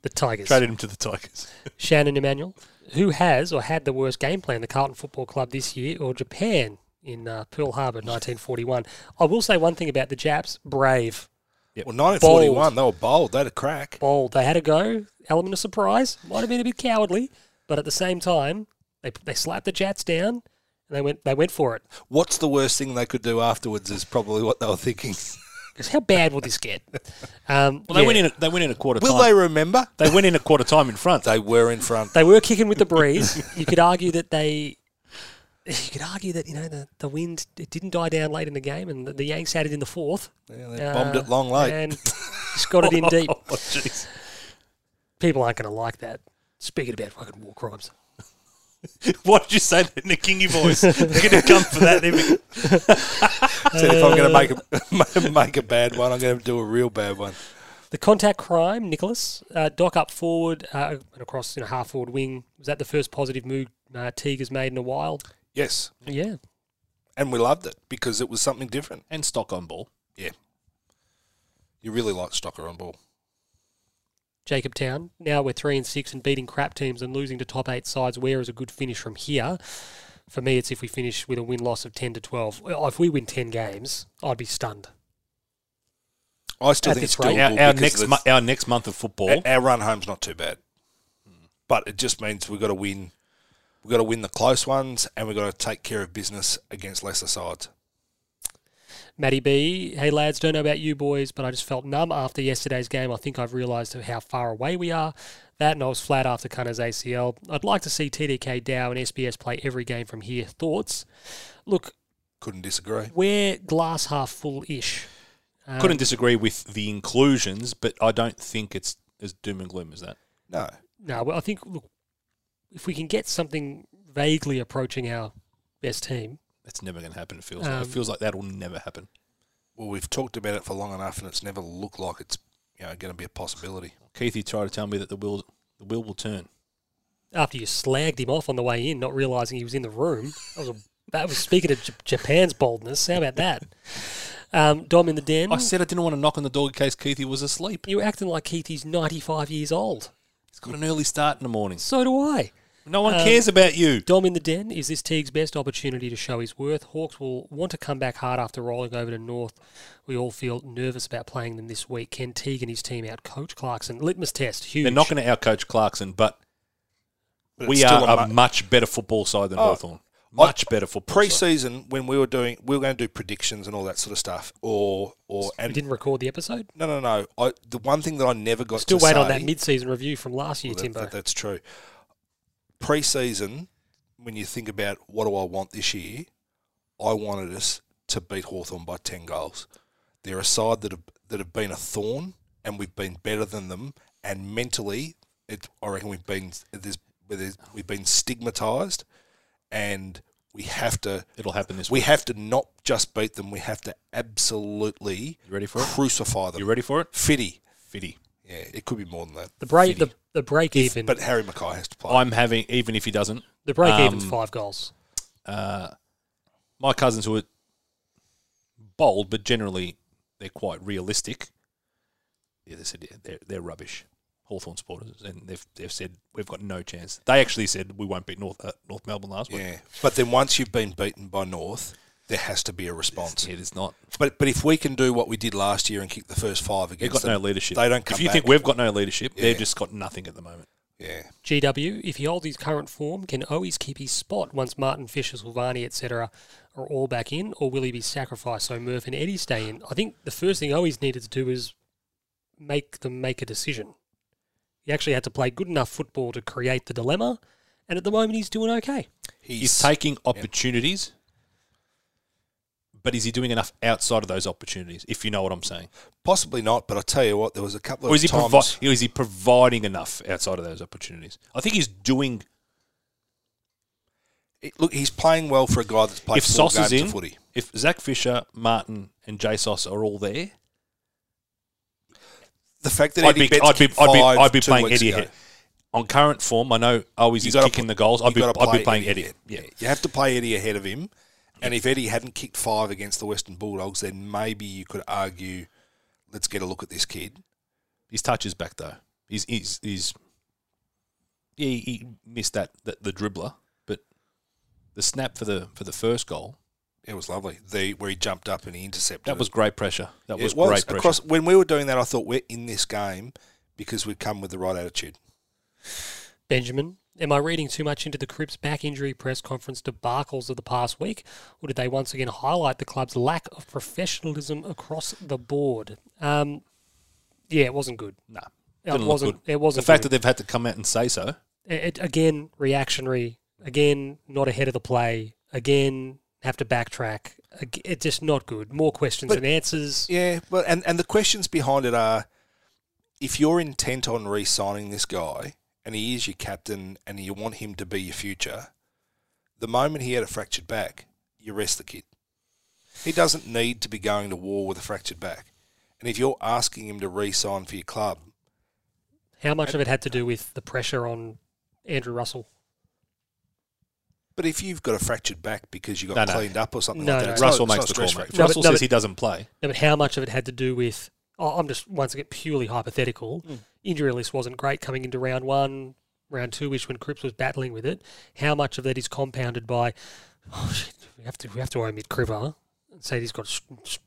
A: the Tigers.
C: traded him to the Tigers.
A: Shannon Emanuel, who has or had the worst game plan, the Carlton Football Club this year or Japan in uh, Pearl Harbor, 1941. I will say one thing about the Japs: brave,
C: Yep.
B: Well, 1941, they were bold. They had a crack.
A: bold. They had a go. Element of surprise might have been a bit cowardly, but at the same time, they they slapped the Jats down. And they went. They went for it.
B: What's the worst thing they could do afterwards is probably what they were thinking.
A: Because how bad will this get? Um,
C: Well, they
A: yeah,
C: went in. They went in a quarter
B: Will
C: time.
B: they remember?
C: They went in a quarter time in front.
B: They were in front.
A: They were kicking with the breeze. you could argue that they. You could argue that you know the, the wind it didn't die down late in the game, and the, the Yanks had it in the fourth.
B: Yeah, they bombed
C: Uh,
B: it long late.
A: and just got it in deep.
C: Oh, jeez.
A: People aren't going to like that. Speaking about fucking war crimes,
C: Why did you say that in a kingy voice? They're going to come for that. They're-
B: Said if I'm going to make a, make a bad one, I'm going to do a real bad one.
A: the contact crime, Nicholas uh, Dock up forward uh, and across you know half forward wing. Was that the first positive move uh, Teague has made in a while?
B: Yes,
A: Yeah,
B: and we loved it because it was something different.
C: And stock on ball.
B: Yeah, you really like Stocker on ball.
A: Jacob Town. Now we're three and six and beating crap teams and losing to top eight sides. Where is a good finish from here? For me, it's if we finish with a win loss of ten to twelve. Well, If we win ten games, I'd be stunned.
B: I still
A: At
B: think it's
A: this rate.
B: doable
C: Our, our
B: because
C: next
B: of
C: mo- our next month of football.
B: Our- Our run home's not too bad, but it just means we've got to win. We've got to win the close ones, and we've got to take care of business against lesser sides.
A: Matty B, hey lads, don't know about you boys, but I just felt numb after yesterday's game. I think I've realised how far away we are. That and I was flat after Cunner's ACL. I'd like to see TDK Dow and SBS play every game from here. Thoughts? Look,
B: Couldn't disagree.
A: we're glass half full ish.
C: Couldn't disagree with the inclusions, but I don't think it's as doom and gloom as that.
B: No,
A: No, well, I think look, if we can get something vaguely approaching our best team,
C: That's never going to happen. It feels. like.
A: Um,
C: It feels like that will never happen.
B: well, we've talked about it for long enough, and it's never looked like it's you know going to be a possibility.
C: Keithy tried to tell me that the wheel the wheel will turn.
A: after you slagged him off on the way in, not realizing he was in the room. That was a, that was speaking of J- Japan's boldness. How about that? Um, Dom in the den.
C: I said I didn't want to knock on the door in case Keithy was asleep.
A: you were acting like Keithy's 95 years old.
C: He's got an early start in the morning.
A: So do I.
C: No one cares about you.
A: Dom in the den. Is this Teague's best opportunity to show his worth? Hawks will want to come back hard after rolling over to North. We all feel nervous about playing them this week. Can Teague and his team out coach Clarkson? Litmus test. Huge.
C: They're not going to outcoach Clarkson, but
B: But
C: we
B: it's still
C: are
B: mu- Oh,
C: a much better football side than Hawthorn. Much better football side.
B: pre-season when we were doing we were going to do predictions and all that sort of stuff, or or
A: we
B: and
A: didn't record the episode.
B: no no no. I, the one thing that I never got
A: Still
B: to
A: wait on
B: say-
A: that mid-season review from last year,
B: Well, that-
A: Timbo.
B: that- that's true. Pre-season, when you think about what do I want this year, I wanted us to beat Hawthorn by ten goals. They're a side that have that have been a thorn, and we've been better than them. And mentally, it, I reckon we've been there's, there's, we've been stigmatized, and we have to
C: It'll happen this week.
B: we have to not just beat them. We have to absolutely
C: You ready for it?
B: crucify them.
C: You ready for it?
B: Fitty,
C: Fitty.
B: Yeah, it could be more than that.
A: The break,
B: Fifty.
A: the, the break even,
B: but Harry Mackay has to play.
C: I'm having even if he doesn't.
A: the break even's
C: um,
A: five goals.
C: My cousins who are bold, but generally they're quite realistic. Yeah, they said yeah, they're they're rubbish. Hawthorn supporters, and they've they've said we've got no chance. They actually said we won't beat North uh, North Melbourne last week.
B: yeah, but then once you've been beaten by North, there has to be a response.
C: It is not.
B: But but if we can do what we did last year and kick the first five
C: They've
B: against
C: got no
B: them,
C: leadership.
B: They don't come
C: If you
B: back.
C: think we've got no leadership,
B: Yeah.
C: they've just got nothing at the moment.
B: yeah,
A: GW, if he holds his current form, can always keep his spot once Martin, Fisher, Silvani, etc. are all back in, or will he be sacrificed so Murph and Eddie stay in? I think the first thing Owies needed to do is make them make a decision. He actually had to play good enough football to create the dilemma, and at the moment he's doing okay.
B: he's,
C: He's taking opportunities, but is he doing enough outside of those opportunities? If you know what I'm saying,
B: possibly not. But I tell you what, there was a couple
C: or
B: of
C: is he
B: times.
C: provi- or is he providing enough outside of those opportunities? I think he's doing.
B: It- look, he's playing well for a guy that's played
C: if
B: four
C: Sauce
B: games
C: is in,
B: of footy.
C: if Zach Fisher, Martin, and Jay Sauce are all there,
B: The fact that
C: I'd
B: Eddie
C: be,
B: Betts
C: I'd be,
B: kicked
C: I'd be,
B: five
C: I'd be
B: two
C: playing
B: weeks
C: Eddie
B: ago.
C: ahead. On current form, I know Owies
B: You
C: is
B: gotta
C: kicking
B: pl-
C: the goals. I'd
B: you
C: be,
B: gotta
C: I'd be
B: play
C: playing Eddie. Yeah.
B: You have to play Eddie ahead of him. And if Eddie hadn't kicked five against the Western Bulldogs, then maybe you could argue, let's get a look at this kid.
C: his touch is back though. He's, he's, he's yeah, he, he missed that, that the dribbler, but the snap for the for the first goal
B: It was lovely. The where he jumped up and he intercepted.
C: that
B: it.
C: was great pressure. That
B: It
C: was, great pressure.
B: across when we were doing that. I thought we're in this game because we've come with the right attitude.
A: Benjamin, am I reading too much into the Crips' back injury press conference debacles of the past week, or did they once again highlight the club's lack of professionalism across the board? Um, yeah, it wasn't good.
C: Nah,
A: It
C: didn't look
A: wasn't.
C: good.
A: It wasn't.
C: the fact
A: good.
C: that they've had to come out and say so.
A: it, again reactionary. Again, not ahead of the play. Again, have to backtrack. Ag- It's just not good. More questions
B: But-
A: than answers.
B: Yeah, well, and and the questions behind it are, if you're intent on re-signing this guy and he is your captain and you want him to be your future, the moment he had a fractured back, you rest the kid. He doesn't need to be going to war with a fractured back. And if you're asking him to re-sign for your club,
A: How much of it had to do with the pressure on Andrew Russell?
B: but if you've got a fractured back because you
C: No,
B: got
C: no.
B: cleaned up or something
A: No,
B: like that,
A: no.
B: it's not-
C: Russell
B: it's not
C: makes the call.
B: stress
C: mate.
B: fracture.
A: No, but-
C: Russell
A: no,
C: says
A: but-
C: he doesn't play.
A: No, but how much of it had to do with? Oh, I'm just once again purely hypothetical. Injury list wasn't great coming into round one, round two, which when Cripps was battling with it. How much of that is compounded by? Oh shit, we have to we have to omit Cripper and say he's got a s- s-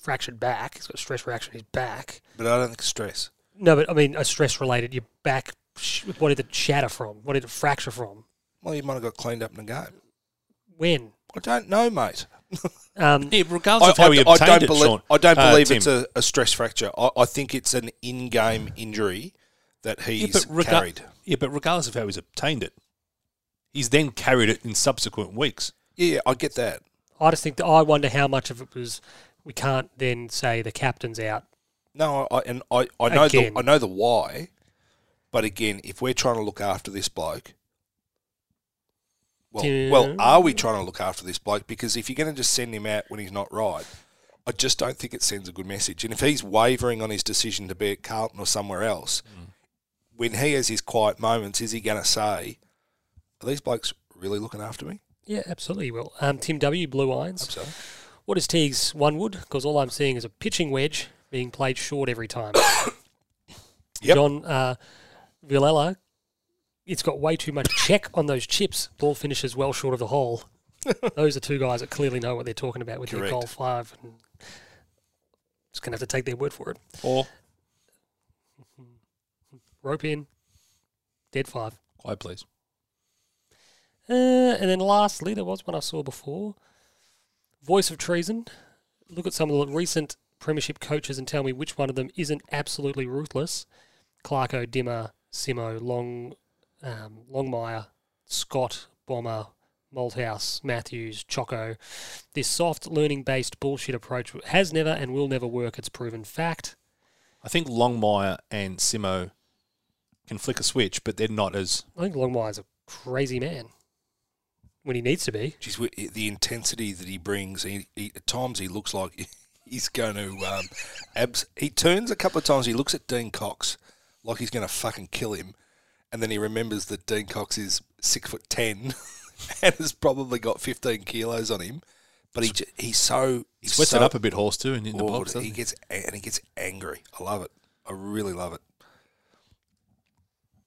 A: fractured back. He's got a stress reaction in his back.
B: But I don't think it's stress.
A: No, but I mean, a stress related. Your back. sh- What did it shatter from? What did it fracture from?
B: Well, you might have got cleaned up in a game.
A: When?
B: I don't know, mate.
A: Um,
C: Yeah, regardless of how he
B: I
C: obtained
B: don't
C: it,
B: believe,
C: Sean.
B: I don't
C: uh,
B: believe
C: Tim.
B: it's a, a stress fracture. I, I think it's an in-game injury that
C: Yeah,
B: he's
C: but rega-
B: carried.
C: Yeah, but regardless of how he's obtained it, he's then carried it in subsequent weeks.
B: Yeah, yeah, I get that.
A: I just think that I wonder how much of it was. We can't then say the captain's out.
B: No, I, I- and I, I know
A: Again.
B: the I know the why, but again, if we're trying to look after this bloke, well,
A: Yeah.
B: well, are we trying to look after this bloke? Because if you're going to just send him out when he's not right, I just don't think it sends a good message. And if he's wavering on his decision to be at Carlton or somewhere else, when he has his quiet moments, is he going to say, "Are these blokes really looking after me?"
A: Yeah, absolutely. Well, um, Tim W. Blue Irons.
B: So
A: What is Teague's one wood? Because all I'm seeing is a pitching wedge being played short every time.
B: Yep.
A: John uh, Villela, it's got way too much check on those chips. Ball finishes well short of the hole. those are two guys that clearly know what they're talking about with their
B: Correct.
A: goal five. And just going to have to take their word for it.
C: Or
A: Rope in, dead five.
C: quiet, please.
A: Uh, and then lastly, there was one I saw before Voice of Treason. Look at some of the recent Premiership coaches and tell me which one of them isn't absolutely ruthless. Clarko, Dimmer, Simo, Long, um, Longmire, Scott, Bomber, Malthouse, Matthews, Choco. This soft, learning based bullshit approach has never and will never work. It's proven fact.
C: I think Longmire and Simo can flick a switch, but they're not as
A: I think Longmire's a crazy man when he needs to be.
B: Geez, we- the intensity that he brings, he, he, at times he looks like He's going to um, abs. He turns a couple of times. He looks at Dean Cox like he's going to fucking kill him, and then he remembers that Dean Cox is six foot ten and has probably got fifteen kilos on him. But he j- he's so he's
C: Sweats
B: so Oh,
C: it up a bit, horse too, and in the
B: bored.
C: box. doesn't
B: he
C: he?
B: gets a- and he gets angry. I love it. I really love it.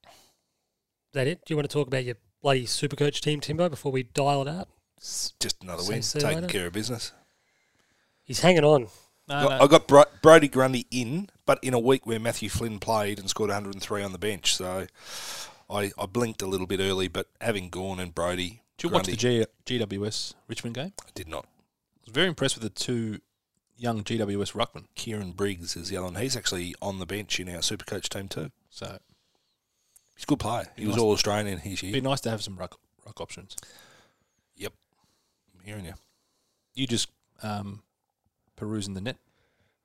A: Is that it? Do you want to talk about your bloody supercoach team, Timbo, before we dial it out?
B: Just another
A: Say
B: win,
A: see you
B: taking
A: later.
B: care of business.
A: He's hanging on.
C: No,
B: Got-
C: no.
B: I got Bro- Brody Grundy in, but in a week where Matthew Flynn played and scored 103 on the bench, so I, I blinked a little bit early. But having Gorn and Brody,
C: Did you watch
B: Grundy-
C: the G- GWS Richmond game? I
B: I did not.
C: was very impressed with the two young GWS ruckmen.
B: Kieran Briggs is the other one. He's actually on the bench in our Supercoach team too.
C: So
B: He's a good player. He was
C: nice.
B: all Australian his year.
C: it'd be nice to have some ruck, ruck options.
B: Yep, I'm hearing you.
C: You just um, perusing the net.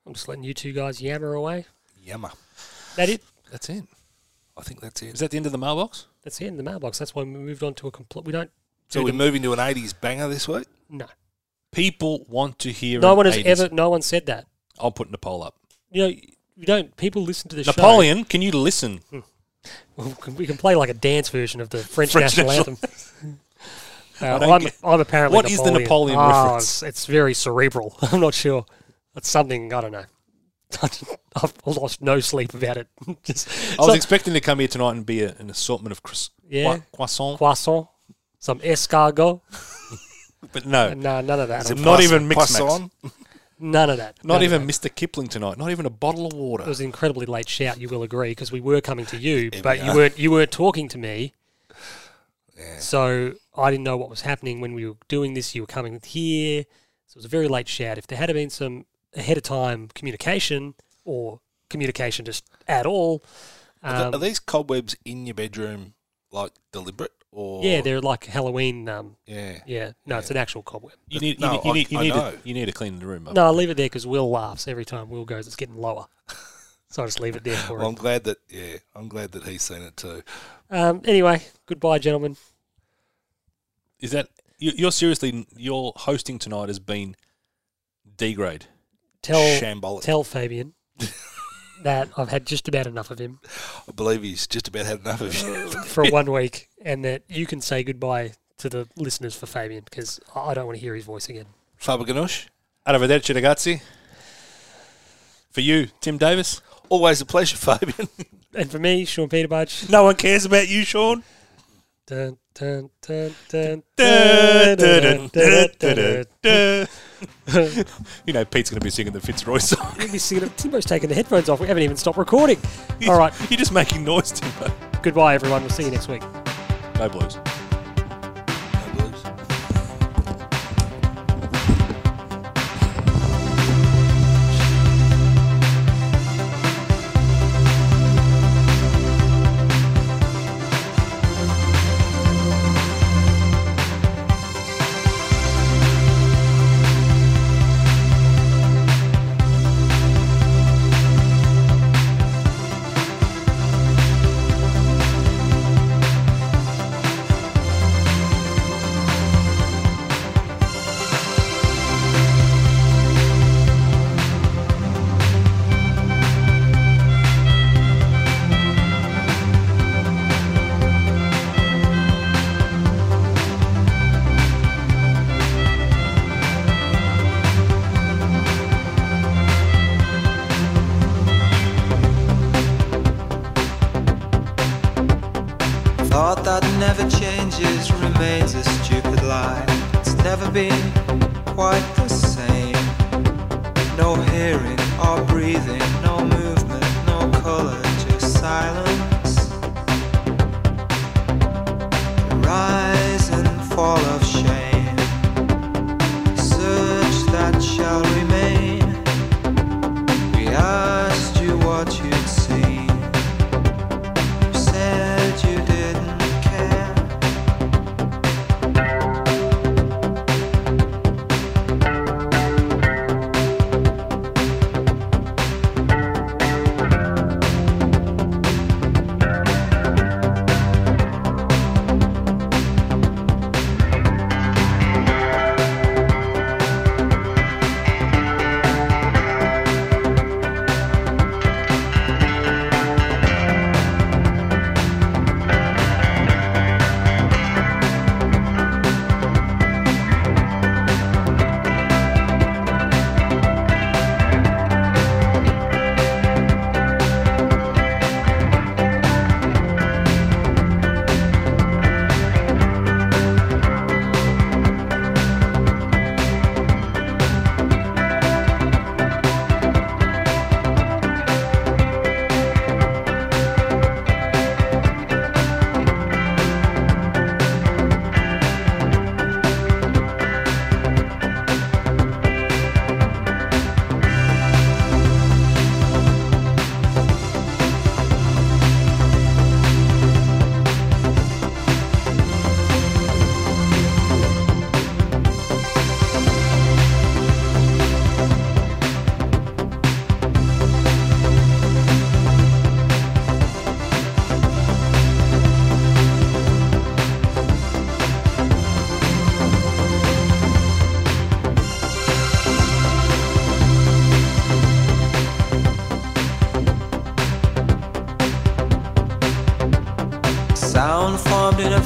A: I'm just letting you two guys yammer away.
B: Yammer.
A: That it?
C: That's it.
B: I think that's it.
C: Is that the end of the mailbox?
A: That's the end of the mailbox. That's why we moved on to a complete. We don't.
B: So we're moving to an 80s banger this week.
A: No.
C: People want to hear.
A: No
C: an
A: one has
C: 80s.
A: ever. No one said that.
C: I'll put in the poll up.
A: You know, you don't. People listen to the
C: Napoleon, can you listen?
A: show. We can- We can play like a dance version of the French,
C: French
A: national,
C: national-
A: anthem. Uh,
C: don't
A: I'm,
C: get-
A: I'm apparently.
C: What is
A: Napoleon.
C: the Napoleon
A: Ah,
C: reference?
A: It's, it's very cerebral. I'm not sure. It's something I don't know. I've lost no sleep about it. Just
C: I was
A: some
C: expecting to come here tonight and be a, an assortment of croissants,
A: Yeah.
C: croissant,
A: croissant, some escargot.
C: but no,
A: No, none of that.
C: it Not even mixed
B: mixed
C: max.
B: on.
A: None of that.
C: not
A: None of
C: even Mr. Kipling tonight. Not even a bottle of
A: It
C: water.
A: was an incredibly late shout. You will agree because we were coming to you, but you
B: are.
A: weren't. You weren't talking to me. So I didn't know what was happening when we were doing this. You were coming here, so it was a very late shout. If there had been some ahead of time communication or communication just at all,
B: Are th-
A: um,
B: are these cobwebs in your bedroom like deliberate or
A: yeah, they're like Halloween. Um,
B: yeah.
A: yeah, no, it's an actual cobweb.
C: You need, you
B: No,
C: need, you
B: I-
C: need, you
B: I
C: need,
B: know.
C: to, you need to clean the room up.
A: No, I'll leave it there because Will laughs every time Will goes. It's getting lower, so I just leave it there for
B: Well, I'm
A: him.
B: glad that yeah, I'm glad that he's seen it too.
A: Um, anyway, goodbye, gentlemen.
C: Is that you, you're seriously your hosting tonight has been degrade.
A: Tell
B: Shambolic.
A: tell Fabian that I've had just about enough of him
B: I believe he's just about had enough of you.
A: for one week, and that you can say goodbye to the listeners for Fabian because I I don't want to hear his voice again.
B: Faber Ganoush,
C: Arrivederci ragazzi. For you, Tim Davis.
B: always a pleasure, Fabian.
A: And for me, Sean Peter Budge.
C: No one cares about you, Sean.
A: Dun, dun, dun, dun, dun, dun, dun, dun, dun, dun.
C: you know Pete's going to be singing the Fitzroy song.
A: Let me see it. Timbo's taking the headphones off. We haven't even stopped recording. All right.
C: You're just making noise, Timbo.
A: Goodbye, everyone. We'll see you next week.
C: No blues.
B: I believe.
D: Thought that never changes remains a stupid lie. It's never been quite the same. No hearing or breathing, no movement, no color, just silence. The rise and fall of shame. Search that shall remain. We asked you what you'd seen. You said you didn't care.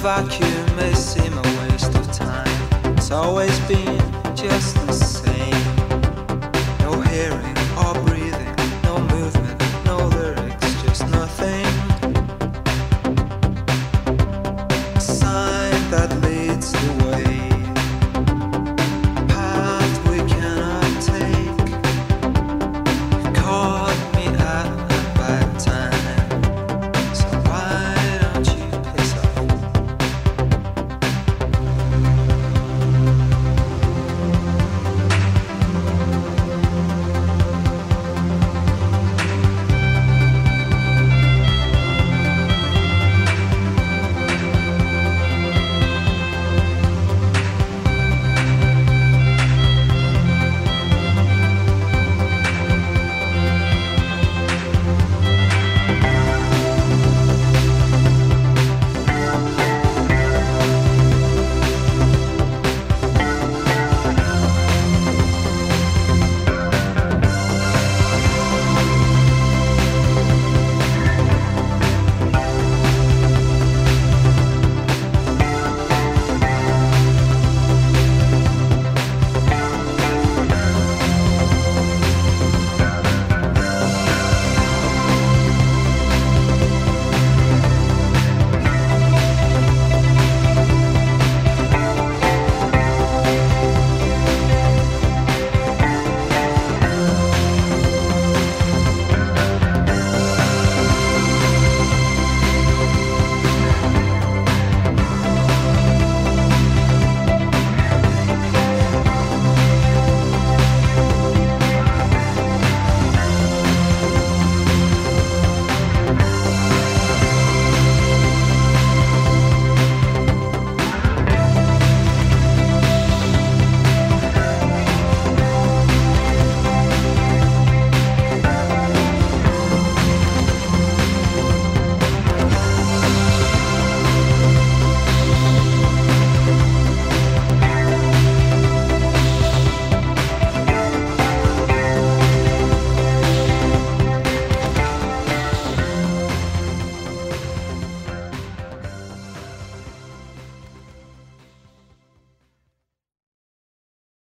D: vacuum may seem a waste of time. It's always been just the same. No hearing